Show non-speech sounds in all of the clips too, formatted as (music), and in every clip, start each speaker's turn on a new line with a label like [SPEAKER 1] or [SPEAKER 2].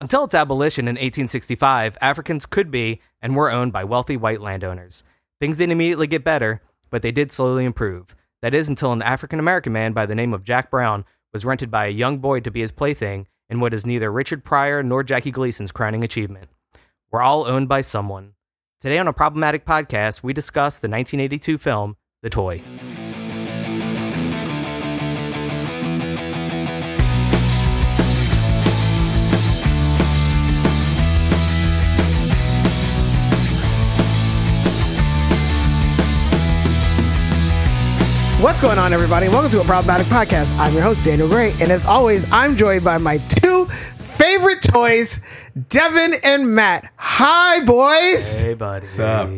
[SPEAKER 1] Until its abolition in 1865, Africans could be and were owned by wealthy white landowners. Things didn't immediately get better, but they did slowly improve. That is until an African American man by the name of Jack Brown was rented by a young boy to be his plaything in what is neither Richard Pryor nor Jackie Gleason's crowning achievement. We're all owned by someone. Today on a problematic podcast, we discuss the 1982 film The Toy.
[SPEAKER 2] What's going on, everybody? Welcome to a Problematic Podcast. I'm your host, Daniel Gray, and as always, I'm joined by my two favorite toys, Devin and Matt. Hi, boys!
[SPEAKER 1] Hey, buddies.
[SPEAKER 3] up?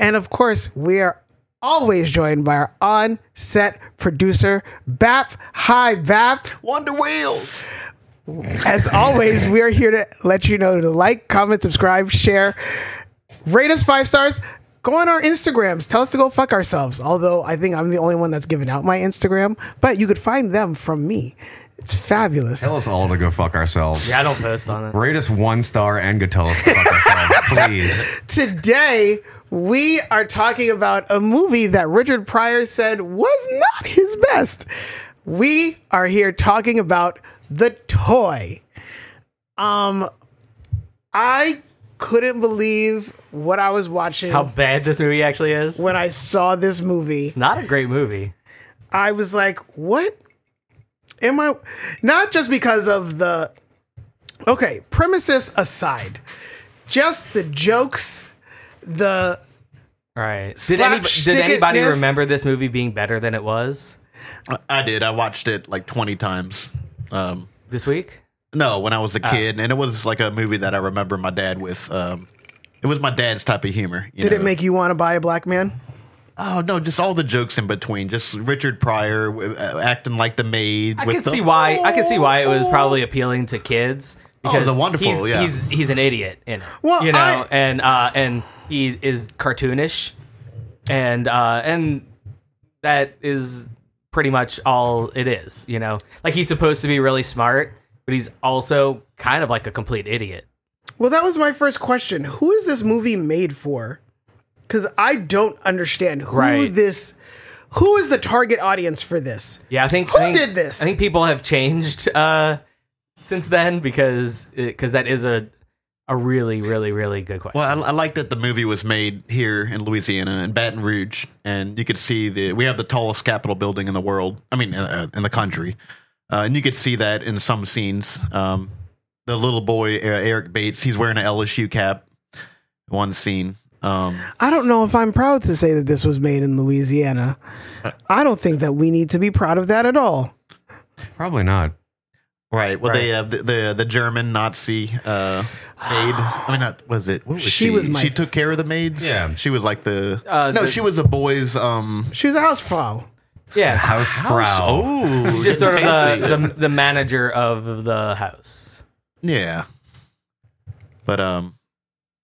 [SPEAKER 2] And of course, we are always joined by our on set producer, Bap. Hi, Bap.
[SPEAKER 3] Wonder Wheel.
[SPEAKER 2] As always, we are here to let you know to like, comment, subscribe, share, rate us five stars. Go on our Instagrams. Tell us to go fuck ourselves. Although I think I'm the only one that's given out my Instagram, but you could find them from me. It's fabulous.
[SPEAKER 3] Tell us all to go fuck ourselves.
[SPEAKER 1] Yeah, I don't post on it.
[SPEAKER 3] Rate us one star and go tell us to fuck
[SPEAKER 1] (laughs)
[SPEAKER 3] ourselves, please.
[SPEAKER 2] Today, we are talking about a movie that Richard Pryor said was not his best. We are here talking about The Toy. Um I couldn't believe what I was watching.
[SPEAKER 1] How bad this movie actually is.
[SPEAKER 2] when I saw this movie,
[SPEAKER 1] It's not a great movie.
[SPEAKER 2] I was like, what? Am I not just because of the okay, premises aside, just the jokes, the
[SPEAKER 1] All right. Did, any, did anybody
[SPEAKER 2] Slapstickness.
[SPEAKER 1] remember this movie being better than it was
[SPEAKER 4] I did. I watched it like 20 times. Um,
[SPEAKER 1] this week?
[SPEAKER 4] no, when I was a
[SPEAKER 1] Ah.
[SPEAKER 4] kid, and it was like a movie that I remember my dad with. Um, it was my dad's type of humor. you
[SPEAKER 2] did it
[SPEAKER 4] know.
[SPEAKER 2] make you want to buy a black man?
[SPEAKER 4] Oh no, just all the jokes in between. Just Richard Pryor uh, acting like the maid.
[SPEAKER 1] I can see why. I can see why it was probably appealing to kids.
[SPEAKER 4] Oh, the wonderful,
[SPEAKER 1] He's,
[SPEAKER 4] yeah.
[SPEAKER 1] he's he's an idiot in it.
[SPEAKER 2] Well,
[SPEAKER 1] you know,
[SPEAKER 2] I-
[SPEAKER 1] and uh, and he is cartoonish, and uh, and that is pretty much all it is. You know, like he's supposed to be really smart, but he's also kind of like a complete idiot.
[SPEAKER 2] Well, that was my first question. Who is this movie made for? Because I don't understand who
[SPEAKER 1] Right.
[SPEAKER 2] this, who is the target audience for this?
[SPEAKER 1] Yeah, I think
[SPEAKER 2] Who
[SPEAKER 1] I think-
[SPEAKER 2] did this?
[SPEAKER 1] I think people have changed uh, since then because because that is a a really really really good question.
[SPEAKER 4] Well, I, I like that the movie was made here in Louisiana in Baton Rouge, and you could see the we have the tallest Capitol building in the world. I mean, uh, in the country, uh, and you could see that in some scenes. Um, the little boy uh, Eric Bates, he's wearing an LSU cap. One scene. Um,
[SPEAKER 2] I don't know if I'm proud to say that this was made in (laughs) Louisiana. I don't think that we need to be proud of that at all.
[SPEAKER 3] Probably not.
[SPEAKER 4] right. Well, they have the, the the German Nazi uh, maid. I mean, not was it? What was
[SPEAKER 2] She
[SPEAKER 4] she?
[SPEAKER 2] was my-
[SPEAKER 4] she took care of the maids.
[SPEAKER 3] Yeah.
[SPEAKER 4] she was like the.
[SPEAKER 1] Uh,
[SPEAKER 4] no,
[SPEAKER 1] the-
[SPEAKER 4] she was a boy's. Um,
[SPEAKER 2] She was a housefrau.
[SPEAKER 1] yeah,
[SPEAKER 3] Hausfrau.
[SPEAKER 4] oh,
[SPEAKER 1] just sort of
[SPEAKER 4] fancy.
[SPEAKER 1] the, the the manager of the house.
[SPEAKER 4] Yeah. But um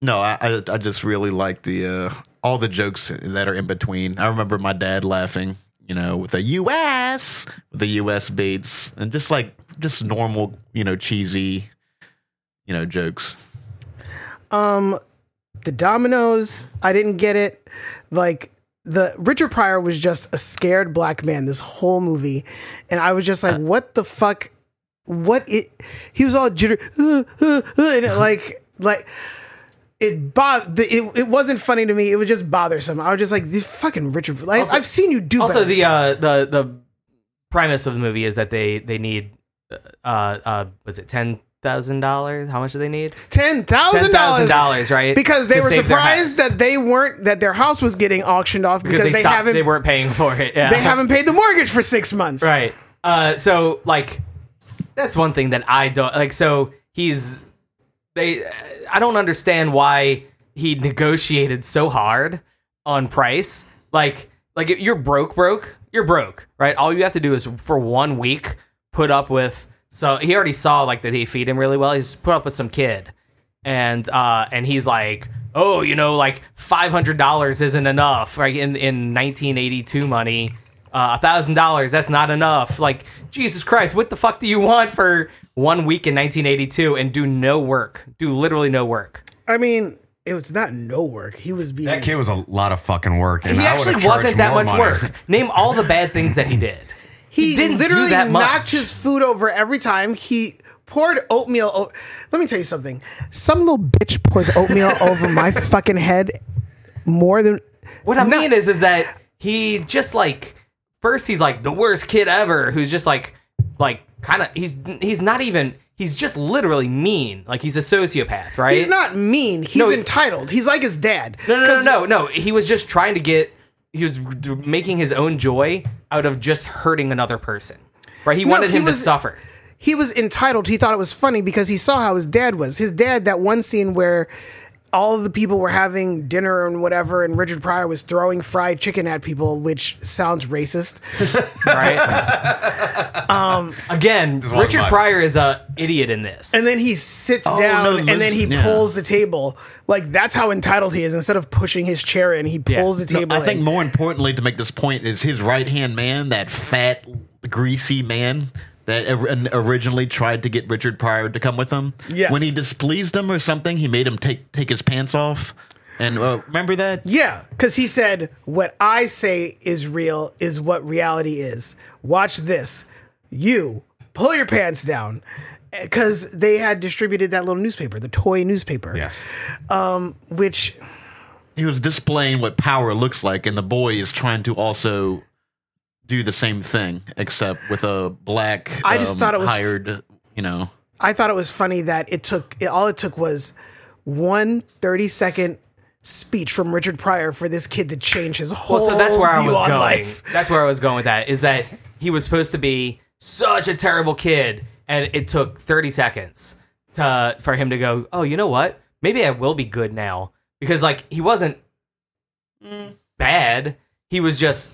[SPEAKER 4] no, I I, I just really like the uh all the jokes that are in between. I remember my dad laughing, you know, with the US with the US beats and just like just normal, you know, cheesy, you know, jokes.
[SPEAKER 2] Um, the dominoes, I didn't get it. Like the Richard Pryor was just a scared black man this whole movie, and I was just
[SPEAKER 1] Uh.
[SPEAKER 2] like, what the fuck? What it? He was all jitter, uh, uh, uh, (laughs) and it, like like. It bothered. It, it wasn't funny to me. It was just bothersome. I was just like, "This fucking Richard." Like, I've seen you do.
[SPEAKER 1] Also,
[SPEAKER 2] better.
[SPEAKER 1] the uh, the the premise of the movie is that they they need uh uh was it ten thousand dollars? How much do they need? Ten
[SPEAKER 2] ten thousand
[SPEAKER 1] thousand
[SPEAKER 2] dollars
[SPEAKER 1] dollars, right?
[SPEAKER 2] because they
[SPEAKER 1] To
[SPEAKER 2] were
[SPEAKER 1] save their
[SPEAKER 2] surprised
[SPEAKER 1] house.
[SPEAKER 2] that they weren't that their house was getting auctioned off because, they,
[SPEAKER 1] stopped-
[SPEAKER 2] haven't
[SPEAKER 1] they
[SPEAKER 2] they,
[SPEAKER 1] weren't paying for it. Yeah.
[SPEAKER 2] haven't paid the mortgage for six months.
[SPEAKER 1] right. Uh, so like that's one thing that I don't like. So he's they I don't understand why he negotiated so hard on price. Like like if you're broke, broke, you're broke, right? All you have to do is for one week put up with. So he already saw like that he feed him really well. He's put up with some kid, and uh and he's like. Oh, you know, like five hundred dollars isn't enough, right? In in nineteen eighty two money, a thousand dollars that's not enough like jesus christ what the fuck do you want for one week in 1982 and do no work do literally no work
[SPEAKER 2] I mean, it was not no work. He was being
[SPEAKER 3] That kid was a lot of fucking work. And
[SPEAKER 1] he
[SPEAKER 3] I would've
[SPEAKER 1] actually
[SPEAKER 3] charged
[SPEAKER 1] wasn't that
[SPEAKER 3] more
[SPEAKER 1] much
[SPEAKER 3] money.
[SPEAKER 1] work name all the bad things that he did
[SPEAKER 2] he,
[SPEAKER 1] didn't do
[SPEAKER 2] literally
[SPEAKER 1] that much.
[SPEAKER 2] knocked his food over every time he poured oatmeal o- let me tell you something some little bitch pours oatmeal (laughs) over my fucking head more than
[SPEAKER 1] What I
[SPEAKER 2] No.
[SPEAKER 1] mean is, is that he just like first he's like the worst kid ever, who's just like, like kind of he's he's not even he's just literally mean. Like he's a sociopath, right?
[SPEAKER 2] he's not mean he's
[SPEAKER 1] No, he-
[SPEAKER 2] entitled he's like his dad
[SPEAKER 1] No, no, no,
[SPEAKER 2] 'Cause
[SPEAKER 1] no, no. He was just trying to get. He was d- making his own joy out of just hurting another person, right? He wanted
[SPEAKER 2] he
[SPEAKER 1] him to
[SPEAKER 2] was-
[SPEAKER 1] suffer.
[SPEAKER 2] he was entitled he thought it was funny because he saw how his dad was his dad that one scene where all of the people were having dinner and whatever and richard pryor was throwing fried chicken at people which sounds racist
[SPEAKER 1] right?
[SPEAKER 2] (laughs)
[SPEAKER 1] um, again,
[SPEAKER 3] one
[SPEAKER 1] Richard
[SPEAKER 3] vibe.
[SPEAKER 1] Pryor is a idiot in this.
[SPEAKER 2] And then he sits
[SPEAKER 4] Oh,
[SPEAKER 2] down
[SPEAKER 4] no,
[SPEAKER 2] and then he
[SPEAKER 4] listen, yeah.
[SPEAKER 2] pulls the table. Like that's how entitled he is. Instead of pushing his chair in, he
[SPEAKER 1] Yeah.
[SPEAKER 2] pulls the
[SPEAKER 4] No,
[SPEAKER 2] table.
[SPEAKER 4] I think
[SPEAKER 2] in.
[SPEAKER 4] more importantly to make this point is his right hand man, that fat, greasy man that or- originally tried to get Richard Pryor to come with him.
[SPEAKER 2] Yes.
[SPEAKER 4] When he displeased him or something, he made him take take his pants off. And uh, remember that?
[SPEAKER 2] yeah, because he said, "What I say is real is what reality is." Watch this. You pull your pants down because they had distributed that little newspaper, the toy newspaper.
[SPEAKER 3] Yes.
[SPEAKER 2] which
[SPEAKER 4] He was displaying what power looks like, and the boy is trying to also do the same thing, except with a black.
[SPEAKER 2] I just
[SPEAKER 4] um,
[SPEAKER 2] thought it was-
[SPEAKER 4] hired. You know,
[SPEAKER 2] I thought it was funny that it took it, all it took was one 30 second speech from Richard Pryor for this kid to change his whole
[SPEAKER 1] so that's where I
[SPEAKER 2] view
[SPEAKER 1] was
[SPEAKER 2] on
[SPEAKER 1] going.
[SPEAKER 2] life.
[SPEAKER 1] That's where I was going with that. Is
[SPEAKER 2] (laughs)
[SPEAKER 1] that he was supposed to be such a terrible kid, and it took 30 seconds to for him to go. Oh, you know what? Maybe I will be good now because like he wasn't bad. He was just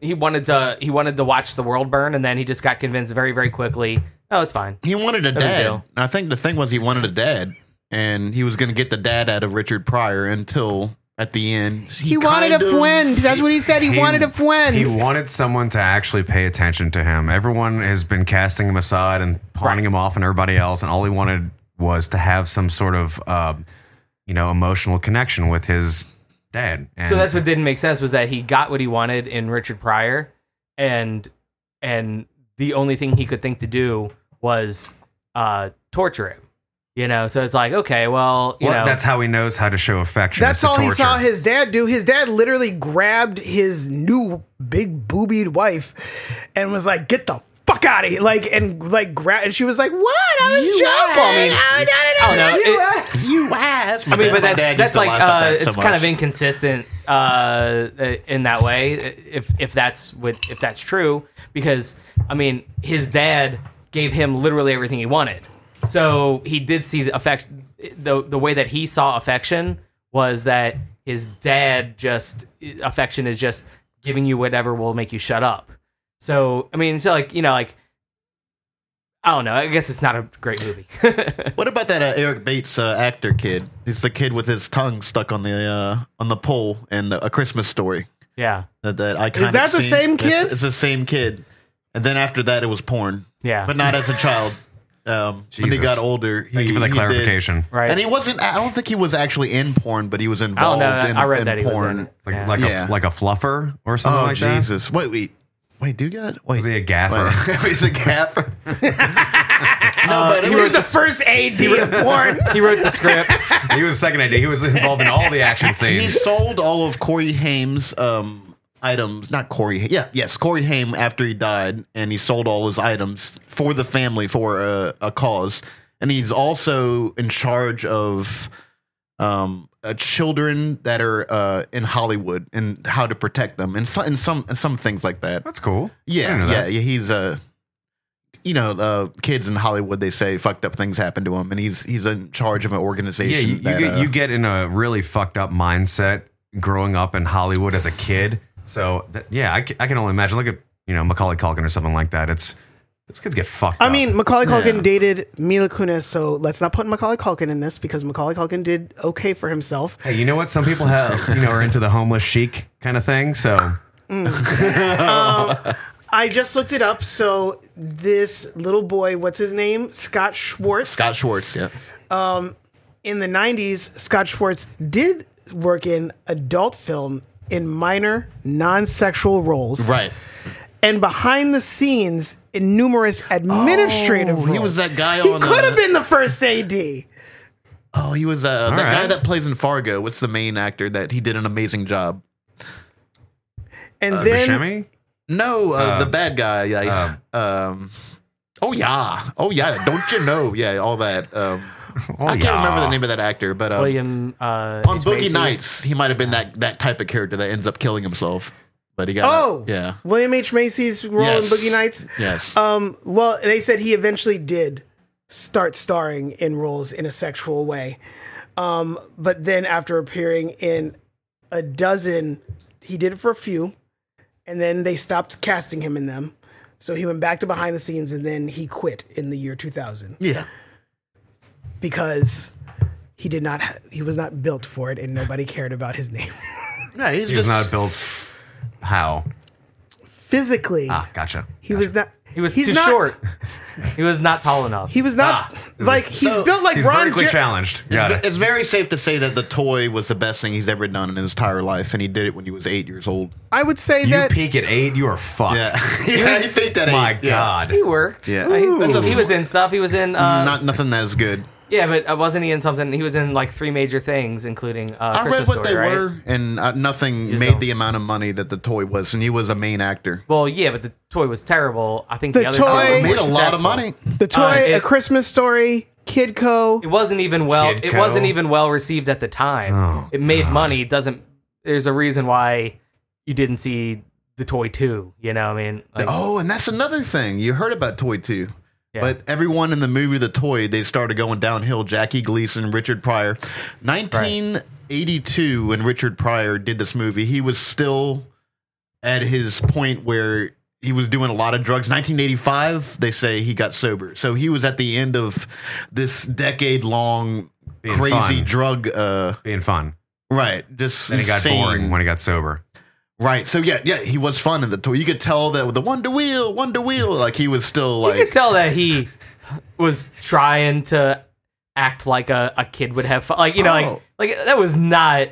[SPEAKER 1] he wanted to he wanted to watch the world burn, and then he just got convinced very very quickly. Oh, it's fine.
[SPEAKER 4] he wanted a
[SPEAKER 1] big
[SPEAKER 4] dad.
[SPEAKER 1] deal.
[SPEAKER 4] I think the thing was he wanted a dad, and he was going to get the dad out of Richard Pryor until at the end he,
[SPEAKER 2] He wanted a
[SPEAKER 4] kind of-
[SPEAKER 2] friend. That's what he said. He, wanted a
[SPEAKER 3] He
[SPEAKER 2] friend.
[SPEAKER 3] wanted someone to actually pay attention to him. Everyone has been casting him aside and pawning him off and everybody else, and all he wanted was to have some sort of, uh, you know, emotional connection with his dad. And
[SPEAKER 1] So that's what didn't make sense was that he got what he wanted in Richard Pryor, and and the only thing he could think to do was uh, torture him. You know, so it's like okay, well, you
[SPEAKER 3] Well,
[SPEAKER 1] know,
[SPEAKER 3] that's how he knows how to show affection. is
[SPEAKER 2] That's
[SPEAKER 3] to
[SPEAKER 2] all he saw
[SPEAKER 3] torture.
[SPEAKER 2] his dad do. His dad literally grabbed his new big boobied wife and was like, "Get the fuck out of here!" Like and like grab. And she was like, "What? Oh, I was joking."
[SPEAKER 1] I don't know. It-
[SPEAKER 4] You ass.
[SPEAKER 1] I mean, but that's that's like uh, it's kind of inconsistent uh, in that way. If if that's what if that's true, because I mean, his dad gave him literally everything he wanted, so he did see the affect the the way that he saw affection was that his dad just affection is just giving you whatever will make you shut up. So I mean, so like you know, like I don't know. I guess it's not a great movie. (laughs)
[SPEAKER 4] What about that uh, Eric Bates uh, actor kid? He's the kid with his tongue stuck on the uh, on the pole in A Christmas Story.
[SPEAKER 1] yeah,
[SPEAKER 4] That that iconic.
[SPEAKER 2] Is that the
[SPEAKER 4] scene.
[SPEAKER 2] same
[SPEAKER 4] It's-
[SPEAKER 2] kid?
[SPEAKER 4] It's, the same kid. And then after that, it was porn.
[SPEAKER 1] Yeah.
[SPEAKER 4] but not as a
[SPEAKER 1] (laughs)
[SPEAKER 4] child. Um, when he
[SPEAKER 3] Jesus.
[SPEAKER 4] got older, he,
[SPEAKER 3] Thank you for that
[SPEAKER 4] he did-
[SPEAKER 3] clarification.
[SPEAKER 1] right.
[SPEAKER 4] And he wasn't. I don't think he was actually in porn, but he was
[SPEAKER 1] don't
[SPEAKER 4] involved
[SPEAKER 1] know.
[SPEAKER 4] in,
[SPEAKER 1] I read
[SPEAKER 4] in
[SPEAKER 1] that he was
[SPEAKER 4] porn.
[SPEAKER 1] in it.
[SPEAKER 3] Like,
[SPEAKER 1] Yeah.
[SPEAKER 3] like,
[SPEAKER 4] Yeah.
[SPEAKER 3] a, like a fluffer or something
[SPEAKER 4] Oh
[SPEAKER 3] like that.
[SPEAKER 4] Jesus! Wait, wait, wait. Do you got? Wait,
[SPEAKER 3] Was he a gaffer?
[SPEAKER 4] Wait, (laughs) he's
[SPEAKER 3] (laughs)
[SPEAKER 4] a gaffer. no,
[SPEAKER 1] Uh,
[SPEAKER 4] but it
[SPEAKER 2] He was
[SPEAKER 4] was
[SPEAKER 2] the first AD of porn.
[SPEAKER 1] he wrote the
[SPEAKER 4] (laughs)
[SPEAKER 1] scripts.
[SPEAKER 3] (laughs) he was second idea. He was involved in all the action (laughs)
[SPEAKER 4] he
[SPEAKER 3] scenes.
[SPEAKER 4] sold all of Corey Haim's um, items. Not Corey. Yeah, yes, Corey Haim. After he died, and he sold all his items for the family for a, a cause. And he's also in charge of um, uh, children that are uh, in Hollywood and how to protect them and, so, and some and some things like that.
[SPEAKER 3] That's cool. I didn't
[SPEAKER 4] Yeah,
[SPEAKER 3] know
[SPEAKER 4] yeah,
[SPEAKER 3] that.
[SPEAKER 4] yeah. He's uh, you know, uh, kids in Hollywood they say fucked up things happen to him, and he's he's in charge of an
[SPEAKER 3] Yeah,
[SPEAKER 4] organization.
[SPEAKER 3] you, you,
[SPEAKER 4] that,
[SPEAKER 3] get,
[SPEAKER 4] uh,
[SPEAKER 3] you get in a really fucked up mindset growing up in Hollywood as a kid. So that, yeah, I, ca- I can only imagine. Look at you know Macaulay Culkin or something like that. It's those kids get fucked.
[SPEAKER 2] I
[SPEAKER 3] up.
[SPEAKER 2] mean, Macaulay Culkin
[SPEAKER 4] Yeah.
[SPEAKER 2] dated Mila Kunis, so let's not put Macaulay Culkin in this because Macaulay Culkin did okay for himself.
[SPEAKER 4] (laughs)
[SPEAKER 3] hey, you know what? Some people have you know are into the homeless chic kind of thing. So
[SPEAKER 2] I just looked it up. So this little boy, what's his name? Scott Schwartz.
[SPEAKER 4] Scott Schwartz, yeah.
[SPEAKER 2] in the 90s, Scott Schwartz did work in adult film in minor non-sexual roles
[SPEAKER 4] Right.
[SPEAKER 2] and behind the scenes in numerous administrative roles.
[SPEAKER 4] Oh, he was that guy
[SPEAKER 2] He
[SPEAKER 4] on,
[SPEAKER 2] could have
[SPEAKER 4] uh,
[SPEAKER 2] been the first AD.
[SPEAKER 4] Oh, he was uh, that
[SPEAKER 3] right.
[SPEAKER 4] guy that plays in Fargo. What's the main actor that he did an amazing job?
[SPEAKER 2] And then
[SPEAKER 3] Buscemi?
[SPEAKER 4] No, uh,
[SPEAKER 3] Um,
[SPEAKER 4] the bad guy. Yeah. um, oh yeah. Oh yeah. Don't you know? Yeah. All that. Um,
[SPEAKER 3] (laughs) Oh,
[SPEAKER 4] I can't
[SPEAKER 3] yeah.
[SPEAKER 4] remember the name of that actor, but um,
[SPEAKER 1] William uh,
[SPEAKER 4] on
[SPEAKER 1] H.
[SPEAKER 4] Boogie
[SPEAKER 1] Macy.
[SPEAKER 4] Nights, he might have been that that type of character that ends up killing himself. But he got.
[SPEAKER 2] Oh,
[SPEAKER 4] yeah.
[SPEAKER 2] William H Macy's role
[SPEAKER 4] Yes.
[SPEAKER 2] in Boogie Nights.
[SPEAKER 4] Yes.
[SPEAKER 2] Um, well, they said he eventually did start starring in roles in a sexual way, um, but then after appearing in a dozen, he did it for a few, and then they stopped casting him in them. So he went back to behind the scenes, and then he quit in the year 2000
[SPEAKER 4] yeah.
[SPEAKER 2] because he did not ha- he was not built for it, and nobody cared about his name (laughs)
[SPEAKER 4] Yeah. He's,
[SPEAKER 3] He was
[SPEAKER 4] just
[SPEAKER 3] not built. How?
[SPEAKER 2] physically.
[SPEAKER 3] Ah, gotcha.
[SPEAKER 2] He was not.
[SPEAKER 1] He was
[SPEAKER 2] he's
[SPEAKER 1] too
[SPEAKER 2] not-
[SPEAKER 1] short. he was not tall enough.
[SPEAKER 2] He was not like he's
[SPEAKER 4] So-
[SPEAKER 2] built like
[SPEAKER 3] Ah. He's
[SPEAKER 2] Ron.
[SPEAKER 3] vertically
[SPEAKER 2] Jer-
[SPEAKER 3] challenged. Got
[SPEAKER 4] It's,
[SPEAKER 3] it.
[SPEAKER 4] it's very safe to say that the toy was the best thing he's ever done in his entire life, and he did it when he was eight years old.
[SPEAKER 2] I would say
[SPEAKER 3] You
[SPEAKER 2] that
[SPEAKER 3] peak at eight, you are fucked.
[SPEAKER 4] Yeah, (laughs) yeah, he picked that.
[SPEAKER 3] My
[SPEAKER 4] eight. Yeah.
[SPEAKER 3] God.
[SPEAKER 1] he worked.
[SPEAKER 4] Yeah.
[SPEAKER 1] Uh, he-
[SPEAKER 4] Ooh. That's a
[SPEAKER 1] he was in stuff. He was in. Uh,
[SPEAKER 4] not nothing that is good.
[SPEAKER 1] yeah, but uh, wasn't he in something? He was in like three major things, including uh,
[SPEAKER 4] I
[SPEAKER 1] Christmas
[SPEAKER 4] read what
[SPEAKER 1] Story,
[SPEAKER 4] they
[SPEAKER 1] right?
[SPEAKER 4] were, and uh, nothing
[SPEAKER 1] Just
[SPEAKER 4] made
[SPEAKER 1] don't-
[SPEAKER 4] the amount of money that the toy was, and he was a main actor.
[SPEAKER 1] Well, yeah, but the toy was terrible. I think the,
[SPEAKER 2] The
[SPEAKER 1] other
[SPEAKER 2] toy-
[SPEAKER 1] two were
[SPEAKER 2] It
[SPEAKER 4] Made
[SPEAKER 1] more
[SPEAKER 4] a lot
[SPEAKER 1] successful.
[SPEAKER 4] of money.
[SPEAKER 2] the toy,
[SPEAKER 1] Uh, it-
[SPEAKER 2] A Christmas Story, Kidco.
[SPEAKER 1] It wasn't even well. It
[SPEAKER 3] Kidco.
[SPEAKER 1] wasn't even well received at the time.
[SPEAKER 3] Oh,
[SPEAKER 1] it made money. It doesn't. There's a reason why you didn't see the toy too. You know, what I mean, Like,
[SPEAKER 4] Oh, and that's another thing you heard about Toy Two.
[SPEAKER 1] Yeah.
[SPEAKER 4] But everyone in the movie The Toy, they started going downhill. Jackie Gleason, Richard Pryor, 1982, when Richard Pryor did this movie, he was still at his point where he was doing a lot of drugs. 1985, they say he got sober, so he was at the end of this decade-long
[SPEAKER 3] Being
[SPEAKER 4] crazy
[SPEAKER 3] fun.
[SPEAKER 4] drug. Uh,
[SPEAKER 3] Being fun.
[SPEAKER 4] right, just
[SPEAKER 3] Then he got
[SPEAKER 4] insane.
[SPEAKER 3] boring when he got sober.
[SPEAKER 4] Right. So yeah, yeah, he was fun in the toy. You could tell that the Wonder Wheel, Wonder Wheel, like he was still like
[SPEAKER 1] you could tell that he was trying to act like a, a kid would have fun. Like you know,
[SPEAKER 4] Oh.
[SPEAKER 1] like like that was not.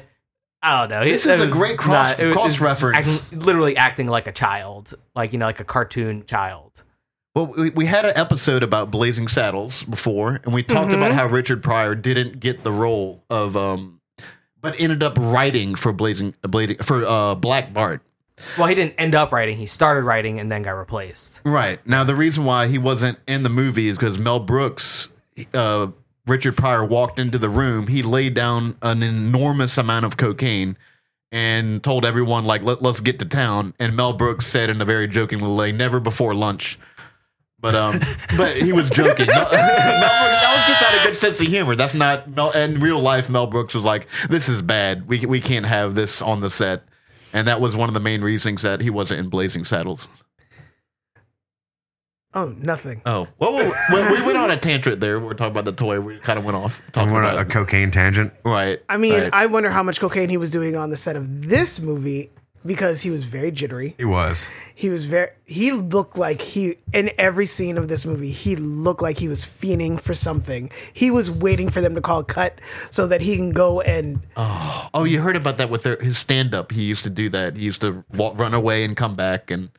[SPEAKER 1] I don't know.
[SPEAKER 4] This
[SPEAKER 1] that
[SPEAKER 4] is a
[SPEAKER 1] was
[SPEAKER 4] great cross-
[SPEAKER 1] it was-
[SPEAKER 4] cross
[SPEAKER 1] it was just
[SPEAKER 4] reference.
[SPEAKER 1] acting- literally acting like a child, like you know, like a cartoon child.
[SPEAKER 4] Well, we, we had an episode about Blazing Saddles before, and we talked
[SPEAKER 1] Mm-hmm.
[SPEAKER 4] about how Richard Pryor didn't get the role of, um, but ended up writing for Blazing, Blazing for uh, Black Bart.
[SPEAKER 1] Well, he didn't end up writing. He started writing and then got replaced.
[SPEAKER 4] Right now, the reason why he wasn't in the movie is because Mel Brooks, uh, Richard Pryor walked into the room. He laid down an enormous amount of cocaine and told everyone like, Let, "Let's get to town." And Mel Brooks said in a very joking way, "Never before lunch." But um, but he was joking. Mel, (laughs) Mel Brooks, that was just out of good sense of humor. That's not Mel. In real life, Mel Brooks was like, "This is bad. We we can't have this on the set." And that was one of the main reasons that he wasn't in Blazing Saddles.
[SPEAKER 2] Oh, nothing.
[SPEAKER 4] Oh, well, well, well, we went on a tantrum there. We were talking about the toy. We kind of went off talking
[SPEAKER 3] And what
[SPEAKER 4] about
[SPEAKER 3] a, a cocaine tangent.
[SPEAKER 4] right.
[SPEAKER 2] I mean,
[SPEAKER 4] right.
[SPEAKER 2] I wonder how much cocaine he was doing on the set of this movie because he was very jittery.
[SPEAKER 3] He was.
[SPEAKER 2] He was very he looked like he in every scene of this movie, he looked like he was fiending for something. He was waiting for them to call cut so that he can go and
[SPEAKER 4] oh, you heard about that with their, his stand up. He used to do that. He used to walk, run away and come back. And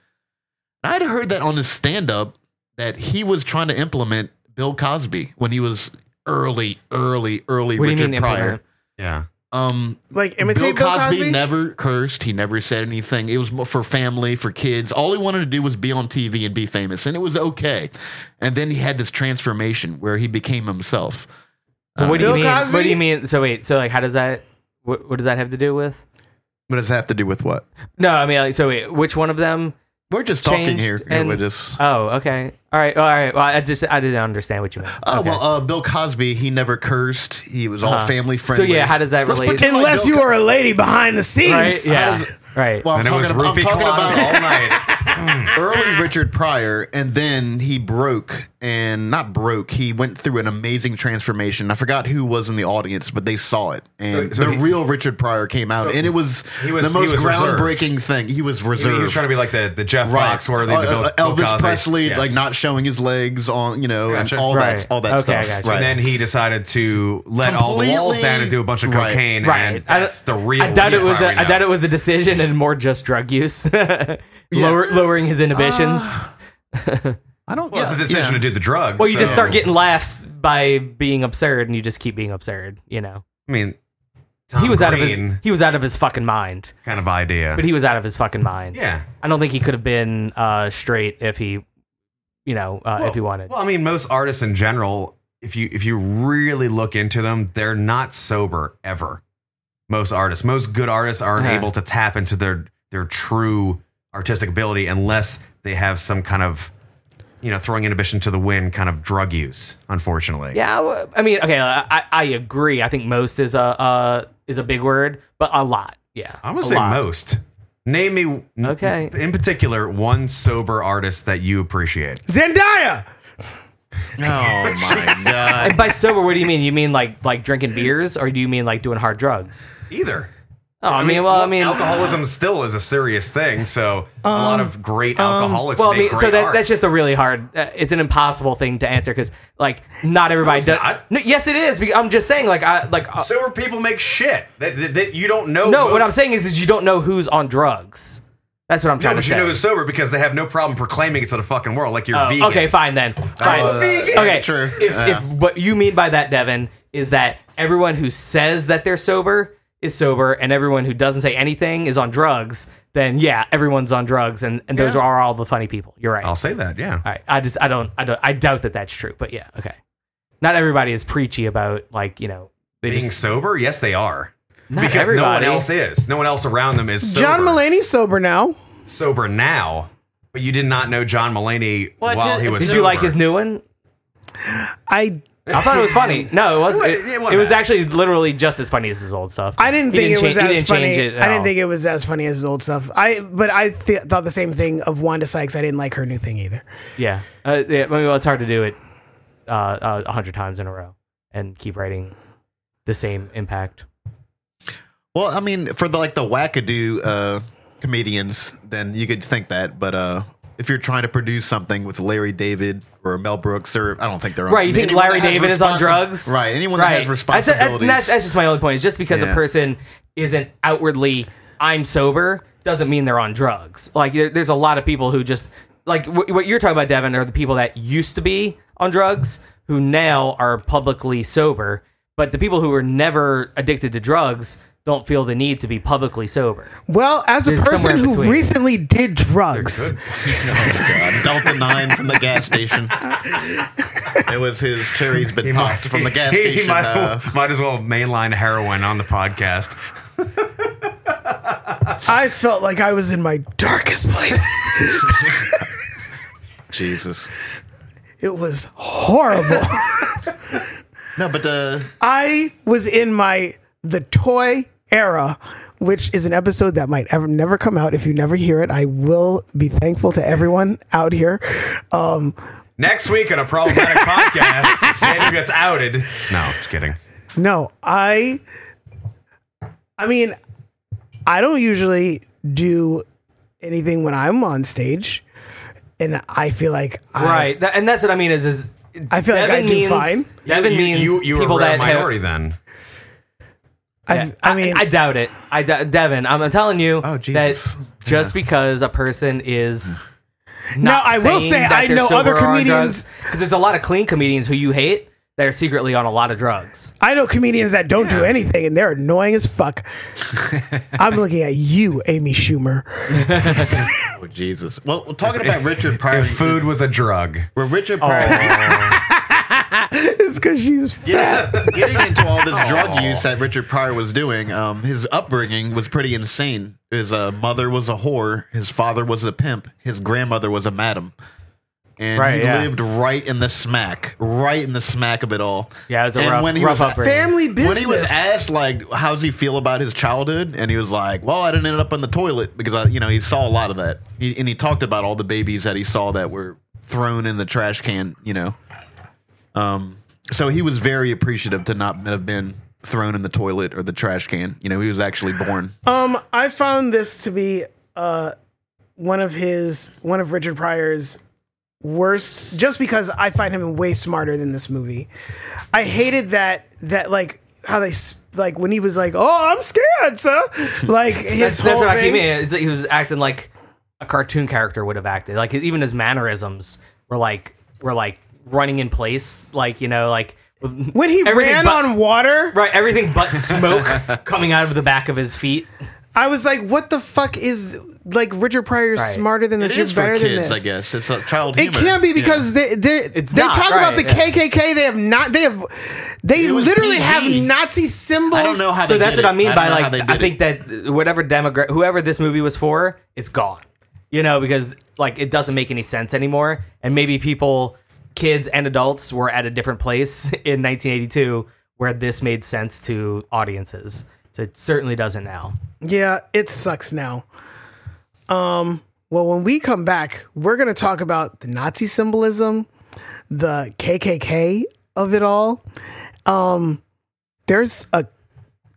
[SPEAKER 4] I'd heard that on his stand up that he was trying to implement Bill Cosby when he was early, early, early
[SPEAKER 1] What do you
[SPEAKER 4] Richard
[SPEAKER 1] mean
[SPEAKER 4] Pryor.
[SPEAKER 1] implement?
[SPEAKER 3] Yeah.
[SPEAKER 4] Um,
[SPEAKER 2] like imitate Bill, Cosby.
[SPEAKER 4] never cursed. He never said anything. It was for family, for kids. All he wanted to do was be on TV and be famous, and it was okay. And then he had this transformation where he became himself.
[SPEAKER 1] what do you
[SPEAKER 2] Bill
[SPEAKER 1] mean? What
[SPEAKER 2] Cosby?
[SPEAKER 1] do you mean? So wait. So like, how does that? What, what does that have to do with?
[SPEAKER 4] What does it have to do with what?
[SPEAKER 1] No, I mean, like, so wait, which one of them?
[SPEAKER 4] We're just talking
[SPEAKER 1] Changed
[SPEAKER 4] here.
[SPEAKER 1] and-
[SPEAKER 4] We're just.
[SPEAKER 1] Oh, okay. All right. All right. Well, I just I didn't understand what you meant.
[SPEAKER 4] Oh
[SPEAKER 1] Okay.
[SPEAKER 4] well, uh, Bill Cosby. He never cursed. He was all
[SPEAKER 1] Uh-huh.
[SPEAKER 4] family
[SPEAKER 1] So
[SPEAKER 4] friendly.
[SPEAKER 1] yeah, how does that
[SPEAKER 4] Let's
[SPEAKER 1] relate?
[SPEAKER 4] pretend like
[SPEAKER 2] Unless
[SPEAKER 4] Bill
[SPEAKER 2] you are a lady behind the scenes.
[SPEAKER 1] Right? Yeah.
[SPEAKER 4] does-
[SPEAKER 1] Right.
[SPEAKER 4] Well, I'm
[SPEAKER 3] and it was
[SPEAKER 4] talking, about, I'm
[SPEAKER 3] roofie
[SPEAKER 4] talking
[SPEAKER 3] coladas
[SPEAKER 4] about
[SPEAKER 3] all
[SPEAKER 4] (laughs)
[SPEAKER 3] night.
[SPEAKER 4] early Richard Pryor, and then he broke and not broke. He went through an amazing transformation. I forgot who was in the audience, but they saw it, and
[SPEAKER 3] So- so
[SPEAKER 4] the
[SPEAKER 3] he-
[SPEAKER 4] real Richard Pryor came out,
[SPEAKER 3] So
[SPEAKER 4] and it was,
[SPEAKER 3] he was-
[SPEAKER 4] the most
[SPEAKER 3] he was
[SPEAKER 4] groundbreaking thing. He was
[SPEAKER 3] He
[SPEAKER 4] reserved.
[SPEAKER 3] was trying to be like the, the Jeff
[SPEAKER 4] Right,
[SPEAKER 3] Foxworthy,
[SPEAKER 4] Uh,
[SPEAKER 3] the Bill,
[SPEAKER 4] uh,
[SPEAKER 3] Bill
[SPEAKER 4] Elvis
[SPEAKER 3] Cosby.
[SPEAKER 4] Presley,
[SPEAKER 3] Yes.
[SPEAKER 4] like not showing his legs on, you know,
[SPEAKER 3] Gotcha.
[SPEAKER 4] and all
[SPEAKER 1] Right.
[SPEAKER 4] that, all that
[SPEAKER 1] Okay, I
[SPEAKER 4] stuff.
[SPEAKER 1] gotcha.
[SPEAKER 4] Right.
[SPEAKER 3] And then he decided to let all the walls
[SPEAKER 4] Completely-
[SPEAKER 3] down and do a bunch of
[SPEAKER 4] Right.
[SPEAKER 3] cocaine.
[SPEAKER 1] right.
[SPEAKER 3] And that's
[SPEAKER 1] I,
[SPEAKER 3] the real.
[SPEAKER 1] I doubt it was. A,
[SPEAKER 3] Richard
[SPEAKER 1] I doubt it was a decision and more just drug use, (laughs) Lower, lowering his inhibitions.
[SPEAKER 3] Ah.
[SPEAKER 4] I don't.
[SPEAKER 3] Well, it's a decision to do the drugs.
[SPEAKER 1] well, you just
[SPEAKER 3] so-
[SPEAKER 1] start getting laughs by being absurd, and you just keep being absurd. You know,
[SPEAKER 3] I mean, Tom
[SPEAKER 1] he was out of his.
[SPEAKER 3] Green
[SPEAKER 1] He was out of his fucking mind.
[SPEAKER 3] kind of idea.
[SPEAKER 1] But he was out of his fucking mind.
[SPEAKER 3] yeah.
[SPEAKER 1] I don't think he could have been uh, straight if he, you know, uh, if he wanted.
[SPEAKER 3] Well, I mean, most artists in general, if you if you really look into them, they're not sober ever. Most artists, most good artists, aren't
[SPEAKER 1] Uh-huh.
[SPEAKER 3] able to tap into their their true artistic ability unless they have some kind of you know throwing inhibition to the wind kind of drug use. Unfortunately,
[SPEAKER 1] Yeah, I w- I mean, okay, I, I- I agree. I think most is a uh, is a big word, but a lot. Yeah,
[SPEAKER 3] I'm gonna
[SPEAKER 1] a
[SPEAKER 3] say
[SPEAKER 1] lot.
[SPEAKER 3] most. Name me n-
[SPEAKER 1] Okay.
[SPEAKER 3] in particular one sober artist that you appreciate.
[SPEAKER 2] Zendaya.
[SPEAKER 4] (laughs)
[SPEAKER 3] (laughs)
[SPEAKER 4] Oh my god!
[SPEAKER 1] And by sober, what do you mean? You mean like like drinking beers, or do you mean like doing hard drugs?
[SPEAKER 3] Either.
[SPEAKER 1] Oh, I, mean, well, I mean,
[SPEAKER 3] alcoholism still is a serious thing. So a lot of great alcoholics.
[SPEAKER 1] Um, well, I
[SPEAKER 3] make
[SPEAKER 1] mean,
[SPEAKER 3] great
[SPEAKER 1] so that,
[SPEAKER 3] art.
[SPEAKER 1] that's just a really hard. Uh, it's an impossible thing to answer because like not everybody
[SPEAKER 3] it's
[SPEAKER 1] does.
[SPEAKER 3] not.
[SPEAKER 1] No, yes, it is. because- I'm just saying, like I like uh,
[SPEAKER 3] sober people make shit that, that, that you don't know.
[SPEAKER 1] no. What
[SPEAKER 3] most-
[SPEAKER 1] I'm saying is, is you don't know who's on drugs. That's what I'm
[SPEAKER 3] No,
[SPEAKER 1] trying
[SPEAKER 3] but
[SPEAKER 1] to
[SPEAKER 3] you
[SPEAKER 1] say.
[SPEAKER 3] know who's sober because they have no problem proclaiming it to the fucking world like you're
[SPEAKER 1] Oh,
[SPEAKER 3] vegan.
[SPEAKER 1] Okay, fine then. Fine.
[SPEAKER 4] uh, that's
[SPEAKER 1] okay,
[SPEAKER 4] true.
[SPEAKER 1] If,
[SPEAKER 4] Yeah.
[SPEAKER 1] if what you mean by that, Devin, is that everyone who says that they're sober is sober, and everyone who doesn't say anything is on drugs, then yeah, everyone's on drugs, and, and those
[SPEAKER 4] Yeah.
[SPEAKER 1] are all the funny people. You're right.
[SPEAKER 3] I'll say that. Yeah.
[SPEAKER 1] all right. I just I don't I don't I doubt that that's true, but yeah, okay. Not everybody is preachy about like you know they
[SPEAKER 3] Being
[SPEAKER 1] just
[SPEAKER 3] sober, yes, they are.
[SPEAKER 1] not
[SPEAKER 3] because
[SPEAKER 1] everybody.
[SPEAKER 3] no one else is. No one else around them is sober.
[SPEAKER 2] John Mulaney's sober now.
[SPEAKER 3] sober now, but you did not know John Mulaney
[SPEAKER 4] Well,
[SPEAKER 3] while
[SPEAKER 4] did-
[SPEAKER 3] he was.
[SPEAKER 1] Did
[SPEAKER 3] sober.
[SPEAKER 1] you like his new one?
[SPEAKER 2] I
[SPEAKER 1] I thought it was
[SPEAKER 3] (laughs)
[SPEAKER 1] funny. No, it wasn't. It,
[SPEAKER 3] It wa- it wasn't
[SPEAKER 1] it was
[SPEAKER 3] bad.
[SPEAKER 1] actually literally just as funny as his old stuff.
[SPEAKER 2] I didn't
[SPEAKER 1] He
[SPEAKER 2] think it
[SPEAKER 1] cha-
[SPEAKER 2] was
[SPEAKER 1] he
[SPEAKER 2] as
[SPEAKER 1] didn't
[SPEAKER 2] funny.
[SPEAKER 1] change it at
[SPEAKER 2] I didn't
[SPEAKER 1] all.
[SPEAKER 2] think it was as funny as his old stuff. I but I th- thought the same thing of Wanda Sykes. I didn't like her new thing either.
[SPEAKER 1] Yeah. Uh, yeah. I mean, well, it's hard to do it a uh, uh, hundred times in a row and keep writing the same impact.
[SPEAKER 4] Well, I mean, for the like the wackadoo uh, comedians, then you could think that, but uh, if you're trying to produce something with Larry David or Mel Brooks, or I don't think they're on,
[SPEAKER 1] Right. You think
[SPEAKER 4] anyone
[SPEAKER 1] Larry
[SPEAKER 4] that has
[SPEAKER 1] David is on
[SPEAKER 4] responsi-
[SPEAKER 1] drugs?
[SPEAKER 4] Right. Anyone that has
[SPEAKER 1] That's, a- that-
[SPEAKER 4] responsibilities.
[SPEAKER 1] that- that's just my only point. Is just because a
[SPEAKER 4] Yeah.
[SPEAKER 1] person isn't outwardly "I'm sober" doesn't mean they're on drugs. Like there, there's a lot of people who just like wh- what you're talking about, Devin, are the people that used to be on drugs who now are publicly sober. But the people who were never addicted to drugs don't feel the need to be publicly sober.
[SPEAKER 2] Well, as a
[SPEAKER 1] There's somewhere
[SPEAKER 2] person
[SPEAKER 1] in
[SPEAKER 2] who
[SPEAKER 1] between.
[SPEAKER 2] recently did
[SPEAKER 1] (laughs)
[SPEAKER 3] (laughs)
[SPEAKER 2] drugs,
[SPEAKER 4] God, Uh, Delta Nine from the gas station. it was his cherries been popped from the
[SPEAKER 3] (laughs)
[SPEAKER 4] gas
[SPEAKER 3] He- he
[SPEAKER 4] station.
[SPEAKER 3] might,
[SPEAKER 4] uh,
[SPEAKER 3] might as well mainline heroin on the podcast.
[SPEAKER 2] I felt like I was in my
[SPEAKER 1] (laughs)
[SPEAKER 2] darkest place.
[SPEAKER 4] Jesus.
[SPEAKER 2] it was horrible.
[SPEAKER 4] No, but uh,
[SPEAKER 2] I was in my the toy era, which is an episode that might ever never come out. If you never hear it, I will be thankful to everyone out here. Um,
[SPEAKER 3] Next week on a problematic
[SPEAKER 1] (laughs)
[SPEAKER 3] podcast, Daniel gets outed. No, just kidding.
[SPEAKER 2] No, I. I mean, I don't usually do anything when I'm on stage, and I feel like I,
[SPEAKER 1] Right, That- and that's what I mean. Is is
[SPEAKER 2] I feel like I do
[SPEAKER 1] means,
[SPEAKER 2] fine.
[SPEAKER 1] Devin
[SPEAKER 3] you,
[SPEAKER 1] means
[SPEAKER 3] you, you
[SPEAKER 1] people
[SPEAKER 3] were a rare
[SPEAKER 1] that have-
[SPEAKER 3] minority then.
[SPEAKER 2] I, I mean,
[SPEAKER 1] I, doubt it. I doubt Devin. I'm, I'm telling you
[SPEAKER 4] Oh, Jesus.
[SPEAKER 1] that just because a person is
[SPEAKER 2] Now,
[SPEAKER 1] not
[SPEAKER 2] I will say I know other comedians-
[SPEAKER 1] because there's a lot of clean comedians who you hate that are secretly on a lot of drugs.
[SPEAKER 2] I know comedians that don't do
[SPEAKER 3] Yeah.
[SPEAKER 2] anything, and they're annoying
[SPEAKER 1] (laughs)
[SPEAKER 2] as fuck. I'm looking at you, Amy Schumer. (laughs)
[SPEAKER 4] oh, Jesus. Well, well, talking about Richard Pryor.
[SPEAKER 3] If food Oh, was a drug,
[SPEAKER 4] well, Richard Pryor.
[SPEAKER 2] It's because she's
[SPEAKER 4] getting, getting into all this drug
[SPEAKER 3] Aw.
[SPEAKER 4] use that Richard Pryor was doing, um, his upbringing was pretty insane. His uh, mother was a whore, his father was a pimp, his grandmother was a madam. and
[SPEAKER 1] Right,
[SPEAKER 4] he
[SPEAKER 1] yeah.
[SPEAKER 4] lived right in the smack, right in the smack of it all.
[SPEAKER 1] Yeah, it was a
[SPEAKER 4] and
[SPEAKER 1] rough-
[SPEAKER 4] when he
[SPEAKER 1] rough
[SPEAKER 4] was,
[SPEAKER 1] upbringing.
[SPEAKER 2] Family business.
[SPEAKER 4] When he was asked like, "How does he feel about his childhood?" and he was like, "Well, I didn't end up in the toilet because I, you know, he saw a lot of that." He, and he talked about all the babies that he saw that were thrown in the trash can, you know. Um, so he was very appreciative to not have been thrown in the toilet or the trash can. You know, he was actually (laughs) born.
[SPEAKER 2] Um, I found this to be uh one of his one of Richard Pryor's worst just because I find him way smarter than this movie. I hated that that like how they s- like when he was like, "Oh, I'm
[SPEAKER 1] (laughs)
[SPEAKER 2] scared, sir." Like his
[SPEAKER 1] That's, that's
[SPEAKER 2] whole
[SPEAKER 1] what I
[SPEAKER 2] thing.
[SPEAKER 1] came in. He was acting like a cartoon character would have acted. Like even his mannerisms were like were like running in place. Like you know, like with-
[SPEAKER 2] when he
[SPEAKER 1] everything
[SPEAKER 2] ran
[SPEAKER 1] but-
[SPEAKER 2] on water,
[SPEAKER 1] right everything but (laughs) smoke coming out of the back of his feet.
[SPEAKER 2] I was like, "What the fuck is like Richard Pryor's
[SPEAKER 1] Right.
[SPEAKER 2] smarter than this?
[SPEAKER 4] It is
[SPEAKER 2] You're better
[SPEAKER 4] for kids,
[SPEAKER 2] than
[SPEAKER 4] I
[SPEAKER 2] this."
[SPEAKER 4] guess. It's a child
[SPEAKER 2] It
[SPEAKER 4] humor.
[SPEAKER 2] can't be
[SPEAKER 4] Yeah.
[SPEAKER 2] because they they,
[SPEAKER 1] It's
[SPEAKER 2] they
[SPEAKER 1] not,
[SPEAKER 2] talk about
[SPEAKER 1] right,
[SPEAKER 2] the
[SPEAKER 1] yeah.
[SPEAKER 2] KKK. They have not. They have. They
[SPEAKER 4] It was
[SPEAKER 2] literally
[SPEAKER 4] PG.
[SPEAKER 2] have Nazi symbols.
[SPEAKER 4] I don't know how.
[SPEAKER 1] So
[SPEAKER 4] they
[SPEAKER 1] that's
[SPEAKER 4] did
[SPEAKER 1] what I
[SPEAKER 4] it.
[SPEAKER 1] mean
[SPEAKER 4] don't
[SPEAKER 1] by
[SPEAKER 4] know how
[SPEAKER 1] like
[SPEAKER 4] they did
[SPEAKER 1] I
[SPEAKER 4] it.
[SPEAKER 1] think that whatever demogra- whoever this movie was for, it's gone. You know, because like it doesn't make any sense anymore. And maybe people, kids and adults, were at a different place (laughs) in 1982 where this made sense to audiences. So it certainly doesn't now.
[SPEAKER 2] Yeah, it sucks now. Um. Well, when we come back, we're gonna talk about the Nazi symbolism, the KKK of it all. Um, there's a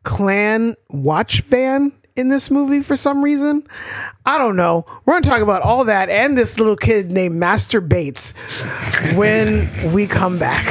[SPEAKER 2] Klan watch van in this movie for some reason. I don't know. We're gonna talk about all that and this little kid named Master Bates when we come back.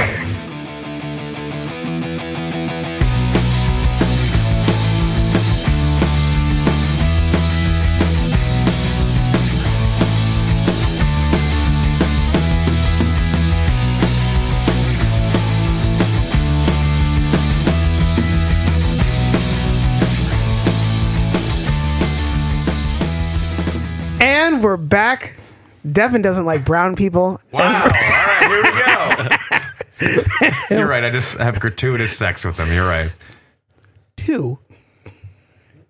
[SPEAKER 2] And we're back. Devin doesn't like brown people.
[SPEAKER 3] Wow. All right, here we
[SPEAKER 1] (laughs)
[SPEAKER 3] go. You're right. I just have gratuitous sex with them. You're right.
[SPEAKER 2] Two.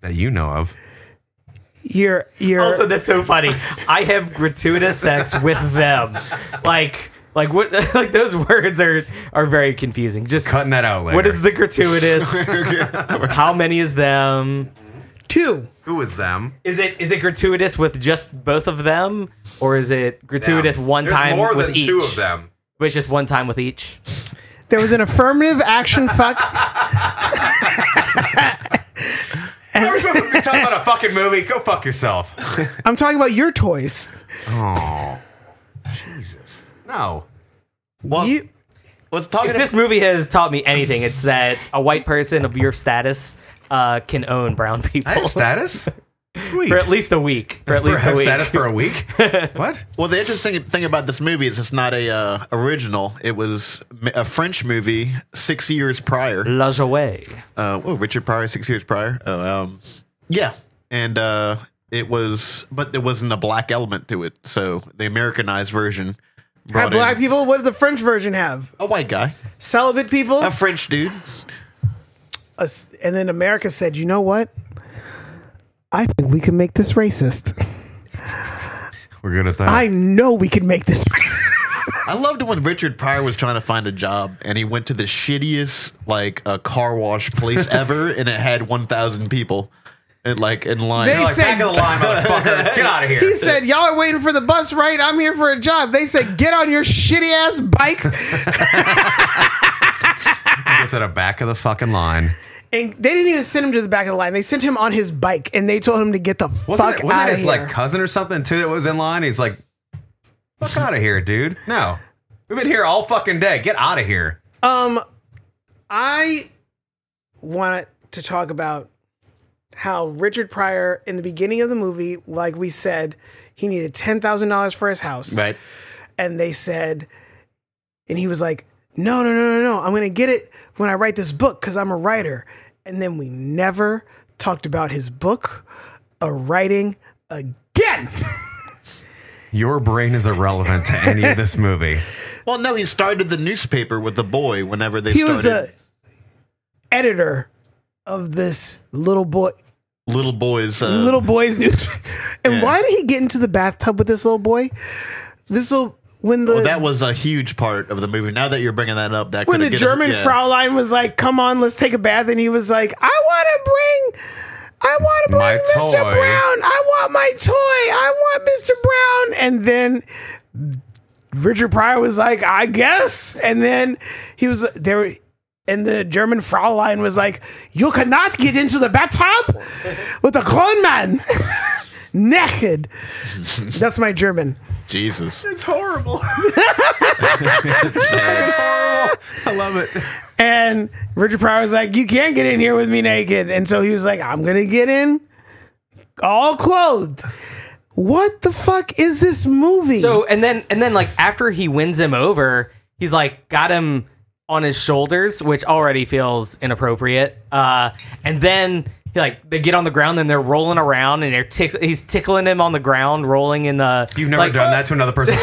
[SPEAKER 3] That you know of.
[SPEAKER 2] You're you're
[SPEAKER 1] Also, that's so funny. I have gratuitous sex with them. Like, like what? (laughs) Like those words are are very confusing. Just
[SPEAKER 3] Cutting that out later.
[SPEAKER 1] What is the gratuitous?
[SPEAKER 3] (laughs)
[SPEAKER 1] How many is them?
[SPEAKER 2] two.
[SPEAKER 3] Who is them?
[SPEAKER 1] Is it is it gratuitous with just both of them, or is it gratuitous
[SPEAKER 3] Them.
[SPEAKER 1] one
[SPEAKER 3] There's
[SPEAKER 1] time
[SPEAKER 3] more
[SPEAKER 1] with
[SPEAKER 3] than
[SPEAKER 1] each?
[SPEAKER 3] two
[SPEAKER 1] (laughs)
[SPEAKER 3] of them.
[SPEAKER 1] But it's just one time with each.
[SPEAKER 2] There was an affirmative action fuck.
[SPEAKER 3] You're talking about a fucking movie. Go fuck yourself.
[SPEAKER 2] I'm talking about your toys.
[SPEAKER 3] Oh, Jesus. No.
[SPEAKER 4] Well,
[SPEAKER 2] You
[SPEAKER 4] was talking
[SPEAKER 1] If this movie has taught me anything, it's that a white person of your status uh, can own brown people
[SPEAKER 3] I have status.
[SPEAKER 1] (laughs)
[SPEAKER 3] Sweet.
[SPEAKER 1] for at least a week. For at
[SPEAKER 3] For-
[SPEAKER 1] least
[SPEAKER 3] have
[SPEAKER 1] a week.
[SPEAKER 3] (laughs) status for a week.
[SPEAKER 1] (laughs)
[SPEAKER 3] what?
[SPEAKER 4] Well, the interesting thing about this movie is it's not a uh, original. It was m- a French movie six years prior.
[SPEAKER 1] La Jouet.
[SPEAKER 4] Uh, oh, Richard Pryor, six years prior. Oh, um, yeah, and uh, it was, but there wasn't a black element to it. So the Americanized version
[SPEAKER 2] had
[SPEAKER 4] brought
[SPEAKER 2] black
[SPEAKER 4] in
[SPEAKER 2] people. What did the French version have?
[SPEAKER 4] a white guy,
[SPEAKER 2] Celibate people.
[SPEAKER 4] a French dude.
[SPEAKER 2] Us- and then America said, "You know what? I think we can make this racist.
[SPEAKER 3] We're good at that.
[SPEAKER 2] I know we can make this." racist.
[SPEAKER 4] I loved when Richard Pryor was trying to find a job and he went to the shittiest like a car wash
[SPEAKER 2] (laughs)
[SPEAKER 4] place ever, and it had one thousand people, and like in line.
[SPEAKER 2] They
[SPEAKER 3] You're like,
[SPEAKER 2] said-
[SPEAKER 3] back of the line, (laughs) motherfucker. Get out of here.
[SPEAKER 2] He said, "Y'all are waiting for the bus, right? I'm here for a job." They said, "Get on your shitty ass bike."
[SPEAKER 3] Gets at the back of the fucking line.
[SPEAKER 2] And they didn't even send him to the back of the line. They sent him on his bike, and they told him to get the
[SPEAKER 3] Wasn't
[SPEAKER 2] fuck
[SPEAKER 3] it, wasn't
[SPEAKER 2] out
[SPEAKER 3] it
[SPEAKER 2] of here.
[SPEAKER 3] his like cousin or something too that was in line? He's like, fuck out of here, dude. No. We've been here all fucking day. Get out of here.
[SPEAKER 2] um, I want to talk about how Richard Pryor, in the beginning of the movie, like we said, he needed ten thousand dollars for his house,
[SPEAKER 4] Right.
[SPEAKER 2] and they said, and he was like, "No, no, no, no, no! I'm gonna get it when I write this book because I'm a writer." And then we never talked about his book, a writing
[SPEAKER 4] (laughs)
[SPEAKER 2] again.
[SPEAKER 3] Your brain is irrelevant to any of this movie.
[SPEAKER 4] Well, no, he started the newspaper with the boy whenever they
[SPEAKER 2] he
[SPEAKER 4] started.
[SPEAKER 2] was a editor of this little boy
[SPEAKER 4] little boys. Uh, (laughs)
[SPEAKER 2] little boy's news (laughs) and
[SPEAKER 4] Yeah.
[SPEAKER 2] why did he get into the bathtub with this little boy this little when the
[SPEAKER 4] Well, that was a huge part of the movie. Now that you're bringing that up, that
[SPEAKER 2] when
[SPEAKER 4] coulda
[SPEAKER 2] the
[SPEAKER 4] get us-
[SPEAKER 2] German
[SPEAKER 4] yeah.
[SPEAKER 2] Fraulein was like, "Come on, let's take a bath," and he was like, "I want to bring, I want to bring
[SPEAKER 3] My
[SPEAKER 2] Mr.
[SPEAKER 3] toy."
[SPEAKER 2] Brown. I want my toy. I want Mr. Brown." And then Richard Pryor was like, "I guess," and then he was there. And the German Fraulein was like, "You cannot get into the bathtub with a grown man (laughs) naked." That's my German.
[SPEAKER 4] Jesus,
[SPEAKER 3] It's horrible. I love it.
[SPEAKER 2] And Richard Pryor was like, You can't get in here with me naked. And so he was like, I'm going to get in all clothed. What the fuck is this movie?
[SPEAKER 1] So and then and then like after he wins him over, he's like got him on his shoulders, which already feels inappropriate. Uh, and then he, like they get on the ground and they're rolling around and they're tick- he's tickling him on the ground, rolling in the.
[SPEAKER 3] You've never
[SPEAKER 1] like-
[SPEAKER 3] done that to another person's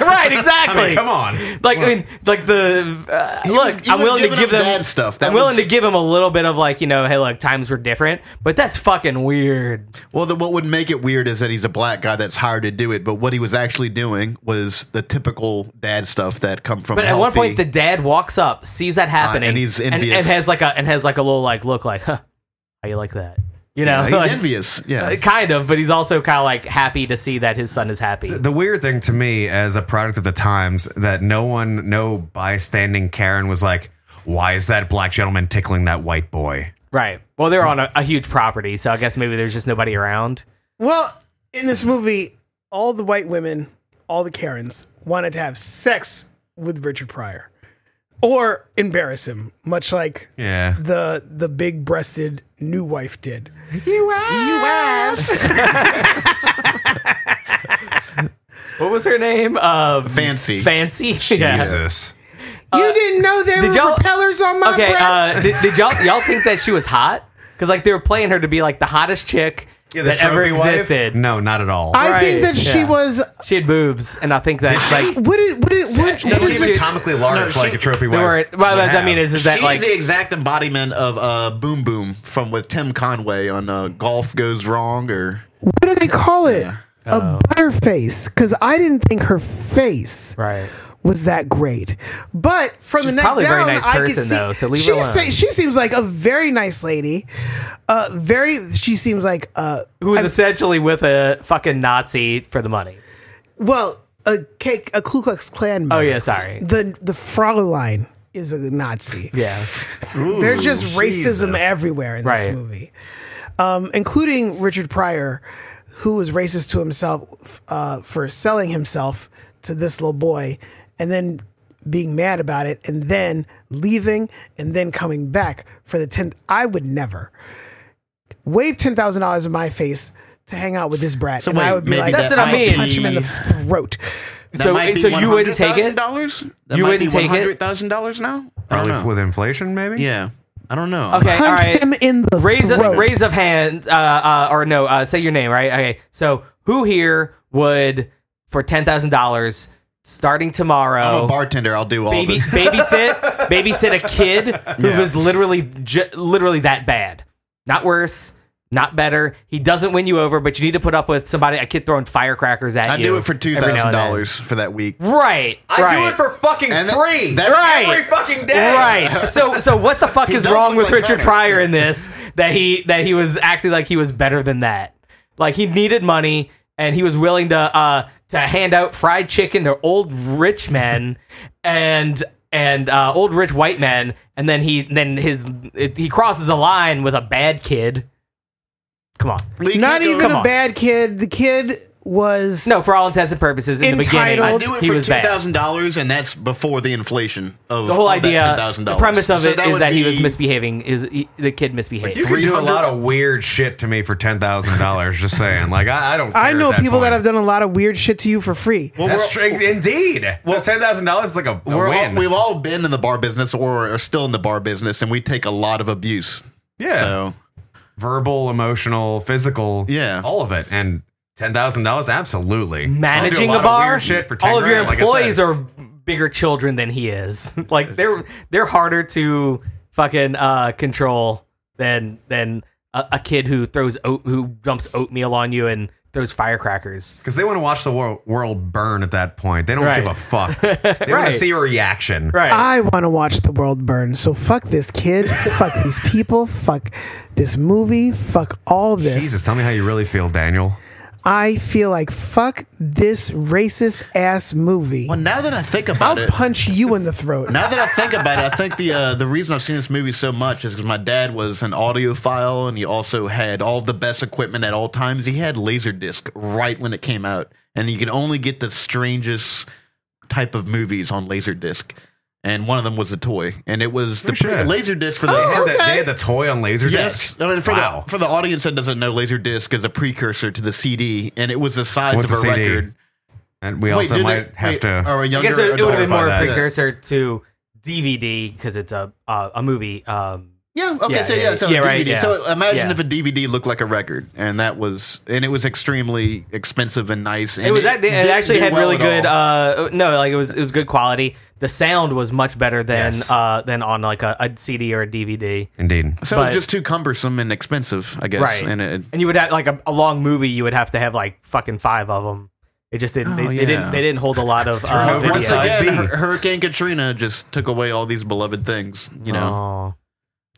[SPEAKER 1] (laughs)
[SPEAKER 3] (laughs)
[SPEAKER 1] right? Exactly.
[SPEAKER 3] I mean, come on.
[SPEAKER 1] Like I mean, like the uh, look.
[SPEAKER 4] was- he
[SPEAKER 1] I'm
[SPEAKER 4] was
[SPEAKER 1] willing to
[SPEAKER 4] giving
[SPEAKER 1] give
[SPEAKER 4] him
[SPEAKER 1] them
[SPEAKER 4] bad stuff. That
[SPEAKER 1] I'm willing
[SPEAKER 4] was-
[SPEAKER 1] to give him a little bit of like you know, hey, look, times were different, but that's fucking weird.
[SPEAKER 4] Well, the, what would make it weird is that he's a black guy that's hired to do it, but what he was actually doing was the typical dad stuff that come from.
[SPEAKER 1] But at one point, the dad walks up, sees that happening,
[SPEAKER 4] and he's
[SPEAKER 1] and,
[SPEAKER 4] envious.
[SPEAKER 1] has like a and has like a little like look like, huh, how you like that? You know,
[SPEAKER 4] he's
[SPEAKER 1] like,
[SPEAKER 4] envious. Yeah,
[SPEAKER 1] (laughs) kind of, but he's also kind of like happy to see that his son is happy.
[SPEAKER 3] The weird thing to me, as a product of the times, that no one, no bystanding Karen was like, "Why is that black gentleman tickling that white boy?"
[SPEAKER 1] right. Well, they're on a, a huge property, so I guess maybe there's just nobody around.
[SPEAKER 2] well, in this movie, all the white women, all the Karens, wanted to have sex with Richard Pryor or embarrass him, much like
[SPEAKER 3] Yeah,
[SPEAKER 2] the the big breasted new wife did.
[SPEAKER 1] What was her name? Um,
[SPEAKER 4] fancy.
[SPEAKER 1] Fancy. (laughs) Yeah.
[SPEAKER 3] Jesus.
[SPEAKER 2] you didn't know there
[SPEAKER 1] did
[SPEAKER 2] were
[SPEAKER 1] y'all-
[SPEAKER 2] propellers on my
[SPEAKER 1] Okay,
[SPEAKER 2] breast.
[SPEAKER 1] uh, did, did y'all y'all think that she was hot? Because like they were playing her to be like the hottest chick
[SPEAKER 3] the
[SPEAKER 1] that ever
[SPEAKER 3] trophy wife?
[SPEAKER 1] existed.
[SPEAKER 3] No, not at all.
[SPEAKER 2] I think
[SPEAKER 1] right,
[SPEAKER 2] that she
[SPEAKER 1] yeah.
[SPEAKER 2] was.
[SPEAKER 1] She had boobs, and I think that like
[SPEAKER 2] What did what did what?
[SPEAKER 3] No,
[SPEAKER 2] was
[SPEAKER 3] she's
[SPEAKER 1] she-
[SPEAKER 3] atomically large,
[SPEAKER 4] no,
[SPEAKER 3] like
[SPEAKER 4] she-
[SPEAKER 3] a trophy
[SPEAKER 1] they
[SPEAKER 3] wife.
[SPEAKER 1] weren't. Well,
[SPEAKER 3] should
[SPEAKER 1] what I
[SPEAKER 3] have.
[SPEAKER 1] mean is, is
[SPEAKER 4] She's
[SPEAKER 1] that like
[SPEAKER 4] the exact embodiment of uh, Boom Boom from with Tim Conway on uh, Golf Goes Wrong or
[SPEAKER 2] what do they call it?
[SPEAKER 1] Oh.
[SPEAKER 2] A butterface, because I didn't think her face
[SPEAKER 1] right?
[SPEAKER 2] was that great. But from the neck
[SPEAKER 1] probably a
[SPEAKER 2] down,
[SPEAKER 1] very nice
[SPEAKER 2] I could
[SPEAKER 1] person,
[SPEAKER 2] see
[SPEAKER 1] though, so leave
[SPEAKER 2] she
[SPEAKER 1] her alone.
[SPEAKER 2] se- she seems like a very nice lady. Uh, very. She seems like uh,
[SPEAKER 1] Who was essentially with a fucking Nazi for the money?
[SPEAKER 2] well a cake a Ku Klux Klan.
[SPEAKER 1] Oh
[SPEAKER 2] member.
[SPEAKER 1] yeah, sorry.
[SPEAKER 2] The the Fraulein is a Nazi.
[SPEAKER 1] Yeah,
[SPEAKER 2] There's just racism
[SPEAKER 3] Jesus.
[SPEAKER 2] everywhere in this
[SPEAKER 1] Right.
[SPEAKER 2] movie, um, including Richard Pryor, who was racist to himself uh, for selling himself to this little boy and then being mad about it and then leaving and then coming back for the 10th. I would never wave $10,000 in my face to hang out with this brat. and I
[SPEAKER 4] wait,
[SPEAKER 2] would be
[SPEAKER 4] maybe
[SPEAKER 2] like,
[SPEAKER 1] That's what I
[SPEAKER 4] might
[SPEAKER 1] mean.
[SPEAKER 2] punch him in the throat.
[SPEAKER 4] That
[SPEAKER 1] So- eh,
[SPEAKER 4] might be
[SPEAKER 1] so you wouldn't take it?
[SPEAKER 4] $100,000? That
[SPEAKER 1] You
[SPEAKER 4] might
[SPEAKER 1] wouldn't
[SPEAKER 4] be
[SPEAKER 1] take it?
[SPEAKER 4] $100,000 now? I don't
[SPEAKER 3] probably
[SPEAKER 4] know.
[SPEAKER 3] with inflation, maybe.
[SPEAKER 4] yeah. I don't know.
[SPEAKER 1] Okay, all
[SPEAKER 2] Punch
[SPEAKER 1] right.
[SPEAKER 2] him in the
[SPEAKER 1] Raise a,
[SPEAKER 2] throat.
[SPEAKER 1] raise of hand, uh, uh, or no, uh, say your name, right? Okay. So who here would for ten thousand dollars starting
[SPEAKER 4] I'm a
[SPEAKER 1] tomorrow?
[SPEAKER 4] bartender. I'll do all
[SPEAKER 1] Baby,
[SPEAKER 4] of it. (laughs)
[SPEAKER 1] babysit, babysit a kid who
[SPEAKER 4] Yeah.
[SPEAKER 1] was literally, ju- literally that bad. Not worse, not better. He doesn't win you over, but you need to put up with somebody, a kid throwing firecrackers at
[SPEAKER 4] I
[SPEAKER 1] you.
[SPEAKER 4] do it for
[SPEAKER 1] every now and then.
[SPEAKER 4] $2,000 for that week.
[SPEAKER 1] Right. I right.
[SPEAKER 3] fucking
[SPEAKER 4] And that- that's
[SPEAKER 1] Right.
[SPEAKER 4] every fucking day.
[SPEAKER 1] Right. So so what the fuck is
[SPEAKER 4] does
[SPEAKER 1] wrong
[SPEAKER 4] look
[SPEAKER 1] with
[SPEAKER 4] like
[SPEAKER 1] Richard
[SPEAKER 4] Kermit.
[SPEAKER 1] Pryor in this that he that he was acting like he was better than that? Like he needed money and he was willing to uh to hand out fried chicken to old rich men and and uh, old rich white men and then he then his it, he crosses a line with a bad kid. Come on.
[SPEAKER 4] But you
[SPEAKER 2] Not
[SPEAKER 4] can't go-
[SPEAKER 2] even
[SPEAKER 1] Come
[SPEAKER 2] a
[SPEAKER 1] on.
[SPEAKER 2] bad kid. The kid was
[SPEAKER 1] No, for all intents and purposes in
[SPEAKER 2] Entitled.
[SPEAKER 4] I
[SPEAKER 1] the
[SPEAKER 4] do
[SPEAKER 1] beginning
[SPEAKER 4] it
[SPEAKER 1] he
[SPEAKER 4] for
[SPEAKER 1] was
[SPEAKER 4] two
[SPEAKER 1] bad.
[SPEAKER 4] thousand dollars, and that's before the inflation of
[SPEAKER 1] The whole
[SPEAKER 4] of that
[SPEAKER 1] idea,
[SPEAKER 4] $10,000.
[SPEAKER 1] the premise of
[SPEAKER 4] So
[SPEAKER 1] it is
[SPEAKER 4] would
[SPEAKER 1] that he
[SPEAKER 4] be-
[SPEAKER 1] was misbehaving. Is he, the kid misbehaved?
[SPEAKER 3] You can do a
[SPEAKER 4] 300
[SPEAKER 3] lot of weird shit to me for ten thousand dollars. Just saying, like I, I don't. Care
[SPEAKER 2] I know
[SPEAKER 3] at that
[SPEAKER 2] people
[SPEAKER 3] point.
[SPEAKER 2] that have done a lot of weird shit to you for free.
[SPEAKER 4] Well,
[SPEAKER 3] That's
[SPEAKER 4] we're,
[SPEAKER 3] true. Indeed.
[SPEAKER 4] Well,
[SPEAKER 3] so ten thousand dollars is like a, a
[SPEAKER 4] we're all,
[SPEAKER 3] win.
[SPEAKER 4] we've all been in the bar business or are still in the bar business, and we take a lot of abuse.
[SPEAKER 3] yeah.
[SPEAKER 4] So
[SPEAKER 3] Verbal, emotional, physical.
[SPEAKER 4] Yeah.
[SPEAKER 3] All of it. And ten thousand dollars, absolutely.
[SPEAKER 1] managing
[SPEAKER 3] I'll
[SPEAKER 1] a,
[SPEAKER 3] do lot of
[SPEAKER 1] bar.
[SPEAKER 3] weird shit for 10
[SPEAKER 1] all of your
[SPEAKER 3] grand, like I
[SPEAKER 1] employees
[SPEAKER 3] said.
[SPEAKER 1] are bigger children than he is. (laughs) like they're they're harder to fucking uh, control than than a, a kid who throws oat, who dumps oatmeal on you and those firecrackers.
[SPEAKER 3] Because they want to watch the wor- world burn at that point. They don't
[SPEAKER 1] Right.
[SPEAKER 3] give a fuck. They want
[SPEAKER 1] Right.
[SPEAKER 3] to see your reaction.
[SPEAKER 1] Right.
[SPEAKER 2] I want to watch the world burn. So fuck this
[SPEAKER 3] (laughs)
[SPEAKER 2] kid. fuck these people. Fuck this movie. Fuck all this.
[SPEAKER 3] Jesus, tell me how you really feel, Daniel.
[SPEAKER 2] I feel like fuck this racist ass movie.
[SPEAKER 4] Well, now that I think about
[SPEAKER 2] I'll
[SPEAKER 4] it,
[SPEAKER 2] punch you in the
[SPEAKER 3] (laughs)
[SPEAKER 2] throat.
[SPEAKER 4] now that I think about it, I think the uh, the reason I've seen this movie so much is because my dad was an audiophile, and he also had all the best equipment at all times. He had Laserdisc right when it came out, and you could only get the strangest type of movies on Laserdisc. And one of them was a toy, and it was the
[SPEAKER 3] shit.
[SPEAKER 4] Laserdisc for the
[SPEAKER 1] Oh,
[SPEAKER 3] They, had the, they had the toy on Laserdisc.
[SPEAKER 4] Oh, Yes, I mean for
[SPEAKER 3] wow.
[SPEAKER 4] the for the audience that doesn't know, Laserdisc is a precursor to the CD, and it was the size
[SPEAKER 3] What's
[SPEAKER 4] of a,
[SPEAKER 3] a CD?
[SPEAKER 4] record.
[SPEAKER 3] and we also
[SPEAKER 4] did
[SPEAKER 3] might
[SPEAKER 4] they-
[SPEAKER 3] have
[SPEAKER 4] wait,
[SPEAKER 3] to.
[SPEAKER 4] Or a
[SPEAKER 1] I
[SPEAKER 4] younger
[SPEAKER 1] guess it, it would have been
[SPEAKER 3] by
[SPEAKER 1] more a
[SPEAKER 3] that.
[SPEAKER 1] precursor to DVD because it's a uh, a movie. Um,
[SPEAKER 4] Yeah. Okay.
[SPEAKER 1] Yeah,
[SPEAKER 4] so
[SPEAKER 1] yeah,
[SPEAKER 4] yeah.
[SPEAKER 1] yeah.
[SPEAKER 4] so
[SPEAKER 1] Yeah,
[SPEAKER 4] DVD.
[SPEAKER 1] right, yeah.
[SPEAKER 4] So imagine
[SPEAKER 1] Yeah.
[SPEAKER 4] if a DVD looked like a record, and that was and it was extremely expensive and nice. And
[SPEAKER 1] it was act- it,
[SPEAKER 4] didn't
[SPEAKER 1] actually
[SPEAKER 4] do
[SPEAKER 1] had
[SPEAKER 4] well
[SPEAKER 1] really
[SPEAKER 4] at
[SPEAKER 1] good.
[SPEAKER 4] all.
[SPEAKER 1] Uh, no, like it was it was good quality. The sound was much better than
[SPEAKER 4] Yes.
[SPEAKER 1] uh, than on like a, a CD or a DVD.
[SPEAKER 3] Indeed.
[SPEAKER 4] so it
[SPEAKER 1] but-
[SPEAKER 4] was just too cumbersome and expensive, I guess.
[SPEAKER 1] Right.
[SPEAKER 4] And it,
[SPEAKER 1] And you would have like a, a long movie. You would have to have like fucking five of them. It just didn't. they,
[SPEAKER 4] Oh,
[SPEAKER 1] they didn't.
[SPEAKER 4] yeah.
[SPEAKER 1] They didn't hold a lot of uh,
[SPEAKER 3] Turnover.
[SPEAKER 1] video.
[SPEAKER 3] Well,
[SPEAKER 4] once
[SPEAKER 3] video.
[SPEAKER 4] again,
[SPEAKER 3] Side B.
[SPEAKER 4] Hur- Hurricane Katrina just took away all these beloved things. You know.
[SPEAKER 1] Aw.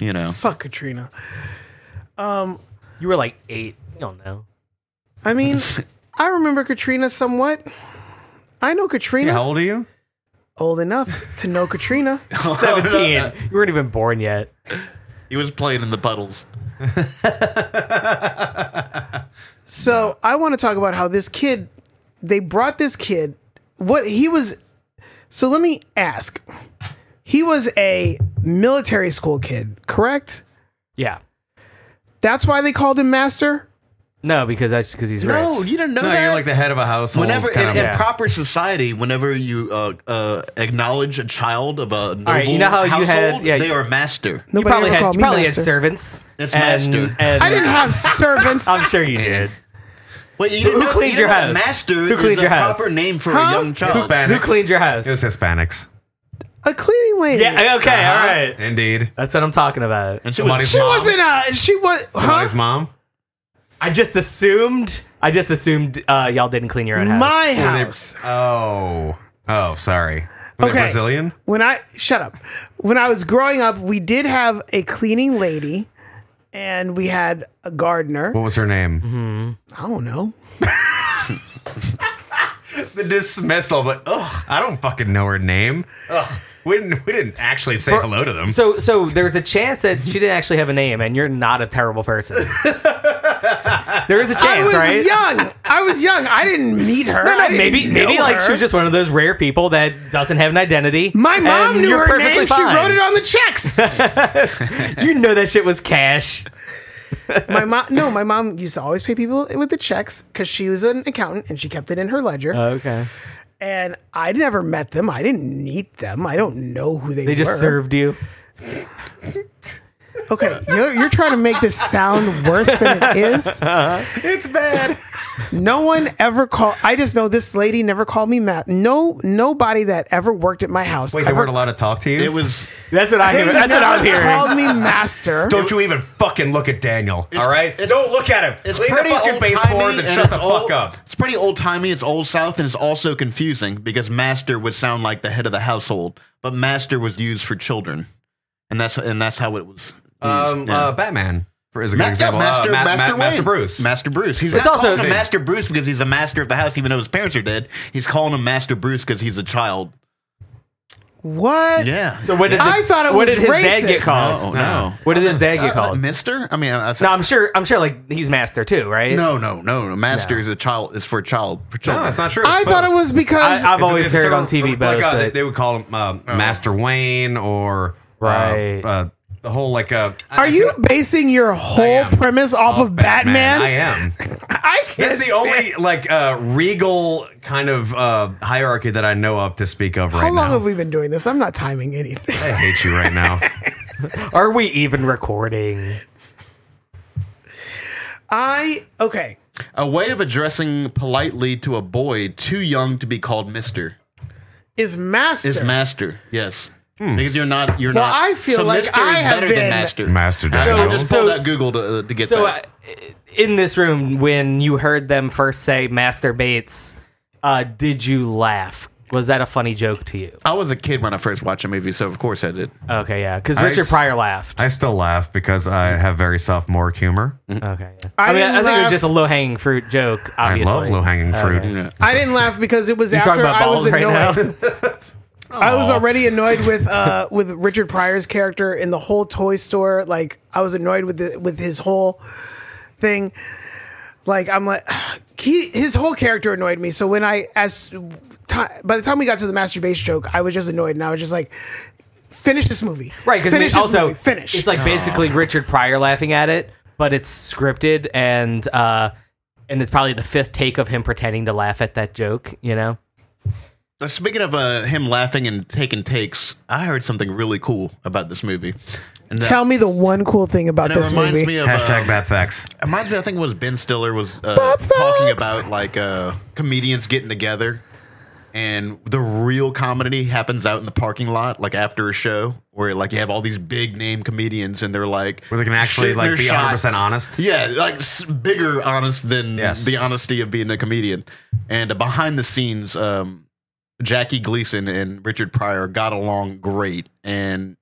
[SPEAKER 4] You know.
[SPEAKER 2] Fuck Katrina. Um,
[SPEAKER 1] you were like eight. You don't
[SPEAKER 4] (laughs)
[SPEAKER 1] know.
[SPEAKER 2] I mean, I remember Katrina somewhat. I know Katrina.
[SPEAKER 3] Yeah, how old are you?
[SPEAKER 2] Old enough to know Katrina.
[SPEAKER 4] Oh,
[SPEAKER 1] Seventeen. you weren't even born yet.
[SPEAKER 4] He was playing in the puddles.
[SPEAKER 2] So I want to talk about how this kid, they brought this kid, what he was. So let me ask. He was a military school kid, correct?
[SPEAKER 1] Yeah.
[SPEAKER 2] That's why they called him master?
[SPEAKER 1] No, because that's because he's rich.
[SPEAKER 4] No, Oh, you didn't know
[SPEAKER 3] No,
[SPEAKER 4] that.
[SPEAKER 3] you're like the head of a household.
[SPEAKER 4] Whenever in,
[SPEAKER 3] kind
[SPEAKER 4] in
[SPEAKER 3] of-
[SPEAKER 1] yeah.
[SPEAKER 4] proper society, whenever you uh, uh, acknowledge a child of a noble
[SPEAKER 1] right, you know how you
[SPEAKER 4] household,
[SPEAKER 1] had- yeah,
[SPEAKER 4] they
[SPEAKER 1] you-
[SPEAKER 4] are master.
[SPEAKER 1] You
[SPEAKER 2] Nobody
[SPEAKER 1] probably
[SPEAKER 2] ever
[SPEAKER 1] had
[SPEAKER 2] called
[SPEAKER 1] you
[SPEAKER 2] me
[SPEAKER 1] probably had
[SPEAKER 2] master.
[SPEAKER 1] servants.
[SPEAKER 4] It's
[SPEAKER 1] and,
[SPEAKER 4] master.
[SPEAKER 1] and-
[SPEAKER 2] I
[SPEAKER 1] (laughs)
[SPEAKER 2] didn't have servants.
[SPEAKER 1] I'm sure
[SPEAKER 4] (laughs)
[SPEAKER 1] you did.
[SPEAKER 4] Wait, you
[SPEAKER 1] Who
[SPEAKER 4] didn't know,
[SPEAKER 1] cleaned
[SPEAKER 4] you
[SPEAKER 1] your
[SPEAKER 4] know that
[SPEAKER 1] house?
[SPEAKER 4] Master
[SPEAKER 1] Who cleaned
[SPEAKER 4] is
[SPEAKER 1] your
[SPEAKER 4] a
[SPEAKER 1] house?
[SPEAKER 4] proper name for
[SPEAKER 2] Huh?
[SPEAKER 4] a young child.
[SPEAKER 3] Hispanics.
[SPEAKER 1] Who cleaned your house?
[SPEAKER 3] It was Hispanics.
[SPEAKER 2] a cleaning lady.
[SPEAKER 1] Yeah. Okay.
[SPEAKER 4] Uh-huh.
[SPEAKER 1] All right.
[SPEAKER 3] Indeed.
[SPEAKER 1] That's what I'm talking about.
[SPEAKER 4] And she
[SPEAKER 3] Somebody's
[SPEAKER 4] was,
[SPEAKER 2] She
[SPEAKER 3] mom.
[SPEAKER 2] wasn't a. She was.
[SPEAKER 3] Somebody's
[SPEAKER 2] Huh?
[SPEAKER 3] mom.
[SPEAKER 1] I just assumed. I just assumed uh, y'all didn't clean your own house.
[SPEAKER 2] My
[SPEAKER 3] Were they-
[SPEAKER 2] house.
[SPEAKER 3] oh. Oh, sorry. Were they
[SPEAKER 2] Okay.
[SPEAKER 3] Brazilian?
[SPEAKER 2] When I. Shut up. When I was growing up, we did have a cleaning lady and we had a gardener.
[SPEAKER 3] What was her name?
[SPEAKER 2] I don't know.
[SPEAKER 3] the dismissal, but ugh, I don't fucking know her name. Ugh, we didn't we didn't actually say hello to them.
[SPEAKER 1] So, so there's a chance that she didn't actually have a name, and you're not a terrible (laughs) person. there is a
[SPEAKER 2] I was
[SPEAKER 1] chance, right?
[SPEAKER 2] young. I was young. I didn't meet her.
[SPEAKER 1] No,
[SPEAKER 2] I
[SPEAKER 1] no,
[SPEAKER 2] didn't
[SPEAKER 1] maybe,
[SPEAKER 2] know
[SPEAKER 1] maybe like
[SPEAKER 2] her.
[SPEAKER 1] she was just one of those rare people that doesn't have an identity.
[SPEAKER 2] My
[SPEAKER 1] and
[SPEAKER 2] mom knew
[SPEAKER 1] you're
[SPEAKER 2] her
[SPEAKER 1] perfectly
[SPEAKER 2] name. She
[SPEAKER 1] fine.
[SPEAKER 2] wrote it on
[SPEAKER 1] (laughs)
[SPEAKER 2] the checks.
[SPEAKER 1] You know that shit was cash.
[SPEAKER 2] my mom. No, my mom used to always pay people with the checks because she was an accountant and she kept it in her ledger.
[SPEAKER 1] Uh, Okay,
[SPEAKER 2] and I never met them. I didn't meet them. I don't know who they,
[SPEAKER 1] they just
[SPEAKER 2] were.
[SPEAKER 1] served you.
[SPEAKER 2] Okay, you're, you're trying to make this sound worse than
[SPEAKER 1] (laughs)
[SPEAKER 2] it is.
[SPEAKER 1] Uh-huh.
[SPEAKER 3] it's bad.
[SPEAKER 2] No one ever called. I just know this lady never called me Matt. No, nobody that ever worked at my house.
[SPEAKER 3] Wait, they
[SPEAKER 2] ever,
[SPEAKER 3] weren't allowed to talk to you.
[SPEAKER 4] it was
[SPEAKER 1] That's what I.
[SPEAKER 2] they
[SPEAKER 1] Hear, that's what I'm
[SPEAKER 2] never
[SPEAKER 1] hearing.
[SPEAKER 2] Called me master.
[SPEAKER 3] don't you even fucking look at Daniel. all right, don't look at him.
[SPEAKER 4] it's
[SPEAKER 3] Clean
[SPEAKER 4] pretty
[SPEAKER 3] up your
[SPEAKER 4] old
[SPEAKER 3] baseboards
[SPEAKER 4] timey
[SPEAKER 3] and shut the fuck
[SPEAKER 4] old,
[SPEAKER 3] up.
[SPEAKER 4] It's pretty old timey. It's old south, and it's also confusing because master would sound like the head of the household, but master was used for children, and that's and that's how it was. Used.
[SPEAKER 3] Um,
[SPEAKER 4] yeah.
[SPEAKER 3] uh, Batman for, is a good
[SPEAKER 4] Ma- yeah,
[SPEAKER 3] example.
[SPEAKER 4] Master,
[SPEAKER 3] uh, Ma- Ma-
[SPEAKER 4] Master, Wayne.
[SPEAKER 3] Master Bruce.
[SPEAKER 4] Master Bruce. He's
[SPEAKER 1] It's
[SPEAKER 4] not
[SPEAKER 1] also-
[SPEAKER 4] calling him Master Bruce because he's the master of the house, even though his parents are dead. He's calling him Master Bruce because he's a child.
[SPEAKER 2] What?
[SPEAKER 4] Yeah.
[SPEAKER 1] So what did the,
[SPEAKER 2] I thought it
[SPEAKER 1] what
[SPEAKER 2] was
[SPEAKER 1] did his dad get
[SPEAKER 2] racist.
[SPEAKER 1] called?
[SPEAKER 4] Oh no.
[SPEAKER 1] What did his dad get
[SPEAKER 4] Uh,
[SPEAKER 1] called?
[SPEAKER 4] Mister? I mean, I, I
[SPEAKER 1] No,
[SPEAKER 4] think,
[SPEAKER 1] I'm sure. I'm sure. Like he's master too, right?
[SPEAKER 4] no, no, no, no. Master is a child. Is for a child. For children.
[SPEAKER 3] No, it's not true.
[SPEAKER 2] I
[SPEAKER 3] It's
[SPEAKER 2] thought
[SPEAKER 3] both.
[SPEAKER 2] it was because
[SPEAKER 1] I, I've
[SPEAKER 3] It's-
[SPEAKER 1] always
[SPEAKER 3] it's
[SPEAKER 1] heard
[SPEAKER 3] sort
[SPEAKER 1] on
[SPEAKER 3] of-
[SPEAKER 1] TV both.
[SPEAKER 3] Like, uh, they,
[SPEAKER 1] that-
[SPEAKER 3] they would call him um,
[SPEAKER 2] Oh.
[SPEAKER 3] Master Wayne or uh,
[SPEAKER 1] Right.
[SPEAKER 3] uh, the whole like. Uh,
[SPEAKER 2] Are you basing your whole
[SPEAKER 3] am.
[SPEAKER 2] premise off
[SPEAKER 1] Oh,
[SPEAKER 2] of Batman?
[SPEAKER 3] I am.
[SPEAKER 2] (laughs) I can't.
[SPEAKER 3] That's the
[SPEAKER 2] stand-
[SPEAKER 3] only like uh, regal kind of uh, hierarchy that I know of to speak of right
[SPEAKER 2] How long
[SPEAKER 3] now.
[SPEAKER 2] have we been doing this? I'm not timing anything.
[SPEAKER 3] I hate you
[SPEAKER 2] (laughs)
[SPEAKER 3] right now.
[SPEAKER 1] Are we even recording?
[SPEAKER 2] I okay.
[SPEAKER 4] A way of addressing politely to a boy too young to be called Mister
[SPEAKER 2] Is master?
[SPEAKER 4] is Master. Yes. because you're not you're
[SPEAKER 2] Well,
[SPEAKER 4] not.
[SPEAKER 2] I feel
[SPEAKER 4] so
[SPEAKER 2] like
[SPEAKER 4] Mister
[SPEAKER 2] I
[SPEAKER 4] is
[SPEAKER 2] have
[SPEAKER 4] better
[SPEAKER 2] been-
[SPEAKER 4] than Master.
[SPEAKER 3] Master
[SPEAKER 4] I- I
[SPEAKER 3] Daniel.
[SPEAKER 4] just
[SPEAKER 1] So-
[SPEAKER 4] pulled out Google to, uh, to get
[SPEAKER 1] So, uh,
[SPEAKER 4] that.
[SPEAKER 1] in this room, when you heard them first say masturbates, uh, did you laugh? Was that a funny joke to you?
[SPEAKER 4] I was a kid when I first watched a movie, so of course I did.
[SPEAKER 1] Okay, yeah, because
[SPEAKER 3] I
[SPEAKER 1] Richard
[SPEAKER 3] s-
[SPEAKER 1] Pryor laughed.
[SPEAKER 3] I still laugh because I have very sophomoric humor.
[SPEAKER 2] Mm-hmm.
[SPEAKER 1] okay, yeah.
[SPEAKER 2] I
[SPEAKER 1] I, mean, I
[SPEAKER 2] didn't
[SPEAKER 1] think it
[SPEAKER 2] laugh.
[SPEAKER 1] was just a low hanging fruit joke.
[SPEAKER 3] I
[SPEAKER 1] Obviously, Uh,
[SPEAKER 3] love low hanging fruit.
[SPEAKER 2] I didn't laugh because it was
[SPEAKER 1] You talking
[SPEAKER 2] after
[SPEAKER 1] about
[SPEAKER 2] I was
[SPEAKER 1] balls right
[SPEAKER 2] annoyed.
[SPEAKER 1] now? (laughs)
[SPEAKER 2] I was already annoyed with uh, with Richard Pryor's character in the whole toy store. Like I was annoyed with the, with his whole thing. Like I'm like (sighs) he his whole character annoyed me. So when I as ti by the time we got to the masturbation joke, I was just annoyed and I was just like, finish this movie,
[SPEAKER 1] right? Because I mean,
[SPEAKER 2] finish this
[SPEAKER 1] also,
[SPEAKER 2] movie. finish.
[SPEAKER 1] It's like basically Richard Pryor laughing at it, but it's scripted and uh, and it's probably the fifth take of him pretending to laugh at that joke. You know?
[SPEAKER 4] Uh, Speaking of uh, him laughing and taking takes, I heard something really cool about this movie. And that,
[SPEAKER 2] Tell me the one cool thing about
[SPEAKER 4] and it
[SPEAKER 2] this
[SPEAKER 4] reminds
[SPEAKER 2] movie.
[SPEAKER 4] me of
[SPEAKER 3] Hashtag
[SPEAKER 4] uh,
[SPEAKER 3] bad facts.
[SPEAKER 4] It reminds me, I think it was Ben Stiller was uh,
[SPEAKER 2] Bob
[SPEAKER 4] talking
[SPEAKER 2] Fox.
[SPEAKER 4] about like uh, comedians getting together, and the real comedy happens out in the parking lot, like after a show, where like you have all these big name comedians, and they're like,
[SPEAKER 3] Where they can actually
[SPEAKER 4] shooting
[SPEAKER 3] like
[SPEAKER 4] their
[SPEAKER 3] be
[SPEAKER 4] shot.
[SPEAKER 3] 100 percent honest.
[SPEAKER 4] Yeah, like s- bigger honest than
[SPEAKER 3] Yes.
[SPEAKER 4] the honesty of being a comedian. And uh, behind the scenes, um, Jackie Gleason and Richard Pryor got along great. And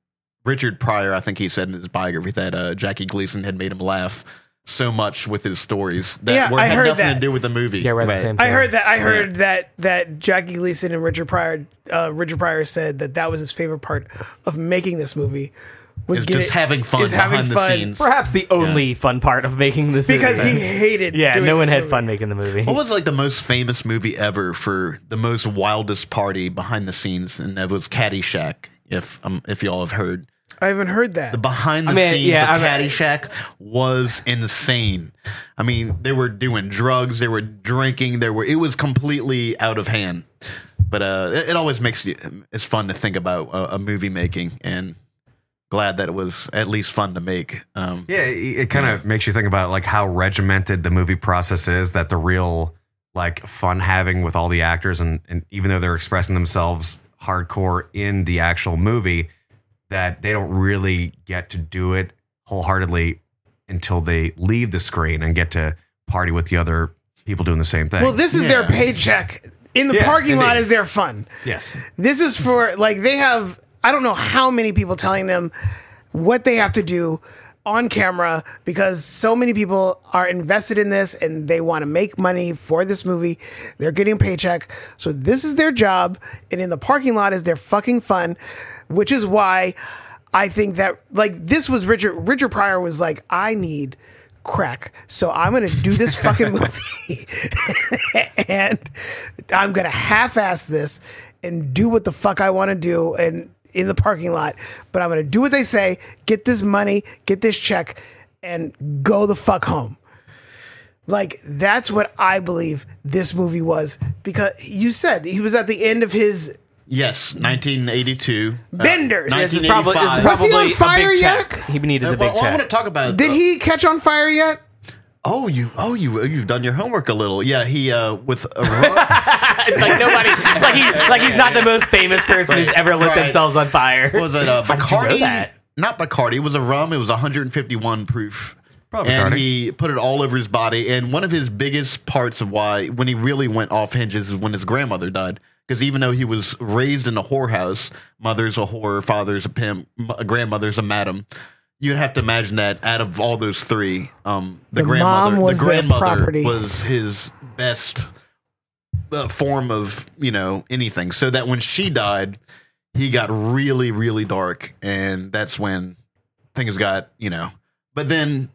[SPEAKER 4] Richard Pryor, I think he said in his biography that uh, Jackie Gleason had made him laugh so much with his stories that
[SPEAKER 2] Yeah,
[SPEAKER 4] were,
[SPEAKER 2] I
[SPEAKER 4] had
[SPEAKER 2] heard
[SPEAKER 4] nothing
[SPEAKER 2] that.
[SPEAKER 4] to do with the movie.
[SPEAKER 1] Yeah, we're at the
[SPEAKER 4] Right.
[SPEAKER 1] same.
[SPEAKER 2] I
[SPEAKER 1] thing.
[SPEAKER 2] heard that. I heard that that Jackie Gleason and Richard Pryor, uh, Richard Pryor said that that was his favorite part of making this movie was
[SPEAKER 4] It's
[SPEAKER 2] get
[SPEAKER 4] just
[SPEAKER 2] it-
[SPEAKER 4] having fun
[SPEAKER 2] is
[SPEAKER 4] behind
[SPEAKER 2] having
[SPEAKER 4] the
[SPEAKER 2] fun
[SPEAKER 4] scenes.
[SPEAKER 1] Perhaps the only fun part of making this
[SPEAKER 2] because
[SPEAKER 1] movie.
[SPEAKER 2] he
[SPEAKER 1] (laughs)
[SPEAKER 2] hated.
[SPEAKER 1] yeah,
[SPEAKER 2] doing
[SPEAKER 1] no one
[SPEAKER 2] this
[SPEAKER 1] had
[SPEAKER 2] movie.
[SPEAKER 1] fun making the movie.
[SPEAKER 4] What was like the most famous movie ever for the most wildest party behind the scenes? And that was Caddyshack. If um, if y'all have heard,
[SPEAKER 2] I haven't heard that.
[SPEAKER 4] the behind the
[SPEAKER 1] I mean,
[SPEAKER 4] scenes
[SPEAKER 1] yeah,
[SPEAKER 4] of
[SPEAKER 1] I mean-
[SPEAKER 4] Caddyshack was insane. I mean, they were doing drugs, they were drinking, they were it was completely out of hand. But uh, it, it always makes you it's fun to think about a, a movie making, and glad that it was at least fun to make. Um,
[SPEAKER 3] Yeah, it, it kind of makes you think about like how regimented the movie process is. That the real like fun having with all the actors, and, and even though they're expressing themselves hardcore in the actual movie, that they don't really get to do it wholeheartedly until they leave the screen and get to party with the other people doing the same thing.
[SPEAKER 2] well, this is their
[SPEAKER 4] Yeah.
[SPEAKER 2] paycheck. In the
[SPEAKER 3] Yeah,
[SPEAKER 2] parking lot
[SPEAKER 3] indeed.
[SPEAKER 2] is their fun.
[SPEAKER 3] yes,
[SPEAKER 2] This is for like they have. I don't know how many people telling them what they have to do on camera because so many people are invested in this and they want to make money for this movie. They're getting a paycheck. So this is their job and in the parking lot is their fucking fun, which is why I think that like this was Richard Richard Pryor was like I need crack. So I'm going to do this
[SPEAKER 3] (laughs)
[SPEAKER 2] fucking movie (laughs) and I'm going to half ass this and do what the fuck I want to do and in the parking lot, but I'm going to do what they say, get this money, get this check, and go the fuck home. Like, that's what I believe this movie was because you said he was at the end of his.
[SPEAKER 4] yes, 1982. uh,
[SPEAKER 2] Benders. This
[SPEAKER 1] This is probably, this is
[SPEAKER 4] 1985.
[SPEAKER 2] Was he
[SPEAKER 1] probably
[SPEAKER 2] on fire
[SPEAKER 1] a big
[SPEAKER 2] yet?
[SPEAKER 1] check. He needed
[SPEAKER 4] Uh,
[SPEAKER 1] the
[SPEAKER 4] well,
[SPEAKER 1] big
[SPEAKER 4] I want to
[SPEAKER 1] check.
[SPEAKER 4] talk about
[SPEAKER 2] Did he catch on fire yet?
[SPEAKER 4] Oh, you! Oh, you! You've done your homework a little. Yeah, he uh, with
[SPEAKER 1] (laughs)
[SPEAKER 4] a run,
[SPEAKER 1] It's like nobody, like
[SPEAKER 4] (laughs)
[SPEAKER 1] he, like he's not the most famous person who's
[SPEAKER 4] Right,
[SPEAKER 1] ever lit
[SPEAKER 4] right.
[SPEAKER 1] themselves on fire.
[SPEAKER 4] was it uh,
[SPEAKER 1] How did you know
[SPEAKER 4] Bacardi?
[SPEAKER 1] that?
[SPEAKER 4] Not Bacardi. It was a rum. It was 151 proof.
[SPEAKER 3] Probably
[SPEAKER 4] and
[SPEAKER 3] Bacardi.
[SPEAKER 4] he put it all over his body. And one of his biggest parts of why, when he really went off hinges, is when his grandmother died. Because even though he was raised in a whorehouse, mother's a whore, father's a pimp, m- grandmother's a madam. You'd have to imagine that out of all those three, um, the,
[SPEAKER 2] The
[SPEAKER 4] grandmother,
[SPEAKER 2] mom was
[SPEAKER 4] the
[SPEAKER 2] their
[SPEAKER 4] grandmother
[SPEAKER 2] property.
[SPEAKER 4] was his best uh, form of you know anything. So that when she died, he got really really dark and that's when things got you know but then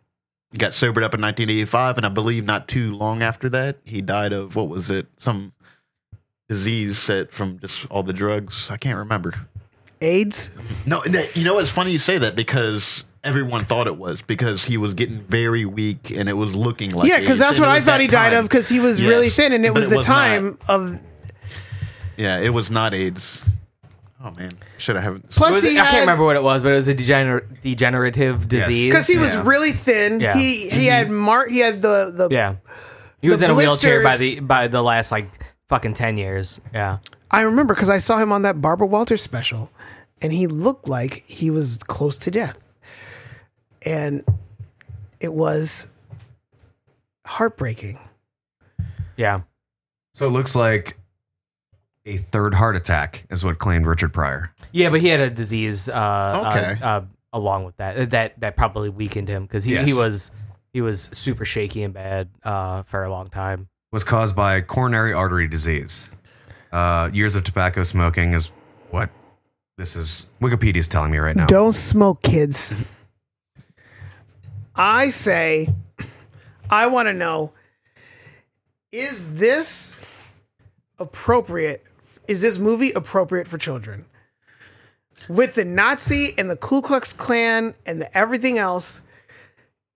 [SPEAKER 4] he got sobered up in 1985 and i believe not too long after that he died of what was it some disease set from just all the drugs i can't remember
[SPEAKER 2] AIDS?
[SPEAKER 4] no and that- you know it's funny you say that because everyone thought it was because he was getting very weak and it was looking like
[SPEAKER 2] yeah, because
[SPEAKER 4] AIDS,
[SPEAKER 2] that's
[SPEAKER 4] and
[SPEAKER 2] what
[SPEAKER 4] it
[SPEAKER 2] I
[SPEAKER 4] was
[SPEAKER 2] thought
[SPEAKER 4] that
[SPEAKER 2] he died
[SPEAKER 4] time.
[SPEAKER 2] of because he was really
[SPEAKER 4] Yes,
[SPEAKER 2] thin and it
[SPEAKER 4] but
[SPEAKER 2] was the
[SPEAKER 4] was not.
[SPEAKER 2] time of.
[SPEAKER 4] yeah it was not aids oh man should i haven't
[SPEAKER 1] It
[SPEAKER 2] Plus,
[SPEAKER 1] was-
[SPEAKER 2] he
[SPEAKER 1] I
[SPEAKER 2] had,
[SPEAKER 1] can't remember what it was, but it was a degener- degenerative disease.
[SPEAKER 2] Because he was
[SPEAKER 4] Yeah.
[SPEAKER 2] really thin.
[SPEAKER 1] Yeah.
[SPEAKER 2] He he had mar- he had the, the
[SPEAKER 1] yeah, he was in a wheelchair by
[SPEAKER 2] blisters-
[SPEAKER 1] the by the last like fucking ten years. Yeah,
[SPEAKER 2] I remember because I saw him on that Barbara Walters special, and he looked like he was close to death. And it was heartbreaking.
[SPEAKER 1] Yeah.
[SPEAKER 3] So it looks like a third heart attack is what claimed Richard Pryor.
[SPEAKER 1] Yeah, but he had a disease. Uh,
[SPEAKER 4] Okay.
[SPEAKER 1] Uh, uh, along with that, that that probably weakened him because he, he
[SPEAKER 3] Yes.
[SPEAKER 1] was he was super shaky and bad uh, for a long time.
[SPEAKER 3] Was caused by coronary artery disease. Uh, years of tobacco smoking is what this is. Wikipedia's telling me right now.
[SPEAKER 2] Don't smoke, kids. I say, I want to know is this appropriate? Is this movie appropriate for children? With the Nazi and the Ku Klux Klan and the everything else,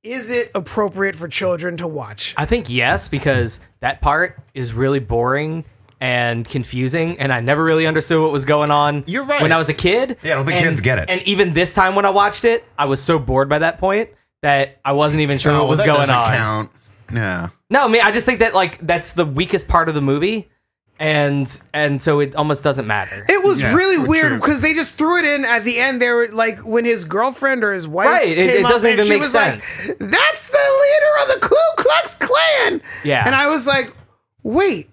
[SPEAKER 2] is it appropriate for children to watch?
[SPEAKER 1] I think yes because that part is really boring and confusing, and I never really understood what was going on.
[SPEAKER 4] You're right.
[SPEAKER 1] When I was a kid,
[SPEAKER 3] Yeah, I don't think
[SPEAKER 1] And-
[SPEAKER 3] kids get it.
[SPEAKER 1] And even this time when I watched it, I was so bored by that point that I wasn't even sure
[SPEAKER 4] Oh,
[SPEAKER 1] what was
[SPEAKER 4] that
[SPEAKER 1] going
[SPEAKER 4] doesn't
[SPEAKER 1] on.
[SPEAKER 4] Count. Yeah.
[SPEAKER 1] No, I mean, I just think that like that's the weakest part of the movie, and and so it almost doesn't matter.
[SPEAKER 2] It was
[SPEAKER 4] Yeah,
[SPEAKER 2] really
[SPEAKER 4] true.
[SPEAKER 2] weird because they just threw it in at the end. They were like, when his girlfriend or his wife
[SPEAKER 1] Right, it-
[SPEAKER 2] came
[SPEAKER 1] it
[SPEAKER 2] up
[SPEAKER 1] doesn't
[SPEAKER 2] and
[SPEAKER 1] even
[SPEAKER 2] she
[SPEAKER 1] make
[SPEAKER 2] was like, That's the leader of the Ku Klux Klan.
[SPEAKER 1] Yeah.
[SPEAKER 2] and I was like, wait,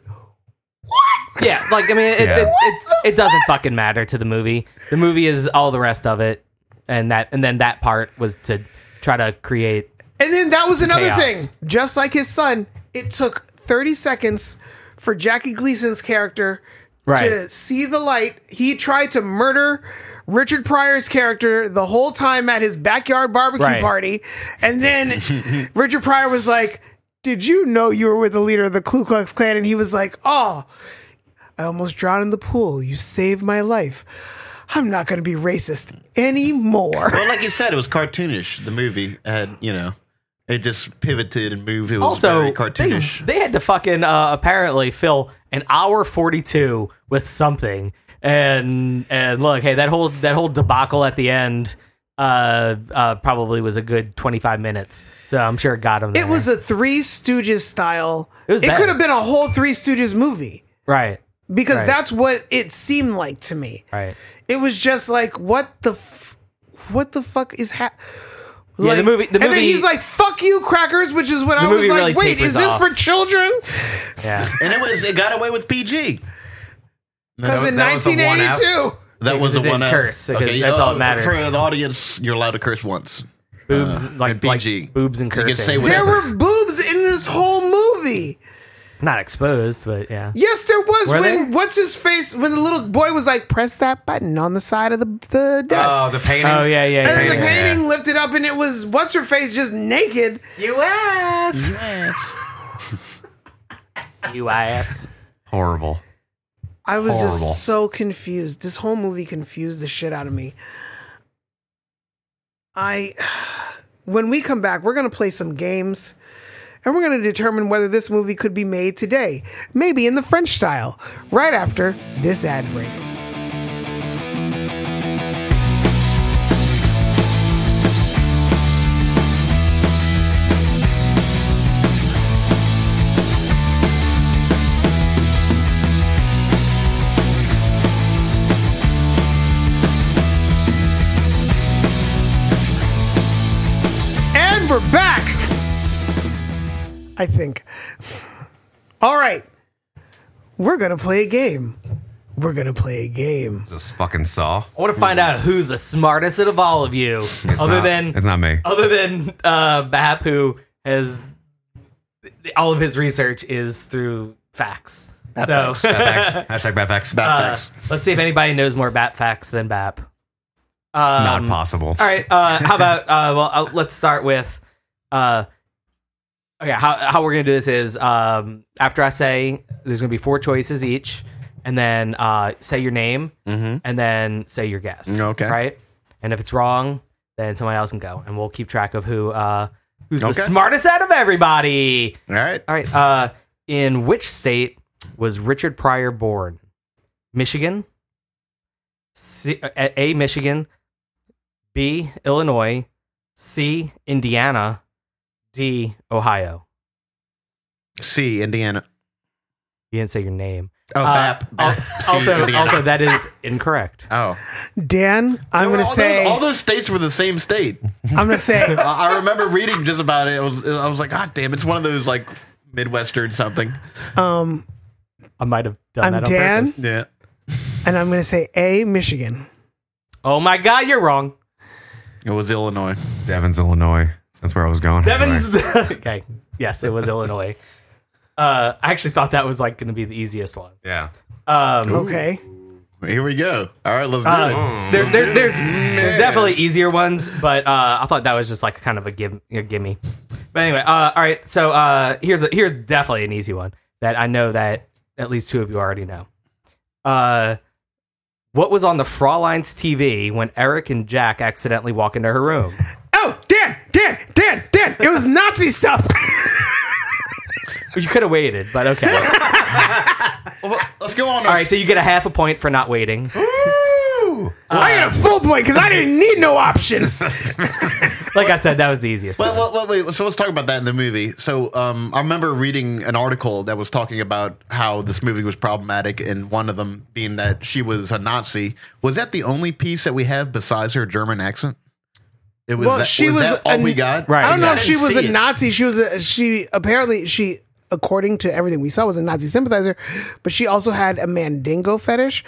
[SPEAKER 1] yeah, like I mean, it
[SPEAKER 3] Yeah.
[SPEAKER 1] it, it, it doesn't fucking matter to the movie. The movie is all the rest of it, and that and then that part was to try to create.
[SPEAKER 2] and then that was another
[SPEAKER 1] chaos.
[SPEAKER 2] thing. Just like his son, it took thirty seconds for Jackie Gleason's character to
[SPEAKER 1] Right.
[SPEAKER 2] see the light. He tried to murder. Richard Pryor's character the whole time at his backyard barbecue
[SPEAKER 1] Right.
[SPEAKER 2] party. And
[SPEAKER 1] (laughs)
[SPEAKER 2] then Richard Pryor was like, Did you know you were with the leader of the Ku Klux Klan? And he was like, Oh, I almost drowned in the pool. You saved my life. I'm not going to be racist anymore. (laughs)
[SPEAKER 4] Well, like you said, it was cartoonish. The movie had, you know, it just pivoted and moved. It was
[SPEAKER 1] Also,
[SPEAKER 4] very
[SPEAKER 1] they,
[SPEAKER 4] cartoonish.
[SPEAKER 1] they had to fucking uh, apparently fill an hour forty two with something, and and look, hey, that whole that whole debacle at the end. Uh, uh, probably was a good 25 minutes, so I'm sure it got him.
[SPEAKER 2] It was a Three Stooges style.
[SPEAKER 1] It was
[SPEAKER 2] it
[SPEAKER 1] bad.
[SPEAKER 2] could have been a whole Three Stooges movie
[SPEAKER 1] right,
[SPEAKER 2] because
[SPEAKER 1] Right.
[SPEAKER 2] that's what it seemed like to me.
[SPEAKER 1] right.
[SPEAKER 2] it was just like what the f- what the fuck is hap
[SPEAKER 1] Yeah, the movie- the
[SPEAKER 2] and then
[SPEAKER 1] movie-
[SPEAKER 2] he's like, "Fuck you, crackers," which is what I was
[SPEAKER 1] movie
[SPEAKER 2] like,
[SPEAKER 1] really
[SPEAKER 2] "Wait,
[SPEAKER 1] tapers
[SPEAKER 2] is this
[SPEAKER 1] off.
[SPEAKER 2] for children?"
[SPEAKER 1] Yeah.
[SPEAKER 4] (laughs) and it was it got away with PG.
[SPEAKER 2] Because in
[SPEAKER 3] that was the one
[SPEAKER 2] 1982,
[SPEAKER 4] That
[SPEAKER 1] Because
[SPEAKER 4] was
[SPEAKER 1] it
[SPEAKER 4] the
[SPEAKER 1] didn't
[SPEAKER 4] one F.
[SPEAKER 1] curse, because that's all that mattered.
[SPEAKER 4] For the audience, you're allowed to curse once.
[SPEAKER 1] boobs like,
[SPEAKER 4] and PG.
[SPEAKER 1] like boobs and
[SPEAKER 4] You can
[SPEAKER 1] cursing.
[SPEAKER 4] say what-
[SPEAKER 2] there
[SPEAKER 4] Whatever.
[SPEAKER 2] were boobs in this whole movie.
[SPEAKER 1] Not exposed, but yeah.
[SPEAKER 2] Yes, there was.
[SPEAKER 1] Were
[SPEAKER 2] when
[SPEAKER 1] there?
[SPEAKER 2] what's his face? When the little boy was like, "Press that button on the side of the the desk."
[SPEAKER 3] Oh, the painting.
[SPEAKER 1] Oh yeah, yeah.
[SPEAKER 2] and
[SPEAKER 1] yeah,
[SPEAKER 2] then the
[SPEAKER 1] yeah.
[SPEAKER 3] pain-
[SPEAKER 2] painting lifted up, and it was what's her face just naked.
[SPEAKER 1] U.S. U.S.
[SPEAKER 3] Horrible.
[SPEAKER 2] I was
[SPEAKER 3] Horrible.
[SPEAKER 2] just so confused. This whole movie confused the shit out of me. I (sighs) when we come back, we're going to play some games and we're going to determine whether this movie could be made today, maybe in the French style, right after this ad break. And we're back. I think. (sighs) All right. We're going to play a game. We're going to play a game.
[SPEAKER 3] This fucking saw.
[SPEAKER 1] I want to find out who's the smartest out of all of you,
[SPEAKER 3] It's
[SPEAKER 1] other
[SPEAKER 3] not-
[SPEAKER 1] than
[SPEAKER 3] it's not
[SPEAKER 1] (laughs)
[SPEAKER 3] me.
[SPEAKER 1] other than uh, Bap, who has all of his research is through facts. So
[SPEAKER 3] Bad facts. Hashtag bad facts.
[SPEAKER 4] Bad
[SPEAKER 1] uh,
[SPEAKER 4] facts.
[SPEAKER 1] let's see if anybody knows more Bap facts than Bap. Um,
[SPEAKER 3] not possible.
[SPEAKER 1] All right. Uh, how about uh, well, uh, let's start with uh, okay. How how we're gonna do this is um, after I say there's gonna be four choices each, and then uh, say your name, and then say your guess.
[SPEAKER 4] Mm-hmm. Okay.
[SPEAKER 1] Right. And if it's wrong, then someone else can go, and we'll keep track of who uh, who's
[SPEAKER 4] Okay.
[SPEAKER 1] the smartest out of everybody.
[SPEAKER 4] All right.
[SPEAKER 1] All right. Uh, in which state was Richard Pryor born? Michigan. C- uh, A, A, Michigan. B. Illinois. C. Indiana. D. Ohio.
[SPEAKER 4] C, Indiana.
[SPEAKER 1] You didn't say your name.
[SPEAKER 4] Oh, Bap. Bap.
[SPEAKER 1] also,
[SPEAKER 4] Indiana.
[SPEAKER 1] also that is incorrect.
[SPEAKER 4] Oh,
[SPEAKER 2] Dan, I'm
[SPEAKER 4] all
[SPEAKER 2] gonna
[SPEAKER 4] those,
[SPEAKER 2] say
[SPEAKER 4] all those states were the same state. Uh,
[SPEAKER 2] I'm gonna say
[SPEAKER 4] I I remember reading just about it. It was I was like, God damn, it's one of those like Midwestern something.
[SPEAKER 2] um,
[SPEAKER 1] I might have done
[SPEAKER 2] I'm
[SPEAKER 1] that on
[SPEAKER 2] Dan.
[SPEAKER 1] purpose.
[SPEAKER 4] Yeah.
[SPEAKER 2] and I'm gonna say A Michigan.
[SPEAKER 1] Oh my god, you're wrong.
[SPEAKER 4] It was Illinois.
[SPEAKER 3] Devon's Illinois. That's where I was going.
[SPEAKER 1] Devin's okay. Yes, it was Illinois. Uh, I actually thought that was like going to be the easiest one.
[SPEAKER 3] Yeah.
[SPEAKER 1] Um,
[SPEAKER 2] Okay.
[SPEAKER 4] Here we go. All right, let's do it.
[SPEAKER 1] uh, there,
[SPEAKER 3] Mm.
[SPEAKER 1] there, there's, there's definitely easier ones, but uh, I thought that was just like kind of a, give, a gimme. But anyway, uh, all right. So uh, here's a, here's definitely an easy one that I know that at least two of you already know. Uh, what was on the Fraulein's TV when Eric and Jack accidentally walk into her
[SPEAKER 3] (laughs)
[SPEAKER 1] room?
[SPEAKER 2] Oh, Dan, Dan, Dan, Dan. It was Nazi stuff.
[SPEAKER 1] You could have waited, but
[SPEAKER 3] (laughs)
[SPEAKER 1] okay.
[SPEAKER 4] Well, Let's go on.
[SPEAKER 1] All right, so you get a half a point for not waiting.
[SPEAKER 4] Uh,
[SPEAKER 2] I had a full point because I didn't need no
[SPEAKER 4] (laughs)
[SPEAKER 2] options.
[SPEAKER 1] Like I said, that was the easiest.
[SPEAKER 4] Well, well, well, wait. So let's talk about that in the movie. So um, I remember reading an article that was talking about how this movie was problematic, and one of them being that she was a Nazi. Was that the only piece that we have besides her German accent? It was.
[SPEAKER 2] Well,
[SPEAKER 4] that,
[SPEAKER 2] she was
[SPEAKER 4] that all
[SPEAKER 2] a-
[SPEAKER 4] we got.
[SPEAKER 1] Right.
[SPEAKER 2] I don't know if
[SPEAKER 4] I
[SPEAKER 2] she
[SPEAKER 4] didn't
[SPEAKER 2] was
[SPEAKER 4] see
[SPEAKER 2] a
[SPEAKER 4] it.
[SPEAKER 2] Nazi. She was a she apparently she according to everything we saw was a Nazi sympathizer, but she also had a mandingo fetish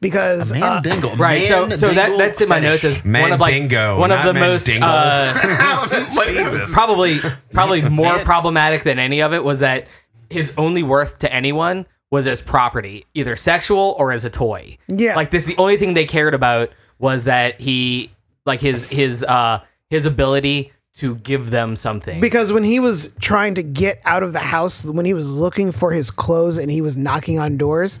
[SPEAKER 2] because uh,
[SPEAKER 4] Mandingo.
[SPEAKER 1] right. So, so that
[SPEAKER 4] Mandingo
[SPEAKER 1] that's in my notes
[SPEAKER 4] fetish. (laughs)
[SPEAKER 1] as one of like
[SPEAKER 3] Mandingo,
[SPEAKER 1] one of the
[SPEAKER 3] not
[SPEAKER 1] most
[SPEAKER 3] mandingle.
[SPEAKER 1] uh,
[SPEAKER 3] Jesus.
[SPEAKER 1] probably probably more problematic than any of it was that his only worth to anyone was as property, either sexual or as a toy.
[SPEAKER 2] Yeah.
[SPEAKER 1] Like this, the only thing they cared about was that he like his his uh his ability to give them something.
[SPEAKER 2] because when he was trying to get out of the house, when he was looking for his clothes and he was knocking on doors,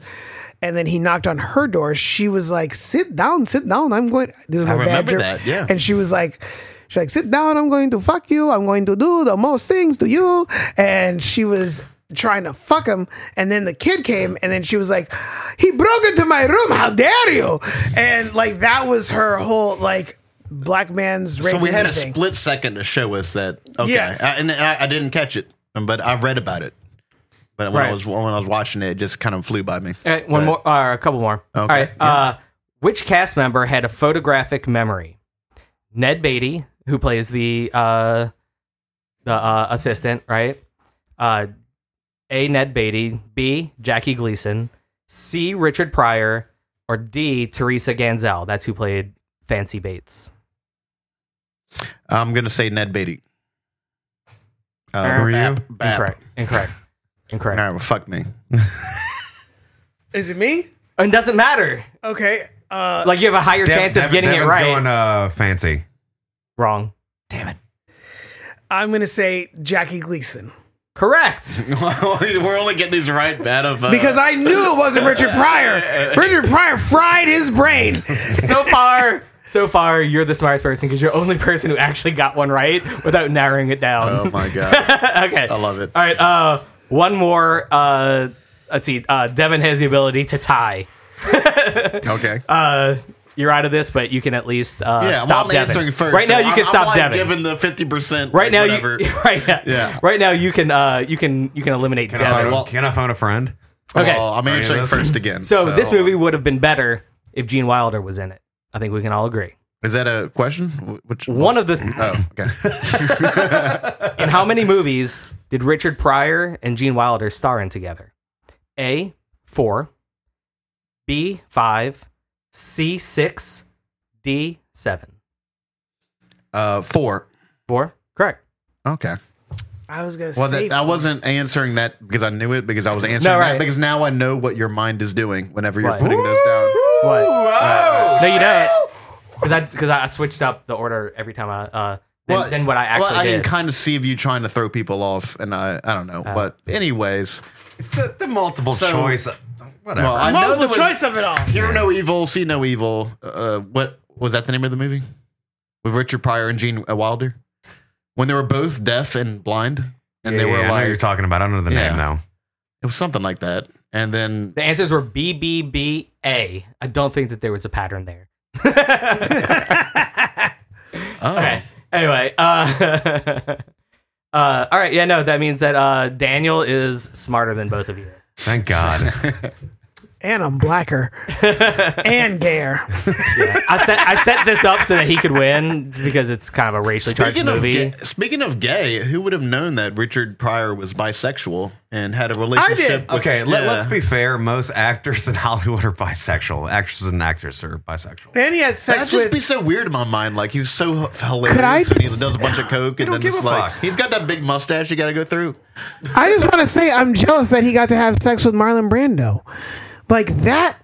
[SPEAKER 2] and then he knocked on her door, she was like, "Sit down, sit down. I'm going." This is my bad
[SPEAKER 4] remember
[SPEAKER 2] Ger-
[SPEAKER 4] that, yeah.
[SPEAKER 2] And she was like. She's like, sit down. I'm going to fuck you. I'm going to do the most things to you. And she was trying to fuck him. And then the kid came, and then she was like, he broke into my room. How dare you? And like that was her whole like black man's.
[SPEAKER 4] So we
[SPEAKER 2] raping
[SPEAKER 4] had a
[SPEAKER 2] thing.
[SPEAKER 4] split second to show us that. Okay,
[SPEAKER 2] Yes.
[SPEAKER 4] I, and I, I didn't catch it, but I read about it. But when
[SPEAKER 1] Right.
[SPEAKER 4] I was when I was watching it, it just kind of flew by me.
[SPEAKER 1] All right, Uh, one more, or a couple more. All right. Uh, which cast member had a photographic memory? Ned Beatty, who plays the uh, the uh, assistant, right? Uh, a Ned Beatty, B Jackie Gleason, C Richard Pryor, or D Teresa Ganzel. That's who played Fancy Bates.
[SPEAKER 4] I'm gonna say Ned Beatty. Uh,
[SPEAKER 1] Who
[SPEAKER 3] are you?
[SPEAKER 4] Bap, Bap.
[SPEAKER 1] Incorrect. Incorrect.
[SPEAKER 4] All
[SPEAKER 1] Incorrect.
[SPEAKER 4] right, well, fuck me. (laughs)
[SPEAKER 2] Is it me?
[SPEAKER 1] And doesn't matter.
[SPEAKER 2] Okay. Uh,
[SPEAKER 1] Like you have a higher chance of getting it right.
[SPEAKER 3] Going uh, fancy.
[SPEAKER 1] Wrong.
[SPEAKER 2] I'm gonna say Jackie Gleason
[SPEAKER 1] Correct.
[SPEAKER 4] We're only getting these right out of uh,
[SPEAKER 2] because I knew it wasn't Richard Pryor. Richard Pryor fried his brain.
[SPEAKER 1] so far, so far, you're the smartest person because you're the only person who actually got one right without narrowing it down.
[SPEAKER 4] (laughs) Oh my god,
[SPEAKER 1] (laughs) okay,
[SPEAKER 4] I love it.
[SPEAKER 1] All right, uh, one more. Uh, let's see. Uh, Devin has the ability to tie.
[SPEAKER 4] Okay.
[SPEAKER 1] Uh, you're out of this, but you can at least uh,
[SPEAKER 4] yeah, well,
[SPEAKER 1] stop
[SPEAKER 4] I'm answering
[SPEAKER 1] Devin.
[SPEAKER 4] first.
[SPEAKER 1] right now,
[SPEAKER 4] so
[SPEAKER 1] you
[SPEAKER 4] I'm-
[SPEAKER 1] can
[SPEAKER 4] I'm
[SPEAKER 1] stop
[SPEAKER 4] like
[SPEAKER 1] Devin.
[SPEAKER 4] Giving the fifty percent.
[SPEAKER 1] right now, (laughs)
[SPEAKER 4] whatever.
[SPEAKER 1] you right now,
[SPEAKER 4] Yeah.
[SPEAKER 1] right now you can uh, you can you can eliminate
[SPEAKER 3] Can, I
[SPEAKER 1] Devin.
[SPEAKER 3] phone,
[SPEAKER 4] well-
[SPEAKER 3] can I phone a friend?
[SPEAKER 1] okay.
[SPEAKER 4] Well, I'm
[SPEAKER 3] you
[SPEAKER 4] answering
[SPEAKER 3] listening?
[SPEAKER 4] first again.
[SPEAKER 1] so this movie would have been better if Gene Wilder was in it. I think we can all agree.
[SPEAKER 4] is that a question? Wh- Which
[SPEAKER 1] One of the th-
[SPEAKER 4] Oh, okay.
[SPEAKER 1] (laughs) In how many movies did Richard Pryor and Gene Wilder star in together? A, four. B, five. C, six. D, seven.
[SPEAKER 4] Uh, four.
[SPEAKER 1] Four? Correct.
[SPEAKER 4] Okay.
[SPEAKER 2] I was gonna
[SPEAKER 4] Well,
[SPEAKER 2] say
[SPEAKER 4] that, I wasn't answering that because I knew it because I was answering
[SPEAKER 1] No, right.
[SPEAKER 4] that because now I know what your mind is doing whenever you're
[SPEAKER 1] Right.
[SPEAKER 4] putting those down. Uh,
[SPEAKER 1] What?
[SPEAKER 2] Whoa.
[SPEAKER 1] No, you know it. Because I, cause I switched up the order every time I, uh, then,
[SPEAKER 4] Well,
[SPEAKER 1] then what I actually
[SPEAKER 4] well, I
[SPEAKER 1] did.
[SPEAKER 4] can kind of see of you trying to throw people off, and I, I don't know.
[SPEAKER 3] Oh.
[SPEAKER 4] but anyways,
[SPEAKER 3] It's the, the multiple
[SPEAKER 4] So-
[SPEAKER 3] choice. uh, Whatever.
[SPEAKER 4] well, I know
[SPEAKER 2] Multiple
[SPEAKER 4] there was
[SPEAKER 2] choice of it all.
[SPEAKER 4] Hear No Evil, See No Evil. Uh, what was that the name of the movie with Richard Pryor and Gene uh, Wilder when they were both deaf and blind, and
[SPEAKER 3] Yeah,
[SPEAKER 4] they were
[SPEAKER 3] yeah, I know what
[SPEAKER 4] like
[SPEAKER 3] you're talking about. I don't know the
[SPEAKER 4] Yeah.
[SPEAKER 3] name though.
[SPEAKER 4] it was something like that, and then
[SPEAKER 1] the answers were B, B, B, A. I don't think that there was a pattern there. (laughs)
[SPEAKER 4] oh,
[SPEAKER 1] Okay. Anyway, uh, (laughs) uh, all right. Yeah, no, that means that uh, Daniel is smarter than both of you.
[SPEAKER 3] Thank God.
[SPEAKER 2] and I'm
[SPEAKER 4] (laughs)
[SPEAKER 2] blacker and gayer.
[SPEAKER 1] I set I set this up so that he could win because it's kind of a racially charged
[SPEAKER 4] Speaking of,
[SPEAKER 1] movie.
[SPEAKER 4] ga- speaking of gay, who would have known that Richard Pryor was bisexual and had a relationship? with-
[SPEAKER 3] Okay, let,
[SPEAKER 4] Yeah.
[SPEAKER 3] us be fair. Most actors in (laughs) Hollywood are bisexual. Actresses and actors are bisexual.
[SPEAKER 2] And he had
[SPEAKER 4] That'd
[SPEAKER 2] sex
[SPEAKER 4] just
[SPEAKER 2] with.
[SPEAKER 4] be so weird in my mind. Like he's so h- hilarious,
[SPEAKER 2] Could I
[SPEAKER 4] and he
[SPEAKER 2] just-
[SPEAKER 4] does a bunch of coke, and
[SPEAKER 3] don't
[SPEAKER 4] then
[SPEAKER 3] give
[SPEAKER 4] it's
[SPEAKER 3] a
[SPEAKER 4] like
[SPEAKER 3] fuck.
[SPEAKER 4] he's got that big mustache you got to go through.
[SPEAKER 2] I just want to say I'm jealous that he got to have sex with Marlon Brando, like that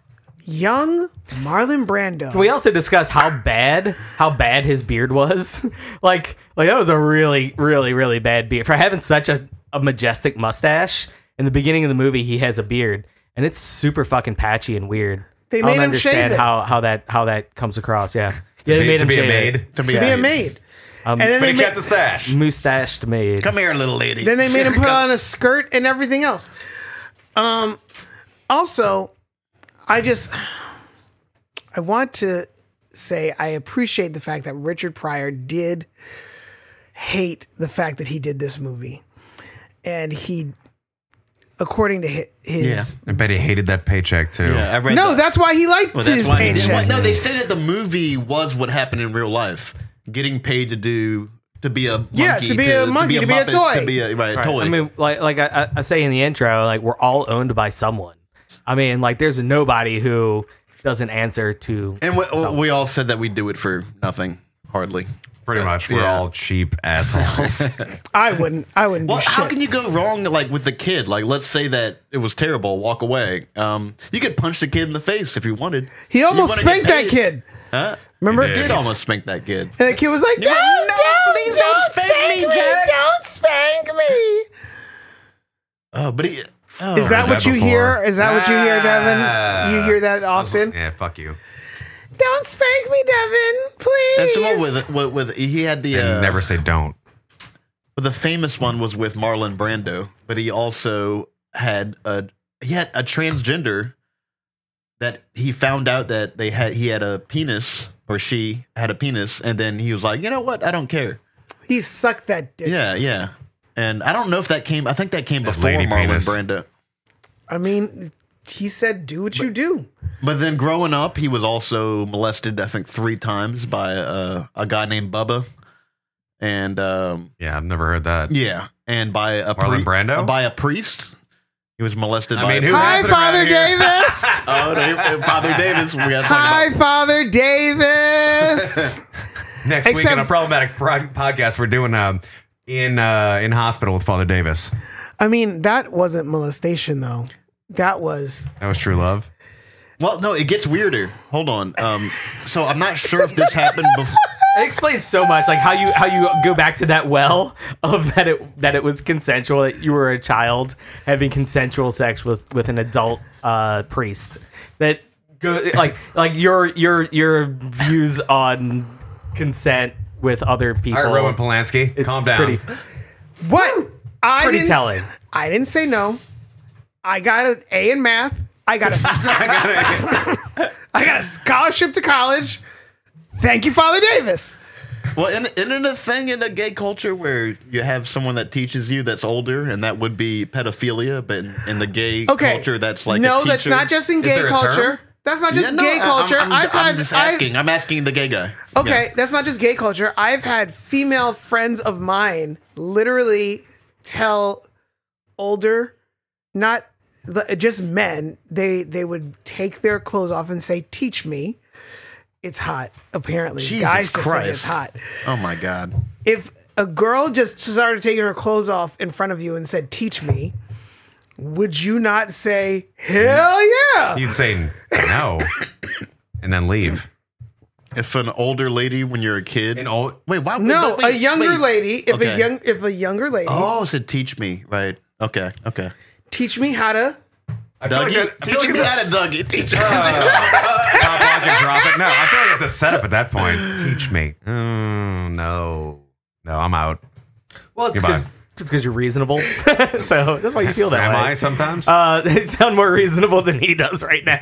[SPEAKER 2] young Marlon Brando.
[SPEAKER 1] we also discussed how bad how bad his beard was. (laughs) like like that was a really really really bad beard for having such a, a majestic mustache. In the beginning of the movie, he has a beard, and it's super fucking patchy and weird.
[SPEAKER 2] They
[SPEAKER 1] I
[SPEAKER 2] made
[SPEAKER 1] don't
[SPEAKER 2] him shave
[SPEAKER 1] understand
[SPEAKER 2] it.
[SPEAKER 1] how how that how that comes across. Yeah, yeah,
[SPEAKER 3] To be- to be a
[SPEAKER 1] shave it.
[SPEAKER 3] maid.
[SPEAKER 4] To be,
[SPEAKER 2] to be
[SPEAKER 4] a
[SPEAKER 2] a maid. and then
[SPEAKER 3] (laughs) But
[SPEAKER 2] they,
[SPEAKER 3] he
[SPEAKER 2] ma-
[SPEAKER 3] kept
[SPEAKER 1] (laughs)
[SPEAKER 3] the stash.
[SPEAKER 1] moustached maid.
[SPEAKER 4] Come here, little lady.
[SPEAKER 2] then they made
[SPEAKER 4] (laughs)
[SPEAKER 2] him put on a skirt and everything else. Um, also, I just I want to say I appreciate the fact that Richard Pryor did hate the fact that he did this movie, and he, according to hi- his.
[SPEAKER 3] I bet he hated that paycheck too.
[SPEAKER 4] Yeah, I read
[SPEAKER 2] No,
[SPEAKER 4] that.
[SPEAKER 2] that's why he liked
[SPEAKER 4] Well,
[SPEAKER 2] his
[SPEAKER 4] that's why he didn't.
[SPEAKER 2] paycheck.
[SPEAKER 4] want- No, they said that the movie was what happened in real life. Getting paid to do to be a monkey,
[SPEAKER 2] Yeah, to be a monkey, to be a toy.
[SPEAKER 4] to be a right,
[SPEAKER 1] Right.
[SPEAKER 4] toy.
[SPEAKER 1] I mean, like like I, I say in the intro, like we're all owned by someone. I mean, like there's nobody who doesn't answer to.
[SPEAKER 4] and we, we all said that we do it for nothing, hardly.
[SPEAKER 3] Pretty much, we're
[SPEAKER 4] Yeah.
[SPEAKER 3] all cheap assholes.
[SPEAKER 2] I wouldn't. I wouldn't.
[SPEAKER 4] Well,
[SPEAKER 2] do shit.
[SPEAKER 4] how can you go wrong? Like with the kid, like let's say that it was terrible. Walk away. Um, you could punch the kid in the face if you wanted.
[SPEAKER 2] He
[SPEAKER 4] You
[SPEAKER 2] almost
[SPEAKER 4] wanna get
[SPEAKER 2] spanked that
[SPEAKER 4] paid.
[SPEAKER 2] kid.
[SPEAKER 4] Huh?
[SPEAKER 2] Remember?
[SPEAKER 4] He did almost spank that kid.
[SPEAKER 2] And the kid was like,
[SPEAKER 4] were
[SPEAKER 2] "No,
[SPEAKER 4] like, "No,
[SPEAKER 2] don't, don't
[SPEAKER 4] please don't spank
[SPEAKER 2] spank
[SPEAKER 4] me,
[SPEAKER 2] me,
[SPEAKER 4] Jack."
[SPEAKER 2] don't spank me."
[SPEAKER 4] Oh, but he. Oh.
[SPEAKER 2] Is that
[SPEAKER 3] heard
[SPEAKER 2] what
[SPEAKER 3] that
[SPEAKER 2] you
[SPEAKER 3] before.
[SPEAKER 2] hear? Is that what you hear,
[SPEAKER 3] Ah.
[SPEAKER 2] Devin? You hear that often?
[SPEAKER 3] yeah, fuck you.
[SPEAKER 2] Don't spank me, Devin, please.
[SPEAKER 4] That's the one with, with with he had the uh,
[SPEAKER 3] And never say don't.
[SPEAKER 4] the famous one was with Marlon Brando, but he also had a he had a transgender that he found out that they had he had a penis or she had a penis, and then he was like, you know what, I don't care.
[SPEAKER 2] He sucked that dick.
[SPEAKER 4] Yeah, yeah. And I don't know if that came. I think that came before
[SPEAKER 3] lady
[SPEAKER 4] Marlon
[SPEAKER 3] penis.
[SPEAKER 4] Brando.
[SPEAKER 2] I mean, he said, "Do what you do."
[SPEAKER 4] But then growing up, he was also molested. I think three times by uh, a guy named Bubba, and um,
[SPEAKER 3] Yeah, I've never heard that.
[SPEAKER 4] yeah, and by a uh,
[SPEAKER 3] Marlon Brando?
[SPEAKER 4] by a priest. He was molested
[SPEAKER 3] I
[SPEAKER 4] by
[SPEAKER 3] mean,
[SPEAKER 4] a
[SPEAKER 3] who
[SPEAKER 2] Hi,
[SPEAKER 3] has it around
[SPEAKER 2] Father
[SPEAKER 3] here?
[SPEAKER 2] Davis.
[SPEAKER 4] (laughs) Oh, no, Father Davis. We got to talk
[SPEAKER 2] Hi, Father Davis.
[SPEAKER 3] Next week
[SPEAKER 2] Except-
[SPEAKER 3] on a problematic pro- podcast, we're doing um, in uh, in hospital with Father Davis.
[SPEAKER 2] I mean, that wasn't molestation, though. That was
[SPEAKER 3] That was true love.
[SPEAKER 4] about. Well, no, it gets weirder. Hold on. Um, so I'm not sure if this happened before.
[SPEAKER 1] It explains so much, like how you how you go back to that well of that it that it was consensual that you were a child having consensual sex with with an adult uh, priest. That go like like your your your views on consent with other people.
[SPEAKER 3] All right, Roman Polanski,
[SPEAKER 1] it's
[SPEAKER 3] calm down.
[SPEAKER 1] pretty-
[SPEAKER 2] What? I
[SPEAKER 1] Pretty
[SPEAKER 2] didn't,
[SPEAKER 1] telling.
[SPEAKER 2] I didn't say no. I got an A in math. I got a, s- (laughs) I got a scholarship to college. Thank you, Father Davis.
[SPEAKER 4] Well, isn't, isn't it a thing in the gay culture where you have someone that teaches you that's older, and that would be pedophilia, but in, in the gay
[SPEAKER 2] Okay.
[SPEAKER 4] culture, that's like
[SPEAKER 2] no,
[SPEAKER 4] a
[SPEAKER 2] that's
[SPEAKER 4] teacher-
[SPEAKER 2] not just in gay
[SPEAKER 3] there a term?
[SPEAKER 2] culture. That's not just
[SPEAKER 4] Yeah, no,
[SPEAKER 2] gay
[SPEAKER 4] I- I'm-
[SPEAKER 2] culture.
[SPEAKER 4] I'm,
[SPEAKER 2] have
[SPEAKER 4] I'm
[SPEAKER 2] had
[SPEAKER 4] just
[SPEAKER 2] I've-
[SPEAKER 4] asking. I'm asking the gay guy.
[SPEAKER 2] Okay, that's not just gay culture. I've had female friends of mine literally tell older, not the, just men. They they would take their clothes off and say, "Teach me." It's hot. Apparently,
[SPEAKER 4] Jesus
[SPEAKER 2] guys just think
[SPEAKER 4] Christ.
[SPEAKER 2] it's hot.
[SPEAKER 4] Oh my god.
[SPEAKER 2] If a girl just started taking her clothes off in front of you and said, "Teach me," would you not say, "Hell yeah"?
[SPEAKER 3] You'd say no, and then leave.
[SPEAKER 4] If an older lady when you're a kid.
[SPEAKER 3] And old,
[SPEAKER 4] wait, why? would-
[SPEAKER 2] no,
[SPEAKER 4] wait,
[SPEAKER 2] a younger
[SPEAKER 4] wait.
[SPEAKER 2] lady. If a
[SPEAKER 4] Okay.
[SPEAKER 2] young if a younger lady
[SPEAKER 4] Oh, it said teach me. Right. Okay. Okay.
[SPEAKER 2] teach me how to
[SPEAKER 3] I feel like,
[SPEAKER 4] Dougie,
[SPEAKER 3] that, I feel like
[SPEAKER 4] teach me how to
[SPEAKER 3] it's a, (laughs)
[SPEAKER 4] Dougie. Teach me.
[SPEAKER 3] Stop, lock, and drop it. No, I feel like it's a setup at that point. Teach me. Mm, no, no, I'm out.
[SPEAKER 1] well, it's
[SPEAKER 3] Goodbye.
[SPEAKER 1] because you're
[SPEAKER 3] (laughs)
[SPEAKER 1] reasonable, (laughs) so that's why you feel that
[SPEAKER 3] Am
[SPEAKER 1] way.
[SPEAKER 3] I sometimes?
[SPEAKER 1] Uh, (laughs) they sound more reasonable than he does right
[SPEAKER 3] (laughs)
[SPEAKER 1] now.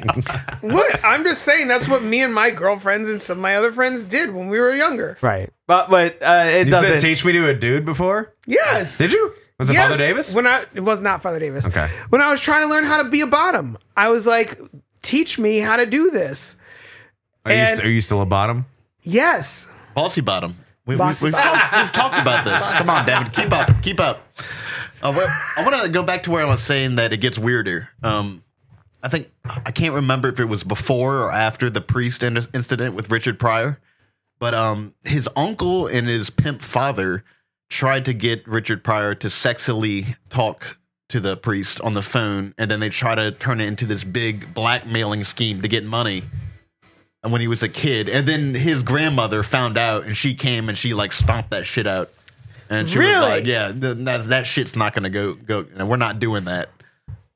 [SPEAKER 2] What? I'm just saying that's what me and my girlfriends and some of my other friends did when we were younger.
[SPEAKER 1] right, but but uh, it
[SPEAKER 3] you
[SPEAKER 1] doesn't.
[SPEAKER 3] said teach me to a dude before?
[SPEAKER 2] Yes.
[SPEAKER 3] Did you? Was it Father Davis?
[SPEAKER 2] When I it was not Father Davis.
[SPEAKER 3] Okay.
[SPEAKER 2] When I was trying to learn how to be a bottom, I was like, teach me how to do this.
[SPEAKER 3] Are you,
[SPEAKER 2] and-
[SPEAKER 3] st- are you still a bottom?
[SPEAKER 2] Yes.
[SPEAKER 4] Bossy Bottom. We, we,
[SPEAKER 2] Bossy
[SPEAKER 4] we've, talked, we've talked about this. Come on, David, keep up, keep up. Uh, well, I want to go back to where I was saying that it gets weirder. Um, I think I can't remember if it was before or after the priest in- incident with Richard Pryor, but um, his uncle and his pimp father tried to get Richard Pryor to sexily talk to the priest on the phone, and then they try to turn it into this big blackmailing scheme to get money and when he was a kid. And then his grandmother found out, and she came and she like stomped that shit out. And she was
[SPEAKER 2] Really?
[SPEAKER 4] like, "Yeah, th- that that shit's not gonna go go. And we're not doing that."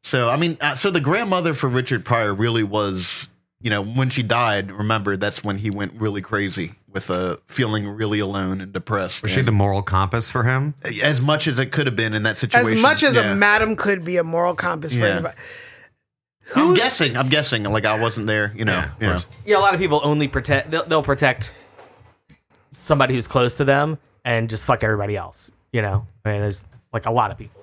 [SPEAKER 4] So I mean, uh, so the grandmother for Richard Pryor really was, you know, when she died. Remember, that's when he went really crazy with uh, feeling really alone and depressed.
[SPEAKER 3] Was she the moral compass for him?
[SPEAKER 4] And as much as it could have been in that situation?
[SPEAKER 2] As much as
[SPEAKER 4] yeah.
[SPEAKER 2] a madam could be a moral compass for
[SPEAKER 4] Yeah.
[SPEAKER 2] anybody.
[SPEAKER 4] I'm guessing. I'm guessing. Like I wasn't there. You know.
[SPEAKER 3] Yeah, of
[SPEAKER 4] you know.
[SPEAKER 3] course.
[SPEAKER 1] yeah, a lot of people only protect. They'll, they'll protect somebody who's close to them and just fuck everybody else. You know, I mean, there's like a lot of people.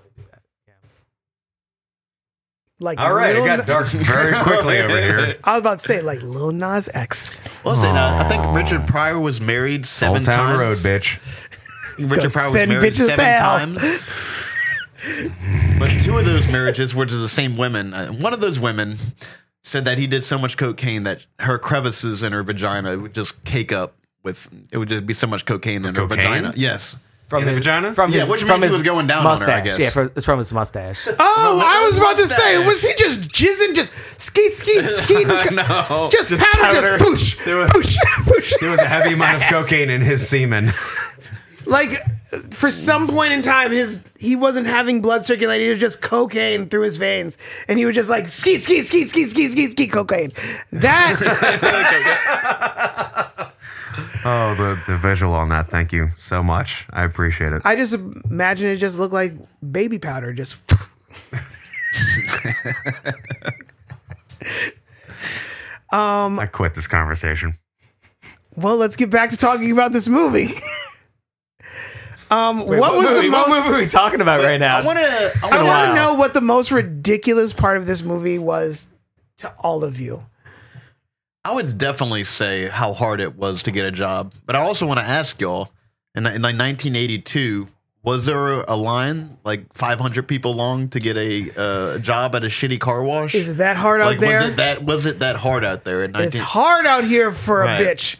[SPEAKER 2] Like
[SPEAKER 3] All right, it
[SPEAKER 2] Lil
[SPEAKER 3] got
[SPEAKER 2] Na-
[SPEAKER 3] dark very quickly over here.
[SPEAKER 2] I was about to say like Lil Nas X.
[SPEAKER 4] What was it? Uh, I think Richard Pryor was married seven
[SPEAKER 3] Old Town
[SPEAKER 4] times.
[SPEAKER 3] Road, bitch.
[SPEAKER 4] Richard
[SPEAKER 2] Go
[SPEAKER 4] Pryor was
[SPEAKER 2] send
[SPEAKER 4] married
[SPEAKER 2] bitches
[SPEAKER 4] seven
[SPEAKER 2] to hell.
[SPEAKER 4] times. but two of those marriages were to the same women. Uh, One of those women said that he did so much cocaine that her crevices in her vagina would just cake up with it would just be so much cocaine in her
[SPEAKER 3] cocaine?
[SPEAKER 4] vagina. Yes.
[SPEAKER 1] From
[SPEAKER 3] In the
[SPEAKER 1] his
[SPEAKER 3] vagina?
[SPEAKER 1] From
[SPEAKER 4] Yeah,
[SPEAKER 1] his,
[SPEAKER 4] which
[SPEAKER 1] from
[SPEAKER 4] means he
[SPEAKER 1] his
[SPEAKER 4] was going down on her,
[SPEAKER 1] mustache.
[SPEAKER 4] I guess.
[SPEAKER 1] Yeah, from, it's from his
[SPEAKER 4] (laughs)
[SPEAKER 1] mustache.
[SPEAKER 2] Oh, I was about to
[SPEAKER 4] mustache.
[SPEAKER 2] say, was he just jizzing, just skeet,
[SPEAKER 3] (laughs)
[SPEAKER 2] skeet, skeet, and c-
[SPEAKER 3] No.
[SPEAKER 2] just, powder, just poosh,
[SPEAKER 3] (laughs) There was-
[SPEAKER 2] (laughs) poosh, poosh.
[SPEAKER 3] There was a
[SPEAKER 2] (laughs)
[SPEAKER 3] heavy amount of cocaine in his semen.
[SPEAKER 2] like for some point in time his he wasn't having blood circulating it was just cocaine through his veins and he was just like skeet skeet skeet skeet skeet skeet skeet cocaine
[SPEAKER 3] (laughs)
[SPEAKER 2] that
[SPEAKER 3] Oh, the, the visual on that. Thank you so much. I appreciate it.
[SPEAKER 2] i just imagine it just looked like baby powder just
[SPEAKER 3] I quit this conversation.
[SPEAKER 2] well let's get back to talking about this movie (laughs) um what, was
[SPEAKER 1] movie,
[SPEAKER 2] the
[SPEAKER 1] what
[SPEAKER 2] most
[SPEAKER 1] movie are we talking about right now?
[SPEAKER 4] I want to.
[SPEAKER 2] i
[SPEAKER 4] I want
[SPEAKER 2] want
[SPEAKER 1] Wow.
[SPEAKER 2] to know what the most ridiculous part of this movie was to all of you
[SPEAKER 4] I would definitely say how hard it was to get a job, but I also want to ask y'all. In, in like 1982, was there a line like 500 people long to get a uh, job at a shitty car wash?
[SPEAKER 2] is it that hard out
[SPEAKER 4] like
[SPEAKER 2] there
[SPEAKER 4] was it that was it that hard out there in
[SPEAKER 2] it's
[SPEAKER 4] 19
[SPEAKER 2] hard out here for
[SPEAKER 4] Right.
[SPEAKER 2] a bitch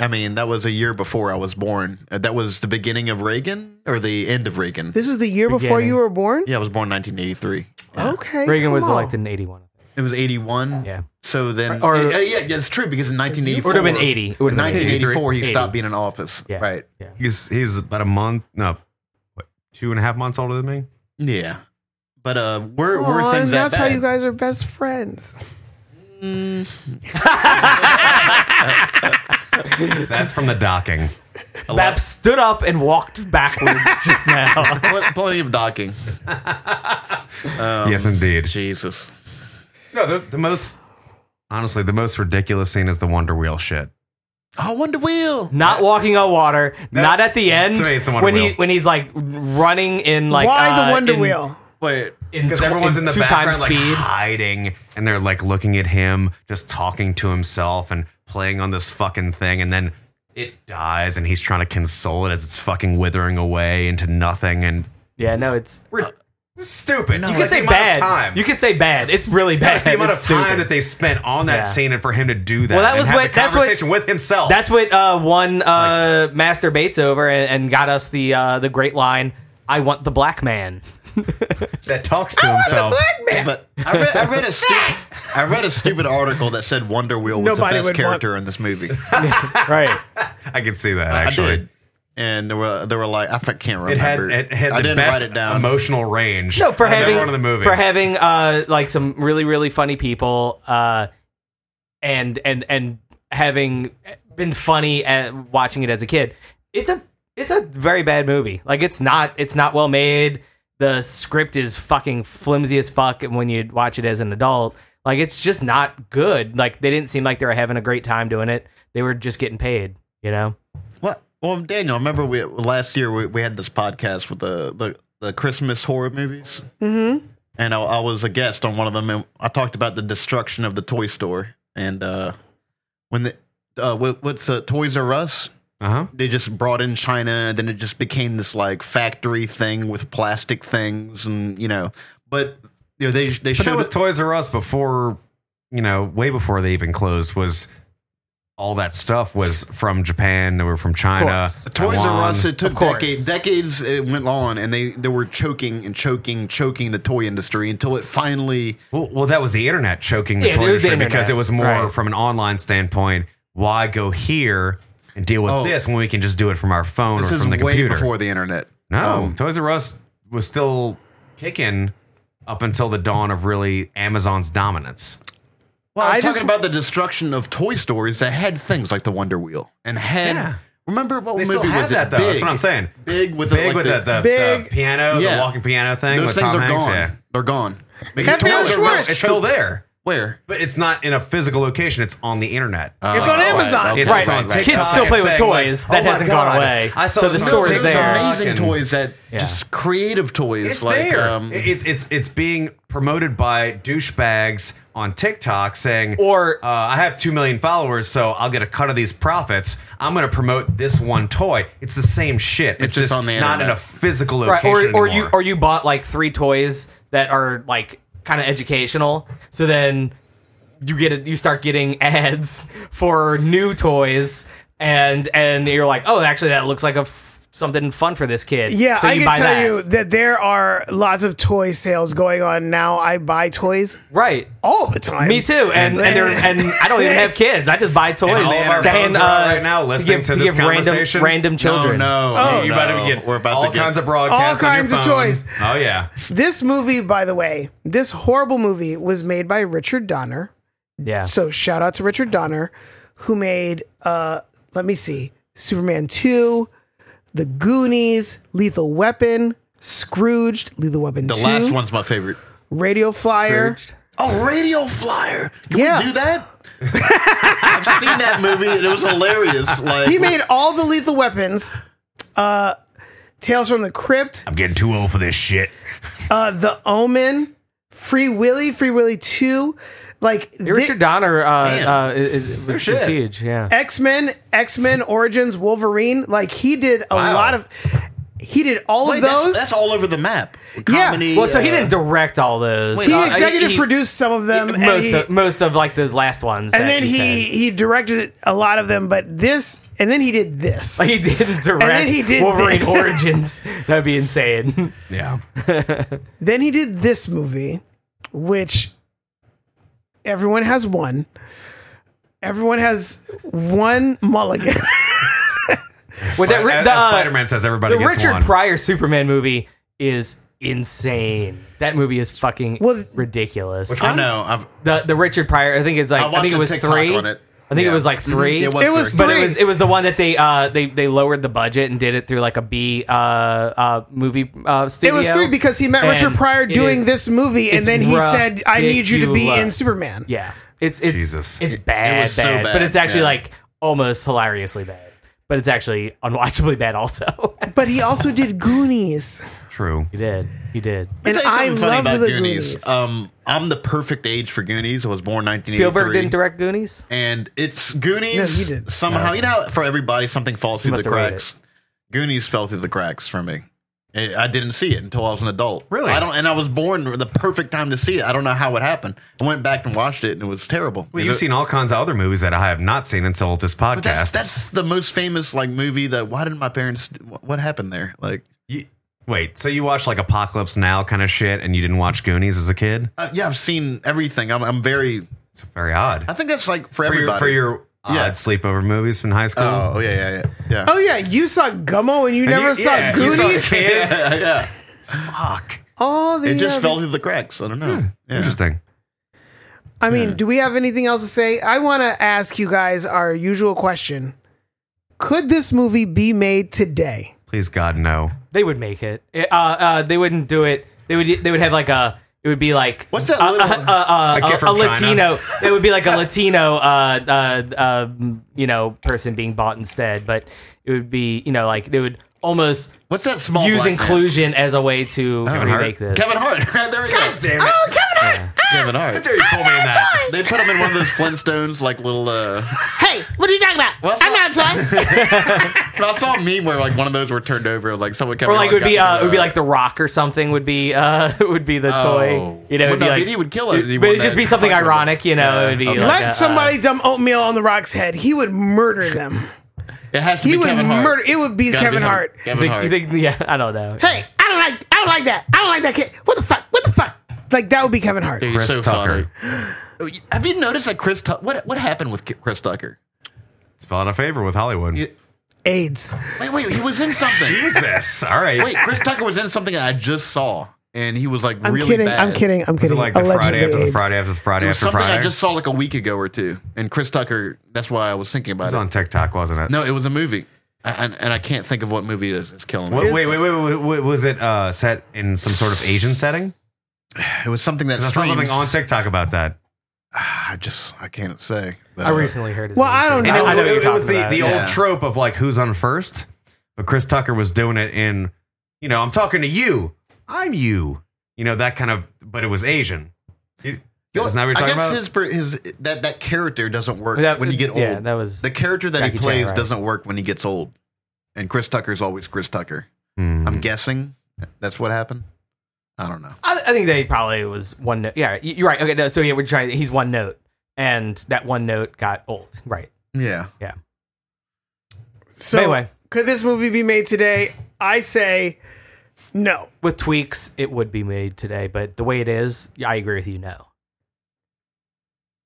[SPEAKER 4] I mean that was a year before I was born. Uh, That was the beginning of Reagan or the end of Reagan.
[SPEAKER 2] this is the year before
[SPEAKER 1] Beginning.
[SPEAKER 2] you were born
[SPEAKER 4] yeah, I was born in 1983.
[SPEAKER 2] Okay.
[SPEAKER 1] Reagan
[SPEAKER 2] come
[SPEAKER 1] was
[SPEAKER 2] on.
[SPEAKER 1] elected in eighty one.
[SPEAKER 4] It was 81.
[SPEAKER 1] Yeah.
[SPEAKER 4] So then
[SPEAKER 1] Or-
[SPEAKER 4] uh, yeah, yeah, it's true because in 1984
[SPEAKER 1] It would've been 80. It would've
[SPEAKER 4] In
[SPEAKER 1] been
[SPEAKER 4] 1984 he
[SPEAKER 1] 80.
[SPEAKER 4] stopped being in office.
[SPEAKER 1] Yeah,
[SPEAKER 4] Right.
[SPEAKER 1] Yeah.
[SPEAKER 3] He's he's about a month, no, what, two and a half months older than me.
[SPEAKER 4] Yeah. But uh we're
[SPEAKER 2] Aw,
[SPEAKER 4] we're
[SPEAKER 2] and
[SPEAKER 4] things that
[SPEAKER 2] that's how
[SPEAKER 4] bad.
[SPEAKER 2] you guys are best friends.
[SPEAKER 3] That's from the docking.
[SPEAKER 1] Bab stood up and walked backwards (laughs) just now.
[SPEAKER 4] Pl- plenty of docking.
[SPEAKER 3] yes, indeed.
[SPEAKER 4] Jesus.
[SPEAKER 3] Um, No, the, the most honestly, the most ridiculous scene is the Wonder Wheel shit.
[SPEAKER 4] Oh, Wonder Wheel.
[SPEAKER 1] Not walking on water. not at the end
[SPEAKER 3] to me, it's the Wonder
[SPEAKER 1] when he
[SPEAKER 3] Wheel.
[SPEAKER 1] when he's like running in like
[SPEAKER 2] Why the
[SPEAKER 1] uh,
[SPEAKER 2] Wonder
[SPEAKER 1] in-
[SPEAKER 2] Wheel?
[SPEAKER 3] Wait,
[SPEAKER 1] in
[SPEAKER 3] because
[SPEAKER 1] tw-
[SPEAKER 3] everyone's
[SPEAKER 1] in
[SPEAKER 3] in the
[SPEAKER 1] two
[SPEAKER 3] background
[SPEAKER 1] times
[SPEAKER 3] like (gasps)
[SPEAKER 1] speed.
[SPEAKER 3] hiding, and they're like looking at him, just talking to himself and playing on this fucking thing, and then it dies, and he's trying to console it as it's fucking withering away into nothing, and
[SPEAKER 1] Yeah, no, it's
[SPEAKER 3] we're
[SPEAKER 1] you
[SPEAKER 3] stupid.
[SPEAKER 1] can say bad. You can say bad. It's really bad. (laughs)
[SPEAKER 3] That's the amount
[SPEAKER 1] It's
[SPEAKER 3] of time
[SPEAKER 1] stupid.
[SPEAKER 3] that they spent on that
[SPEAKER 1] Yeah.
[SPEAKER 3] scene, and for him to do that.
[SPEAKER 1] Well, that
[SPEAKER 3] and
[SPEAKER 1] was
[SPEAKER 3] have
[SPEAKER 1] what-
[SPEAKER 3] the
[SPEAKER 1] that's what-
[SPEAKER 3] conversation with himself.
[SPEAKER 1] That's what uh, one uh, master Bates over and, and got us the uh, the great line. I want the black man. (laughs)
[SPEAKER 3] that talks to himself.
[SPEAKER 4] But I read, I read
[SPEAKER 2] (laughs)
[SPEAKER 4] a stupid, I read a stupid article that said Wonder Wheel was
[SPEAKER 2] Nobody
[SPEAKER 4] the
[SPEAKER 2] would
[SPEAKER 4] best
[SPEAKER 2] want-
[SPEAKER 4] character in this movie.
[SPEAKER 1] right.
[SPEAKER 3] I can see that
[SPEAKER 4] I
[SPEAKER 3] actually.
[SPEAKER 4] did, and there were there were like I f- can't
[SPEAKER 3] It had
[SPEAKER 4] remember.
[SPEAKER 3] it had
[SPEAKER 4] I
[SPEAKER 3] the
[SPEAKER 4] didn't
[SPEAKER 3] best
[SPEAKER 4] write it down.
[SPEAKER 3] emotional range.
[SPEAKER 1] No, for
[SPEAKER 3] of
[SPEAKER 1] having
[SPEAKER 3] everyone in the movie.
[SPEAKER 1] for having uh like some really really funny people uh and and and having been funny at watching it as a kid. It's a it's a very bad movie. Like it's not it's not well made. The script is fucking flimsy as fuck when you watch it as an adult. Like it's just not good. Like they didn't seem like they were having a great time doing it. They were just getting paid, you know.
[SPEAKER 4] What? Well, Daniel, I remember we last year we, we had this podcast with the the the Christmas horror movies,
[SPEAKER 2] Mm-hmm.
[SPEAKER 4] and I, I was a guest on one of them, and I talked about the destruction of the toy store, and uh, when the uh, what, what's uh, Toys R Us?
[SPEAKER 3] Uh huh.
[SPEAKER 4] They just brought in China, and then it just became this like factory thing with plastic things, and you know, but you know they they
[SPEAKER 3] But
[SPEAKER 4] should
[SPEAKER 3] that was Toys R Us before, you know, way before they even closed. Was all that stuff was from Japan? They were from China.
[SPEAKER 1] course.
[SPEAKER 4] Toys
[SPEAKER 3] Taiwan.
[SPEAKER 4] R Us. It took
[SPEAKER 1] Of course.
[SPEAKER 4] decades. Decades it went on, and they they were choking and choking, choking the toy industry until it finally.
[SPEAKER 3] Well, well, that was the internet choking the
[SPEAKER 1] Yeah,
[SPEAKER 3] toy
[SPEAKER 1] it was the
[SPEAKER 3] industry because
[SPEAKER 1] internet.
[SPEAKER 3] it was more
[SPEAKER 1] Right.
[SPEAKER 3] from an online standpoint. Why go here and deal with
[SPEAKER 4] Oh.
[SPEAKER 3] this when we can just do it from our phone
[SPEAKER 4] This
[SPEAKER 3] or
[SPEAKER 4] is
[SPEAKER 3] from
[SPEAKER 4] way
[SPEAKER 3] the computer?
[SPEAKER 4] before the internet.
[SPEAKER 3] no,
[SPEAKER 4] Um,
[SPEAKER 3] Toys R Us was still kicking up until the dawn of really Amazon's dominance.
[SPEAKER 4] well, I was
[SPEAKER 2] I
[SPEAKER 4] talking
[SPEAKER 2] just-
[SPEAKER 4] about the destruction of toy stores that had things like the Wonder Wheel and had.
[SPEAKER 3] Yeah.
[SPEAKER 4] Remember what
[SPEAKER 3] They
[SPEAKER 4] movie
[SPEAKER 3] still had
[SPEAKER 4] was
[SPEAKER 3] that
[SPEAKER 4] it?
[SPEAKER 3] though.
[SPEAKER 4] Big,
[SPEAKER 3] That's what I'm saying.
[SPEAKER 4] Big with the,
[SPEAKER 3] Big
[SPEAKER 4] like,
[SPEAKER 3] with
[SPEAKER 4] the-
[SPEAKER 3] the, the, the
[SPEAKER 2] Big.
[SPEAKER 3] piano,
[SPEAKER 4] Yeah.
[SPEAKER 3] the walking piano thing
[SPEAKER 4] Those
[SPEAKER 3] with
[SPEAKER 4] things
[SPEAKER 3] Tom
[SPEAKER 4] are
[SPEAKER 3] Hanks.
[SPEAKER 4] gone.
[SPEAKER 3] Yeah.
[SPEAKER 4] They're gone. Because
[SPEAKER 2] Happy
[SPEAKER 4] Toys
[SPEAKER 2] Hour
[SPEAKER 4] R Us-
[SPEAKER 2] Schwartz.
[SPEAKER 3] It's still there,
[SPEAKER 4] Where?
[SPEAKER 3] but it's not in a physical location. It's on the internet.
[SPEAKER 2] it's on Amazon.
[SPEAKER 4] Oh, okay.
[SPEAKER 3] It's,
[SPEAKER 1] Right,
[SPEAKER 3] it's on
[SPEAKER 1] right, right.
[SPEAKER 3] TikTok.
[SPEAKER 1] Kids still play
[SPEAKER 3] It's
[SPEAKER 1] with
[SPEAKER 3] saying, like,
[SPEAKER 1] toys. That
[SPEAKER 3] "Oh my
[SPEAKER 1] hasn't gone
[SPEAKER 3] God,
[SPEAKER 1] away."
[SPEAKER 3] I saw
[SPEAKER 1] So
[SPEAKER 3] this
[SPEAKER 1] the
[SPEAKER 3] on
[SPEAKER 1] store is
[SPEAKER 4] There's
[SPEAKER 1] there.
[SPEAKER 3] TikTok
[SPEAKER 4] amazing
[SPEAKER 3] and-
[SPEAKER 4] toys that just creative toys.
[SPEAKER 3] It's
[SPEAKER 4] like,
[SPEAKER 3] there.
[SPEAKER 4] Um,
[SPEAKER 3] It- it's it's it's being promoted by douchebags on TikTok saying,
[SPEAKER 1] Or-
[SPEAKER 3] uh, I have two million followers, so I'll get a cut of these profits. I'm going to promote this one toy. It's the same shit. It's,
[SPEAKER 4] just
[SPEAKER 3] just
[SPEAKER 4] on the
[SPEAKER 3] not in
[SPEAKER 4] internet.
[SPEAKER 3] a physical
[SPEAKER 1] right
[SPEAKER 3] location
[SPEAKER 1] or, or you
[SPEAKER 3] anymore.
[SPEAKER 1] or you bought like three toys that are like kind of educational so then you get it you start getting (laughs) ads for new toys and and you're like oh actually that looks like a f- something fun for this kid
[SPEAKER 2] Yeah,
[SPEAKER 1] so
[SPEAKER 2] I can
[SPEAKER 1] buy
[SPEAKER 2] tell
[SPEAKER 1] that.
[SPEAKER 2] you that there are lots of toy sales going on now. I buy toys
[SPEAKER 1] right
[SPEAKER 2] all the time.
[SPEAKER 1] me too and and, they're, and i don't even
[SPEAKER 2] (laughs)
[SPEAKER 1] have kids i just buy toys
[SPEAKER 3] all of
[SPEAKER 1] to
[SPEAKER 3] our phones
[SPEAKER 1] hand
[SPEAKER 3] are out
[SPEAKER 1] uh,
[SPEAKER 3] right now
[SPEAKER 1] to
[SPEAKER 3] listening
[SPEAKER 1] give,
[SPEAKER 3] to this
[SPEAKER 1] give random
[SPEAKER 3] conversation.
[SPEAKER 1] random children
[SPEAKER 4] No, no,
[SPEAKER 3] Oh, you better
[SPEAKER 4] no.
[SPEAKER 3] get
[SPEAKER 4] We're about
[SPEAKER 3] all
[SPEAKER 4] to get
[SPEAKER 3] kinds of broadcasts,
[SPEAKER 2] All
[SPEAKER 3] on your
[SPEAKER 2] kinds of
[SPEAKER 3] phone.
[SPEAKER 2] toys.
[SPEAKER 3] Oh yeah,
[SPEAKER 2] This movie, by the way, this horrible movie was made by Richard Donner.
[SPEAKER 1] yeah
[SPEAKER 2] So shout out to Richard Donner, who made uh let me see, Superman 2, The Goonies, Lethal Weapon, Scrooged, Lethal Weapon
[SPEAKER 4] the
[SPEAKER 2] 2,
[SPEAKER 4] last one's my favorite.
[SPEAKER 2] Radio Flyer.
[SPEAKER 4] Oh, Radio Flyer. Can
[SPEAKER 2] Yeah.
[SPEAKER 4] we do that? (laughs) I've seen that movie and it was hilarious. Like
[SPEAKER 2] He made all the Lethal Weapons. Uh Tales from the Crypt,
[SPEAKER 3] I'm getting too old for this shit.
[SPEAKER 2] uh, The Omen, Free Willy, Free Willy 2, like
[SPEAKER 1] richard donner
[SPEAKER 4] Man.
[SPEAKER 1] uh, uh is, is, was,
[SPEAKER 3] shit.
[SPEAKER 1] is huge yeah
[SPEAKER 2] X Men, X Men Origins, Wolverine. Like he did a
[SPEAKER 3] Wow.
[SPEAKER 2] lot of, he did all
[SPEAKER 4] Wait,
[SPEAKER 2] of
[SPEAKER 4] that's-
[SPEAKER 2] those.
[SPEAKER 4] That's, all over the map.
[SPEAKER 2] Yeah.
[SPEAKER 1] well so he
[SPEAKER 4] uh,
[SPEAKER 1] didn't direct all those
[SPEAKER 2] he
[SPEAKER 1] Uh, I-
[SPEAKER 2] executive
[SPEAKER 1] he-
[SPEAKER 2] produced some of them, and,
[SPEAKER 1] most
[SPEAKER 2] he,
[SPEAKER 1] of, most of like those last ones.
[SPEAKER 2] and
[SPEAKER 1] that
[SPEAKER 2] then he
[SPEAKER 1] said. (laughs)
[SPEAKER 2] he directed a lot of them. But this, and then he did this.
[SPEAKER 1] he didn't direct
[SPEAKER 2] then he did
[SPEAKER 1] Wolverine
[SPEAKER 2] this.
[SPEAKER 1] Origins. (laughs) That'd be insane.
[SPEAKER 3] Yeah,
[SPEAKER 2] then he did this movie, which everyone has one. Everyone has one mulligan. (laughs)
[SPEAKER 1] With that,
[SPEAKER 3] As-
[SPEAKER 1] the,
[SPEAKER 3] as
[SPEAKER 1] uh,
[SPEAKER 3] Spider-Man says everybody
[SPEAKER 1] the
[SPEAKER 3] gets
[SPEAKER 1] Richard
[SPEAKER 3] one.
[SPEAKER 1] Pryor Superman movie is insane. That movie is fucking
[SPEAKER 2] Well, th-
[SPEAKER 1] ridiculous.
[SPEAKER 4] I know. I've,
[SPEAKER 1] The the Richard Pryor, I think it's like
[SPEAKER 4] I
[SPEAKER 1] I,
[SPEAKER 4] watched
[SPEAKER 1] think it
[SPEAKER 4] a
[SPEAKER 1] was
[SPEAKER 4] TikTok
[SPEAKER 1] three.
[SPEAKER 4] on it.
[SPEAKER 1] I think
[SPEAKER 4] Yeah. Mm-hmm.
[SPEAKER 1] it was like three.
[SPEAKER 4] it was,
[SPEAKER 2] It was
[SPEAKER 4] three.
[SPEAKER 2] three.
[SPEAKER 1] But it was it was the one that they uh they they lowered the budget and did it through like a B uh uh movie uh
[SPEAKER 2] it
[SPEAKER 1] studio.
[SPEAKER 2] was three because he met
[SPEAKER 1] And
[SPEAKER 2] Richard Pryor
[SPEAKER 1] it
[SPEAKER 2] doing
[SPEAKER 1] is-
[SPEAKER 2] this movie, and
[SPEAKER 1] it's
[SPEAKER 2] then he said, "I need you to be in
[SPEAKER 1] ridiculous.
[SPEAKER 2] Superman."
[SPEAKER 1] Yeah, it's it's
[SPEAKER 3] Jesus.
[SPEAKER 1] it's bad,
[SPEAKER 4] was so
[SPEAKER 1] bad,
[SPEAKER 4] bad,
[SPEAKER 1] but it's actually
[SPEAKER 4] yeah.
[SPEAKER 1] like almost hilariously bad. But it's actually unwatchably bad. Also, (laughs)
[SPEAKER 2] But he also did Goonies.
[SPEAKER 3] true.
[SPEAKER 1] he did, he did.
[SPEAKER 2] And
[SPEAKER 4] Let me tell you
[SPEAKER 2] I
[SPEAKER 4] something funny
[SPEAKER 2] love
[SPEAKER 4] about
[SPEAKER 2] the
[SPEAKER 4] Goonies.
[SPEAKER 2] Goonies.
[SPEAKER 4] Um, I'm the perfect age for Goonies. I was born 1983.
[SPEAKER 1] Spielberg didn't direct Goonies.
[SPEAKER 4] and it's Goonies.
[SPEAKER 2] No, you did.
[SPEAKER 4] Somehow, you know, how for everybody, something falls through
[SPEAKER 1] Oh, must
[SPEAKER 4] the
[SPEAKER 1] have read
[SPEAKER 4] cracks. Goonies fell through the cracks for me. I I didn't see it until I was an adult.
[SPEAKER 3] Really?
[SPEAKER 4] I don't, and I was born the perfect time to see it. I don't know how it happened. I went back and watched it, and it was terrible.
[SPEAKER 3] Well,
[SPEAKER 4] Is
[SPEAKER 3] you've
[SPEAKER 4] it-
[SPEAKER 3] seen all kinds of other movies that I have not seen until this podcast.
[SPEAKER 4] But that's that's the most famous like movie that. Why didn't my parents? What happened there? Like,
[SPEAKER 3] You- wait, so you watch like Apocalypse Now kind of shit, and you didn't watch Goonies as a kid?
[SPEAKER 4] uh, yeah, I've seen everything. I'm, I'm very.
[SPEAKER 3] It's very odd
[SPEAKER 4] I think that's like for,
[SPEAKER 3] for your
[SPEAKER 4] everybody.
[SPEAKER 3] for your odd
[SPEAKER 4] Yeah.
[SPEAKER 3] sleepover movies from high school.
[SPEAKER 4] oh yeah yeah yeah yeah.
[SPEAKER 2] Oh yeah, you saw Gummo and you
[SPEAKER 3] And
[SPEAKER 2] never
[SPEAKER 3] you-
[SPEAKER 2] saw
[SPEAKER 3] yeah, you saw
[SPEAKER 2] Goonies.
[SPEAKER 3] kids.
[SPEAKER 4] yeah, yeah.
[SPEAKER 3] Fuck.
[SPEAKER 2] All the
[SPEAKER 4] (laughs) It just
[SPEAKER 2] other-
[SPEAKER 4] fell through the cracks. I don't know.
[SPEAKER 3] Hmm.
[SPEAKER 4] Yeah.
[SPEAKER 3] Interesting.
[SPEAKER 2] I mean, do we have anything else to say? I want to ask you guys our usual question: Could this movie be made today?
[SPEAKER 3] Please God no.
[SPEAKER 1] They would make it. It- Uh, uh, they wouldn't do it. They would. They would have like a. It would be like
[SPEAKER 4] What's that
[SPEAKER 1] A,
[SPEAKER 4] little-
[SPEAKER 1] a, a,
[SPEAKER 3] kid
[SPEAKER 1] a,
[SPEAKER 3] from
[SPEAKER 1] a
[SPEAKER 3] China.
[SPEAKER 4] (laughs)
[SPEAKER 1] Latino. it would be like a Latino, uh, uh, uh, you know, person being bought instead. But it would be, you know, like they would almost
[SPEAKER 4] What's that small
[SPEAKER 1] use
[SPEAKER 4] black man?
[SPEAKER 1] inclusion as a way to
[SPEAKER 4] Kevin
[SPEAKER 3] Hart?
[SPEAKER 1] remake this.
[SPEAKER 4] Kevin Hart. (laughs) there we go.
[SPEAKER 3] Damn it.
[SPEAKER 4] Kevin Hart.
[SPEAKER 3] you pull me in that.
[SPEAKER 4] They put him in one of those Flintstones, like little. uh
[SPEAKER 2] Hey, what are you talking about?
[SPEAKER 4] What's
[SPEAKER 2] I'm
[SPEAKER 4] up?
[SPEAKER 2] not a toy.
[SPEAKER 4] But I saw a meme where like one of those were turned over, like someone Kevin
[SPEAKER 1] or like it
[SPEAKER 4] Hart
[SPEAKER 1] would be
[SPEAKER 4] got
[SPEAKER 1] uh,
[SPEAKER 4] into
[SPEAKER 1] it would be like the rock or something would be uh (laughs) would be the toy. You know,
[SPEAKER 4] Well,
[SPEAKER 1] it'd be
[SPEAKER 4] no,
[SPEAKER 1] like
[SPEAKER 4] BD would kill it. He
[SPEAKER 1] But
[SPEAKER 4] won
[SPEAKER 1] it'd just
[SPEAKER 4] that
[SPEAKER 1] be something
[SPEAKER 4] fight with
[SPEAKER 1] ironic, you know,
[SPEAKER 4] Yeah.
[SPEAKER 1] it'd be
[SPEAKER 4] Okay.
[SPEAKER 1] like a,
[SPEAKER 2] Let
[SPEAKER 1] uh,
[SPEAKER 2] somebody dump oatmeal on the rock's head. He would murder them.
[SPEAKER 4] It has to
[SPEAKER 2] He
[SPEAKER 4] be
[SPEAKER 2] would
[SPEAKER 4] Kevin Hart.
[SPEAKER 2] murder. It would be
[SPEAKER 4] Gotta be
[SPEAKER 2] Kevin
[SPEAKER 4] him.
[SPEAKER 2] Hart.
[SPEAKER 4] Kevin
[SPEAKER 1] think- (laughs)
[SPEAKER 4] Hart.
[SPEAKER 1] you think- yeah, I don't know.
[SPEAKER 2] Hey, I don't like. I don't like that. I don't like that kid. What the fuck? What the fuck? Like that would be Kevin Hart.
[SPEAKER 4] He's
[SPEAKER 3] Chris
[SPEAKER 4] so
[SPEAKER 3] Tucker.
[SPEAKER 4] funny. Have you noticed that Chris? Tu- what what happened with Ki- Chris Tucker?
[SPEAKER 3] It's fell out of favor with Hollywood.
[SPEAKER 4] Yeah.
[SPEAKER 2] AIDS.
[SPEAKER 4] Wait, wait, he was in something.
[SPEAKER 3] Jesus. All right.
[SPEAKER 4] wait, Chris Tucker was in something that I just saw, and he was like
[SPEAKER 2] I'm
[SPEAKER 4] really
[SPEAKER 2] kidding.
[SPEAKER 4] bad.
[SPEAKER 2] I'm kidding. I'm
[SPEAKER 3] Is it
[SPEAKER 2] kidding.
[SPEAKER 3] like the Friday after the
[SPEAKER 2] AIDS.
[SPEAKER 3] Friday after the Friday
[SPEAKER 4] It was
[SPEAKER 3] after
[SPEAKER 4] something
[SPEAKER 3] Friday?
[SPEAKER 4] I just saw like a week ago or two, and Chris Tucker. That's why I was thinking
[SPEAKER 3] it
[SPEAKER 4] about
[SPEAKER 3] was
[SPEAKER 4] it.
[SPEAKER 3] on TikTok, wasn't it?
[SPEAKER 4] No, it was a movie, I, and, and I can't think of what movie it is. It's killing me.
[SPEAKER 3] Wait, wait, wait, wait, wait, wait. Was it uh, set in some sort of Asian setting?
[SPEAKER 4] It was something that
[SPEAKER 3] I saw something
[SPEAKER 4] streams-
[SPEAKER 3] on TikTok about that.
[SPEAKER 4] I just I can't say. But,
[SPEAKER 1] I
[SPEAKER 4] uh,
[SPEAKER 1] recently heard his
[SPEAKER 2] Well,
[SPEAKER 1] name,
[SPEAKER 2] I don't
[SPEAKER 1] so-
[SPEAKER 2] know.
[SPEAKER 3] And
[SPEAKER 2] I
[SPEAKER 3] it,
[SPEAKER 1] what
[SPEAKER 3] it
[SPEAKER 1] you're
[SPEAKER 3] was
[SPEAKER 1] talking
[SPEAKER 3] the,
[SPEAKER 1] about.
[SPEAKER 3] the
[SPEAKER 4] Yeah.
[SPEAKER 3] old trope of like who's on first, but Chris Tucker was doing it in, you know, I'm talking to you, I'm you, you know that kind of. But it was Asian. You- Isn't that what you're
[SPEAKER 4] I
[SPEAKER 3] talking
[SPEAKER 4] guess
[SPEAKER 3] about?
[SPEAKER 4] his per- his that that character doesn't work
[SPEAKER 1] That-
[SPEAKER 4] when you get old.
[SPEAKER 1] Yeah, that was
[SPEAKER 4] the character that
[SPEAKER 1] Jackie
[SPEAKER 4] he
[SPEAKER 1] Chan,
[SPEAKER 4] plays
[SPEAKER 1] right.
[SPEAKER 4] doesn't work when he gets old. And Chris Tucker's always Chris Tucker.
[SPEAKER 3] Hmm.
[SPEAKER 4] I'm guessing that's what happened. I don't know.
[SPEAKER 1] I, I think they probably was one note. Yeah, you- you're right. Okay, no, so yeah, we're trying. He's one note, and that one note got old. Right.
[SPEAKER 4] Yeah.
[SPEAKER 2] So
[SPEAKER 1] Anyway.
[SPEAKER 2] could this movie be made today? I say no.
[SPEAKER 1] With tweaks, it would be made today, but the way it is, I agree with you. No.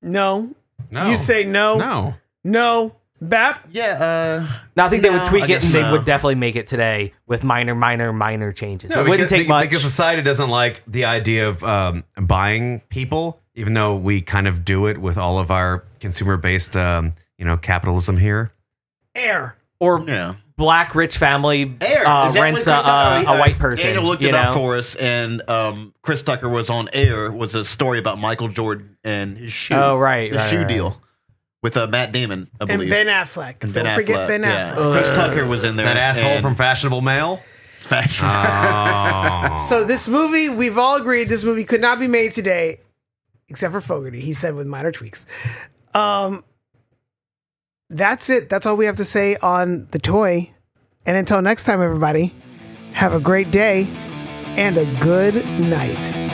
[SPEAKER 2] No.
[SPEAKER 3] no,
[SPEAKER 2] You say no.
[SPEAKER 3] no.
[SPEAKER 2] No. Bap.
[SPEAKER 4] Yeah. Uh,
[SPEAKER 1] No, I think they would
[SPEAKER 4] No,
[SPEAKER 1] tweak
[SPEAKER 4] I
[SPEAKER 1] it, and
[SPEAKER 4] guess
[SPEAKER 1] they
[SPEAKER 4] no.
[SPEAKER 1] would definitely make it today with minor, minor, minor changes.
[SPEAKER 3] No,
[SPEAKER 1] it wouldn't
[SPEAKER 3] because-
[SPEAKER 1] take much.
[SPEAKER 3] because society doesn't like the idea of um, buying people, even though we kind of do it with all of our consumer-based, um, you know, capitalism here.
[SPEAKER 2] Air.
[SPEAKER 1] or
[SPEAKER 4] yeah.
[SPEAKER 1] black rich family
[SPEAKER 4] Air
[SPEAKER 1] uh,
[SPEAKER 4] is that when
[SPEAKER 1] rents a,
[SPEAKER 4] Chris
[SPEAKER 1] a,
[SPEAKER 4] Tucker-
[SPEAKER 1] a
[SPEAKER 4] uh,
[SPEAKER 1] white person.
[SPEAKER 4] Daniel looked
[SPEAKER 1] you
[SPEAKER 4] it
[SPEAKER 1] know?
[SPEAKER 4] up for us, and um, Chris Tucker was on Air. Was a story about Michael Jordan and his shoe.
[SPEAKER 1] Oh, right,
[SPEAKER 4] the
[SPEAKER 1] right,
[SPEAKER 4] shoe
[SPEAKER 1] right.
[SPEAKER 4] deal with uh, Matt Damon, I
[SPEAKER 2] And
[SPEAKER 4] believe.
[SPEAKER 2] Ben Affleck.
[SPEAKER 4] And
[SPEAKER 2] Don't forget Ben
[SPEAKER 4] yeah.
[SPEAKER 2] Affleck.
[SPEAKER 4] Chris Tucker was in there.
[SPEAKER 3] That asshole
[SPEAKER 4] and
[SPEAKER 3] from Ah. Fashionable
[SPEAKER 4] (laughs)
[SPEAKER 3] Male.
[SPEAKER 4] Fashion.
[SPEAKER 3] Oh.
[SPEAKER 2] So this movie, we've all agreed this movie could not be made today, except for Fogarty. He said with minor tweaks. Um, that's it. That's all we have to say on the toy. And until next time, everybody, have a great day and a good night.